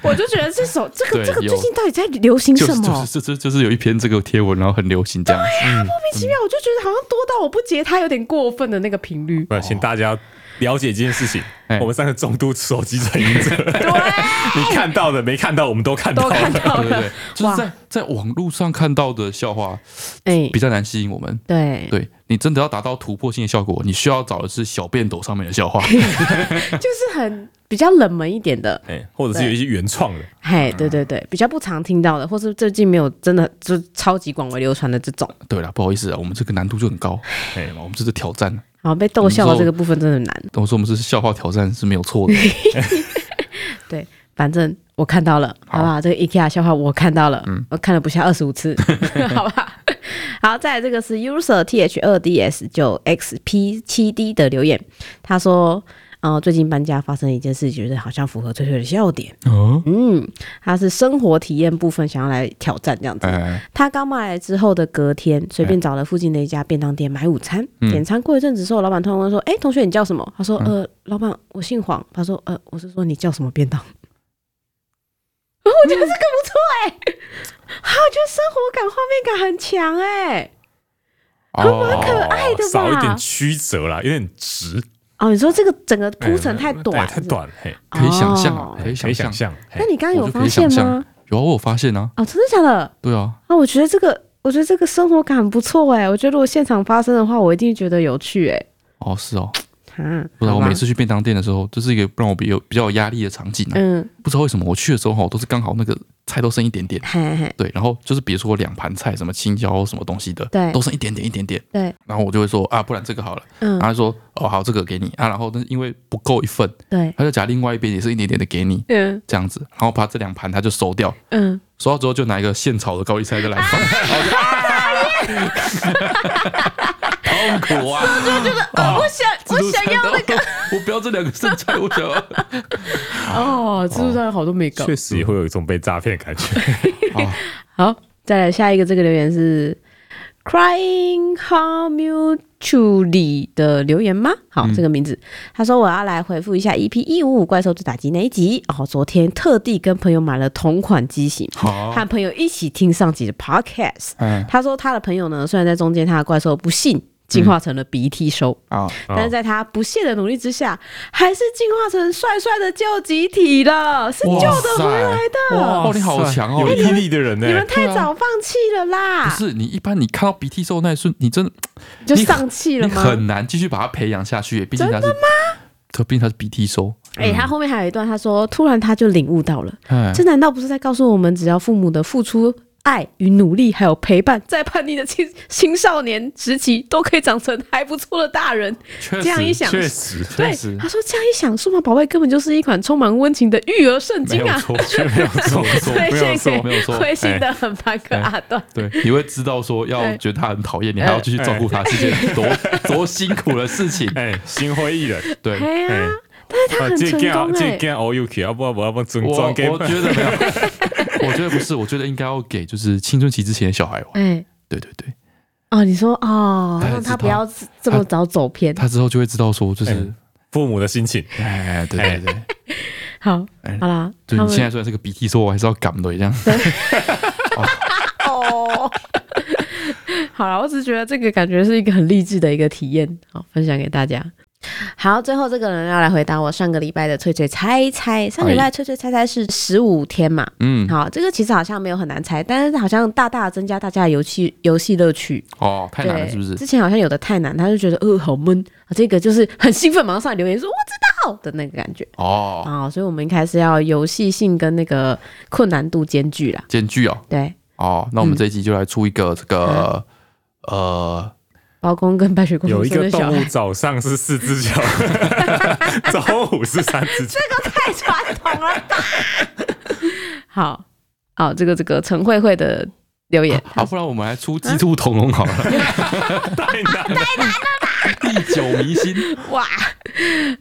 Speaker 4: 我就觉得这首这个
Speaker 2: 对
Speaker 4: 这个
Speaker 2: 有
Speaker 4: 最近到底在流行
Speaker 2: 就
Speaker 4: 什
Speaker 2: 是
Speaker 4: 么？哎
Speaker 2: 就是这这就是有一篇这个贴文，然后很流行这样子，
Speaker 4: 莫名其妙，我就觉得好像多到我不截它有点过分的那个频率。
Speaker 3: 不，请大家了解这件事情
Speaker 2: 哎。
Speaker 3: 我们三个重度手机成瘾者，
Speaker 4: 对，
Speaker 3: 你看到的、没看到，我们都看到
Speaker 4: 都看
Speaker 3: 了。
Speaker 4: 到
Speaker 2: 对对
Speaker 4: 了
Speaker 2: 对。，就是
Speaker 4: 哇
Speaker 2: 在在网络上看到的笑话
Speaker 4: 哎
Speaker 2: 比，较难吸引我们。
Speaker 4: 对，
Speaker 2: 对你真的要达到突破性的效果，你需要找的是小便斗上面的笑话。
Speaker 4: 就是很比较冷门一点的，
Speaker 3: 哎，或者是有一些原创的，
Speaker 4: 嘿，
Speaker 2: 嗯
Speaker 4: 对对对，比较不常听到的，或是最近没有真的就超级广为流传的这种。
Speaker 2: 对了，不好意思啊，我们这个难度就很高，哎，我们这是挑战。
Speaker 4: 然后被逗笑的这个部分真的很难。
Speaker 2: 我说我们这是笑话挑战是没有错的。
Speaker 4: 对，反正我看到了，
Speaker 2: 好嗯
Speaker 4: 好不好？这个 IKEA 笑话我看到了，我看了不下二十 五次，好吧。好，再来这个是 user th 二 ds 九 xp 七 d 的留言，他说。呃，最近搬家发生一件事，觉得好像符合翠翠的笑点。
Speaker 2: 哦，
Speaker 4: 嗯，他是生活体验部分想要来挑战这样子。
Speaker 2: 哎，
Speaker 4: 他刚买来之后的隔天，随便找了附近的一家便当店买午餐。
Speaker 2: 嗯
Speaker 4: 点餐过一阵子之后，老板突然问说：“哎、同学，你叫什么？”他说：“呃，老板，我姓黄。”他说：“呃，我是说你叫什么便当？” 哦我觉得这个不错哎、好，我觉得生活感、画面感很强哎、
Speaker 2: 哦，
Speaker 4: 可爱的
Speaker 3: 哦
Speaker 4: 吧
Speaker 3: 少一点曲折啦，有点直，
Speaker 4: 哦，你说这个整个铺陈
Speaker 3: 哎
Speaker 4: 太短，
Speaker 3: 哎太短，嘿，
Speaker 4: 是
Speaker 2: 可
Speaker 4: 不是
Speaker 2: 以想象啊，
Speaker 4: 哦
Speaker 2: 可以
Speaker 3: 可以
Speaker 2: 想
Speaker 3: 想
Speaker 2: 象。
Speaker 3: 象。嘿
Speaker 4: 那你刚刚有
Speaker 2: 我就可
Speaker 4: 发
Speaker 2: 以
Speaker 4: 现
Speaker 2: 想象
Speaker 4: 吗？
Speaker 2: 有啊，我有发现啊，
Speaker 4: 哦，真的假的？
Speaker 2: 对啊，
Speaker 4: 啊，我觉得这个，我觉得这个生活感很不错哎、我觉得如果现场发生的话，我一定觉得有趣哎、
Speaker 2: 哦是哦，
Speaker 4: 啊，
Speaker 2: 不然
Speaker 4: 好
Speaker 2: 我
Speaker 4: 吧
Speaker 2: 每次去便当店的时候，这是一个让我比较比较有压力的场景啊。
Speaker 4: 嗯，
Speaker 2: 不知道为什么我去的时候哈，都是刚好那个菜都剩一点点，
Speaker 4: 嘿嘿，
Speaker 2: 对，然后就是比如说两盘菜，什么青椒什么东西的，
Speaker 4: 对
Speaker 2: 都剩一点点一点点，
Speaker 4: 对，
Speaker 2: 然后我就会说啊，不然这个好了，
Speaker 4: 嗯
Speaker 2: 然后他说哦好，这个给你啊，然后但是因为不够一份，
Speaker 4: 对，
Speaker 2: 他就夹另外一边也是一点点的给你
Speaker 4: 嗯
Speaker 2: 这样子，然后把这两盘他就收掉，
Speaker 4: 嗯，
Speaker 2: 收掉之后就拿一个现炒的高丽菜再来放， 然后我就啊痛苦啊！
Speaker 4: 哦，我想
Speaker 2: 自助餐的，我不要这两个剩菜，我想要。
Speaker 4: 哦，自助餐有好多美感
Speaker 3: 确实也会有一种被诈骗的感觉。
Speaker 4: 好，再来下一个这个留言是 Crying How Mutually 的留言吗？好，这个名字，他说我要来回复一下 EP 一五五怪兽之打击那一集哦，昨天特地跟朋友买了同款机型，
Speaker 2: 好，
Speaker 4: 和朋友一起听上集的 Podcast。
Speaker 2: 哎
Speaker 4: 他说他的朋友呢，虽然在中间他的怪兽不幸进化成了鼻涕兽，
Speaker 2: 啊，
Speaker 4: 但是在他不懈的努力之下，还是进化成帅帅的救集体了，是救得回来的。
Speaker 2: 哇，你好强哦！
Speaker 3: 有
Speaker 2: 你
Speaker 3: 毅力的人呢
Speaker 4: 你。们太早放弃了啦，
Speaker 2: 不是你一般你看到鼻涕兽那一瞬，你真的
Speaker 4: 就丧气了
Speaker 2: 你
Speaker 4: 吗？
Speaker 2: 很难继续把它培养下去，毕竟它是它毕竟它是鼻涕兽，
Speaker 4: 哎、他后面还有一段，他说突然他就领悟到了，
Speaker 2: 哎，
Speaker 4: 这难道不是在告诉我们，只要父母的付出、爱与努力，还有陪伴，在叛逆的青青少年时期，都可以长成还不错的大人？
Speaker 2: 确
Speaker 4: 这样一想，
Speaker 3: 确实，
Speaker 4: 对
Speaker 2: 确实，
Speaker 4: 他说这样一想，数码宝贝根本就是一款充满温情的育儿圣
Speaker 2: 没
Speaker 4: 经
Speaker 2: 有
Speaker 4: 啊！
Speaker 2: 错，没有错，没有错，
Speaker 4: 推
Speaker 2: 没有错，
Speaker 4: 荐
Speaker 2: 没有
Speaker 4: 给
Speaker 2: 错，
Speaker 4: 灰心
Speaker 2: 哎
Speaker 4: 的很凡克阿段。
Speaker 2: 对，你会知道说要
Speaker 4: 哎
Speaker 2: 觉得他很讨厌，你还要继续照顾他是件多多辛苦的事情。
Speaker 3: 哎，心灰意冷。
Speaker 2: 对，啊
Speaker 4: 哎呀、
Speaker 3: 哎
Speaker 4: 但是他很
Speaker 3: 这
Speaker 4: 成功哎、
Speaker 3: 这 g a all you can，要不要啊不要不要尊
Speaker 2: 我我
Speaker 3: 重给
Speaker 2: 觉得没有， 我觉得不是，我觉得应该要给就是青春期之前的小孩玩。
Speaker 4: 哎、
Speaker 2: 对对对，
Speaker 4: 哦，你说哦，
Speaker 2: 哎他
Speaker 4: 让
Speaker 2: 知
Speaker 4: 他不
Speaker 2: 道
Speaker 4: 要这么早走偏。
Speaker 2: 他之后就会知道说，就是
Speaker 3: 父母的心情。
Speaker 2: 哎，对对对，
Speaker 4: 好，
Speaker 2: 哎
Speaker 4: 好啦，
Speaker 2: 就
Speaker 4: 他
Speaker 2: 你
Speaker 4: 们
Speaker 2: 现在虽然是个鼻涕，说我还是要感对这样。
Speaker 4: 哦， 好了，我只是觉得这个感觉是一个很励志的一个体验，好分享给大家。好，最后这个人要来回答我上个礼拜的脆脆猜猜，上礼拜脆脆猜猜是十五天嘛？
Speaker 2: 哎嗯，
Speaker 4: 好，这个其实好像没有很难猜，但是好像大大增加大家的游戏游戏乐趣。
Speaker 2: 哦，太难了，
Speaker 4: 对
Speaker 2: 是不是？
Speaker 4: 之前好像有的太难，他就觉得呃好闷啊，这个就是很兴奋，马上上来留言说我知道的那个感觉
Speaker 2: 哦，
Speaker 4: 啊、所以我们应该是要游戏性跟那个困难度兼具啦。
Speaker 2: 间距哦，
Speaker 4: 对，
Speaker 2: 哦，那我
Speaker 4: 嗯
Speaker 2: 们这一集就来出一个这个呃，
Speaker 4: 包公跟白雪公主
Speaker 3: 有一
Speaker 4: 生
Speaker 3: 个
Speaker 4: 的小
Speaker 3: 动
Speaker 4: 孩
Speaker 3: 物，早上是四只脚， 中午是三只脚。
Speaker 4: 这个 太传统了吧？ 好，好，这个这个陈慧慧的留 言，
Speaker 2: 啊，不然我们来
Speaker 4: 嗯
Speaker 2: 出鸡兔同笼好了，
Speaker 3: 太难了，
Speaker 2: 历久弥新。
Speaker 4: 哇，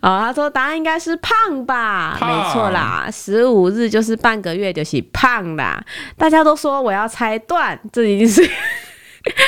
Speaker 4: 好，他说答案应该是胖吧，
Speaker 2: 胖
Speaker 4: 没错啦，十五日就是半个月，就是胖啦。大家都说我要拆断，这已经是。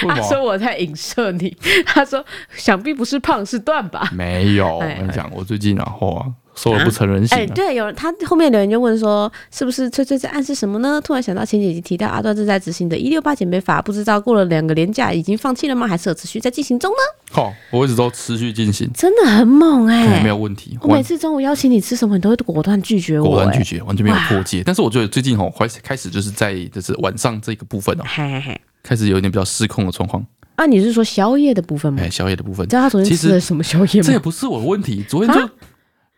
Speaker 2: 为
Speaker 4: 他
Speaker 2: 什
Speaker 4: 啊说
Speaker 2: 么？
Speaker 4: 我在影射你，他说想必不是胖是断吧？
Speaker 2: 没有，我
Speaker 4: 哎
Speaker 2: 跟你讲，我最近然后啊，瘦了不成人形啊
Speaker 4: 哎、
Speaker 2: 了。
Speaker 4: 对，有人他后面留言就问说，是不是崔崔在暗示什么呢？突然想到前几集提到阿段正在执行的“一六八减肥法”，不知道过了两个连假已经放弃了吗？还是有持续在进行中呢？
Speaker 2: 好，我一直都持续进行，
Speaker 4: 真的很猛哎、
Speaker 2: 对没有问题，
Speaker 4: 我每
Speaker 2: 完
Speaker 4: 次中午邀请你吃什么，你都会果断拒绝我、
Speaker 2: 果
Speaker 4: 哎
Speaker 2: 断拒。绝，完全没有破戒。但是我觉得最近哦，开始开始就是在就是晚上这个部分哦，
Speaker 4: 嘿嘿嘿，
Speaker 2: 开始有一点比较失控的状况。
Speaker 4: 啊，你是说宵夜的部分吗？
Speaker 2: 哎，宵夜的部分
Speaker 4: 你知，道他昨天
Speaker 2: 其实
Speaker 4: 吃了什么啊宵夜
Speaker 2: 这也
Speaker 4: 吗？
Speaker 2: 不是我的问题。昨天就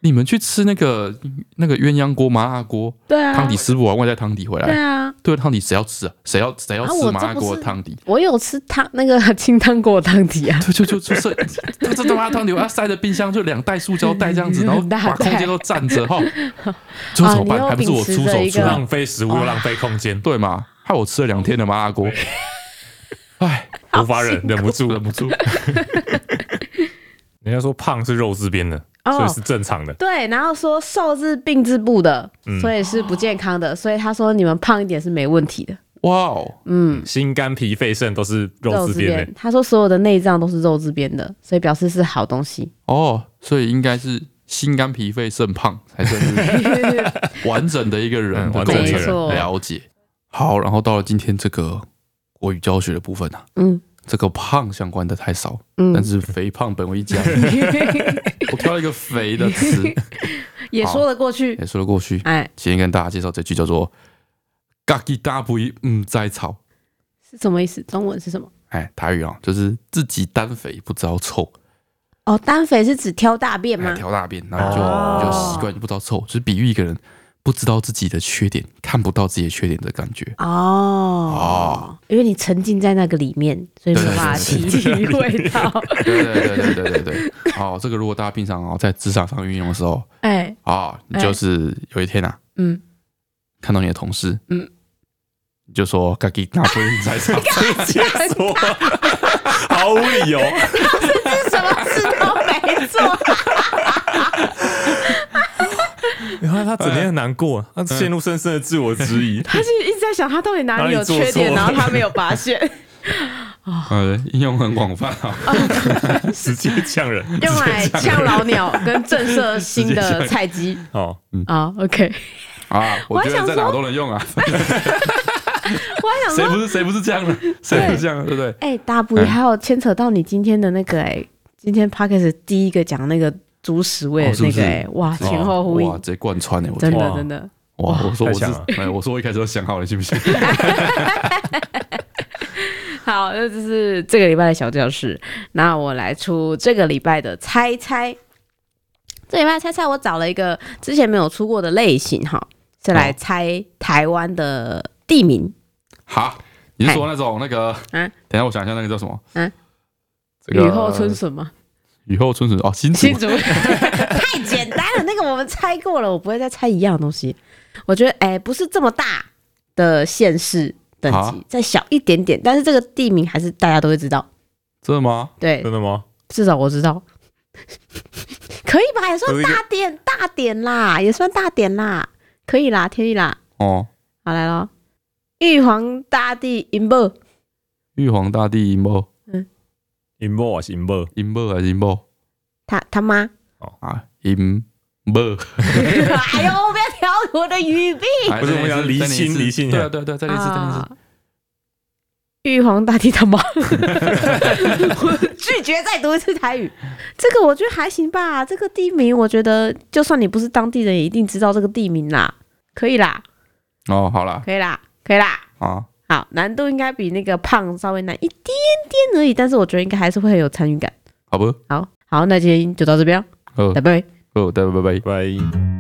Speaker 2: 你们去吃那个那个鸳鸯锅、麻辣锅，
Speaker 4: 对啊，
Speaker 2: 汤底吃不完，外带汤底回
Speaker 4: 对
Speaker 2: 来。
Speaker 4: 啊，
Speaker 2: 对，汤底谁要吃啊？谁要谁要
Speaker 4: 啊
Speaker 2: 吃
Speaker 4: 我
Speaker 2: 麻辣
Speaker 4: 这不
Speaker 2: 锅
Speaker 4: 是
Speaker 2: 汤底？
Speaker 4: 我有吃汤那个清汤锅汤底啊。
Speaker 2: 对，就就就是，这这他妈汤底，我要塞着冰箱，就两袋塑胶袋这样子，然后
Speaker 4: 很大
Speaker 2: 把空
Speaker 4: 袋哦
Speaker 2: 间都占着哈。 最后怎么
Speaker 4: 你
Speaker 2: 办？
Speaker 4: 又
Speaker 2: 还不是我
Speaker 4: 秉持
Speaker 2: 出
Speaker 4: 着
Speaker 2: 手
Speaker 4: 一
Speaker 2: 出
Speaker 4: 个
Speaker 2: 力
Speaker 3: 浪费食物又浪费空间，
Speaker 2: 对嘛？害我吃了两天的麻辣锅，哎，
Speaker 3: 无法忍，忍不住，
Speaker 2: 忍不住。
Speaker 3: 人家说胖是肉字边的，
Speaker 4: 哦
Speaker 3: 所以是正常的。
Speaker 4: 对，然后说瘦是病字部的，所以是不健康的，所以他说你们胖一点是没问题的。
Speaker 2: 哇哦，
Speaker 3: 心、肝、脾、肺、肾都是肉字边的。
Speaker 4: 他说所有的内脏都是肉质边的，所以表示是好东西。
Speaker 2: 哦，所以应该是心肝脾肺肾胖才算是完整的一个人
Speaker 3: 嗯
Speaker 2: 的
Speaker 3: 完
Speaker 2: 构
Speaker 3: 整的一个
Speaker 2: 成
Speaker 3: 人没
Speaker 4: 错
Speaker 2: 了解。好，然后到了今天这个国语教学的部分啊，
Speaker 4: 嗯
Speaker 2: 这个胖相关的太少，但
Speaker 4: 嗯，
Speaker 2: 是肥胖本为一 家，我挑了一个肥的词
Speaker 4: 也说得过去
Speaker 2: 也。说得过去。
Speaker 4: 哎，
Speaker 2: 今天跟大家介绍这句叫做“嘎叽大不一嗯在吵
Speaker 4: 是什么意思？中文是什么？”，
Speaker 2: 哎，台语啊，就是自己单肥不知道臭，
Speaker 4: 哦，单肥是指挑大便
Speaker 2: 哎
Speaker 4: 吗？
Speaker 2: 挑大便，然后就
Speaker 3: 哦
Speaker 2: 就习惯就不知道臭，就是比喻一个人不知道自己的缺点，看不到自己的缺点的感觉。
Speaker 4: 哦，因为你沉浸在那个里面，所以没有办法体会到。
Speaker 2: 对对对对对对 对。好，这个如果大家平常哦在职场上运用的时候
Speaker 4: 哎，
Speaker 2: 啊，你就是有一天啊，
Speaker 4: 嗯，
Speaker 2: 看到你的同事，
Speaker 4: 嗯，
Speaker 2: 你就说嘎叽大不一在 吵。
Speaker 3: 解说，毫无理哦由，
Speaker 4: 是什么事都没做。
Speaker 3: 然后啊他整天很难过，他陷入深深的自我质 疑。
Speaker 4: 他是一直在想他到底哪里有缺
Speaker 3: 哪里做错
Speaker 4: 点，
Speaker 3: 了
Speaker 4: 然后他没有发现，
Speaker 2: 呃，应用很广泛啊，
Speaker 3: 直接呛人，
Speaker 4: 用来呛老鸟 跟震慑新的菜鸡
Speaker 3: 哦，
Speaker 4: 啊。OK，
Speaker 2: 啊，我觉
Speaker 4: 我还想
Speaker 2: 得在哪都能用啊，
Speaker 4: 我还想
Speaker 2: 谁
Speaker 4: 说，
Speaker 2: 不是谁不是这样的，谁不是这样的，对不对？
Speaker 4: 哎、大补
Speaker 2: 嗯
Speaker 4: 还有牵扯到你今天的那个哎、今天 p a c k e t 第一个讲那个猪屎味
Speaker 2: 哦
Speaker 4: 的
Speaker 2: 是不
Speaker 4: 那
Speaker 2: 是
Speaker 4: 个哎、哇，前后呼应，
Speaker 2: 哇，直接贯穿欸的，我
Speaker 4: 真
Speaker 2: 天
Speaker 4: 的
Speaker 3: 哇
Speaker 4: 真的，
Speaker 2: 哇，我说我
Speaker 3: 太
Speaker 2: 是
Speaker 3: 强了，
Speaker 2: 哎，我说我一开始就想好了，信不信？
Speaker 4: 好，那这是这个礼拜的小教室。那我来出这个礼拜的猜猜。这礼拜猜猜，我找了一个之前没有出过的类型哈，是来猜台湾的地名。
Speaker 2: 好，你是说那种那个？
Speaker 4: 嗯
Speaker 2: 等一下我想一下，那个叫什么？
Speaker 4: 嗯
Speaker 2: 这个
Speaker 4: 雨后春，笋吗？
Speaker 2: 雨后春笋哦， 新竹
Speaker 4: 新竹 太简单了，那个我们猜过了，我不会再猜一样的东西。我觉得哎、不是这么大的县市等
Speaker 2: 好
Speaker 4: 级，再小一点点，但是这个地名还是大家都会知道。
Speaker 2: 真的吗？
Speaker 4: 对，
Speaker 3: 真的吗？
Speaker 4: 至少我知道， 可以吧？也算大点大点啦，也算大点啦，可以啦，可以啦。
Speaker 2: 哦，
Speaker 4: 好来咯，玉皇大帝银波，
Speaker 2: 玉皇大帝银波，
Speaker 3: 银波还是银波？
Speaker 2: 银波还是银波
Speaker 4: 他他妈！
Speaker 2: 啊？银波，
Speaker 4: 哎呦，不要挑我的语病
Speaker 2: 哎
Speaker 3: 不是
Speaker 2: 再念一
Speaker 3: 我们要
Speaker 2: 次
Speaker 3: 厘
Speaker 2: 再念一
Speaker 3: 清
Speaker 2: 次
Speaker 3: 厘清一下
Speaker 2: 对啊对啊对啊，再念一次，再念一次。！
Speaker 4: 玉皇大帝他妈！我拒绝再读一次台语。这个我觉得还行吧，这个地名我觉得，就算你不是当地人，也一定知道这个地名啦，可以啦，
Speaker 2: 哦，好啦，
Speaker 4: 可以啦，可以啦。
Speaker 2: 啊，
Speaker 4: 好，难度应该比那个胖稍微难一点点而已，但是我觉得应该还是会很有参与感。
Speaker 2: 好不？
Speaker 4: 好好，那今天就到这边咯，哦
Speaker 2: 呃
Speaker 4: 拜拜。
Speaker 2: 呃，拜拜拜拜。
Speaker 3: 拜。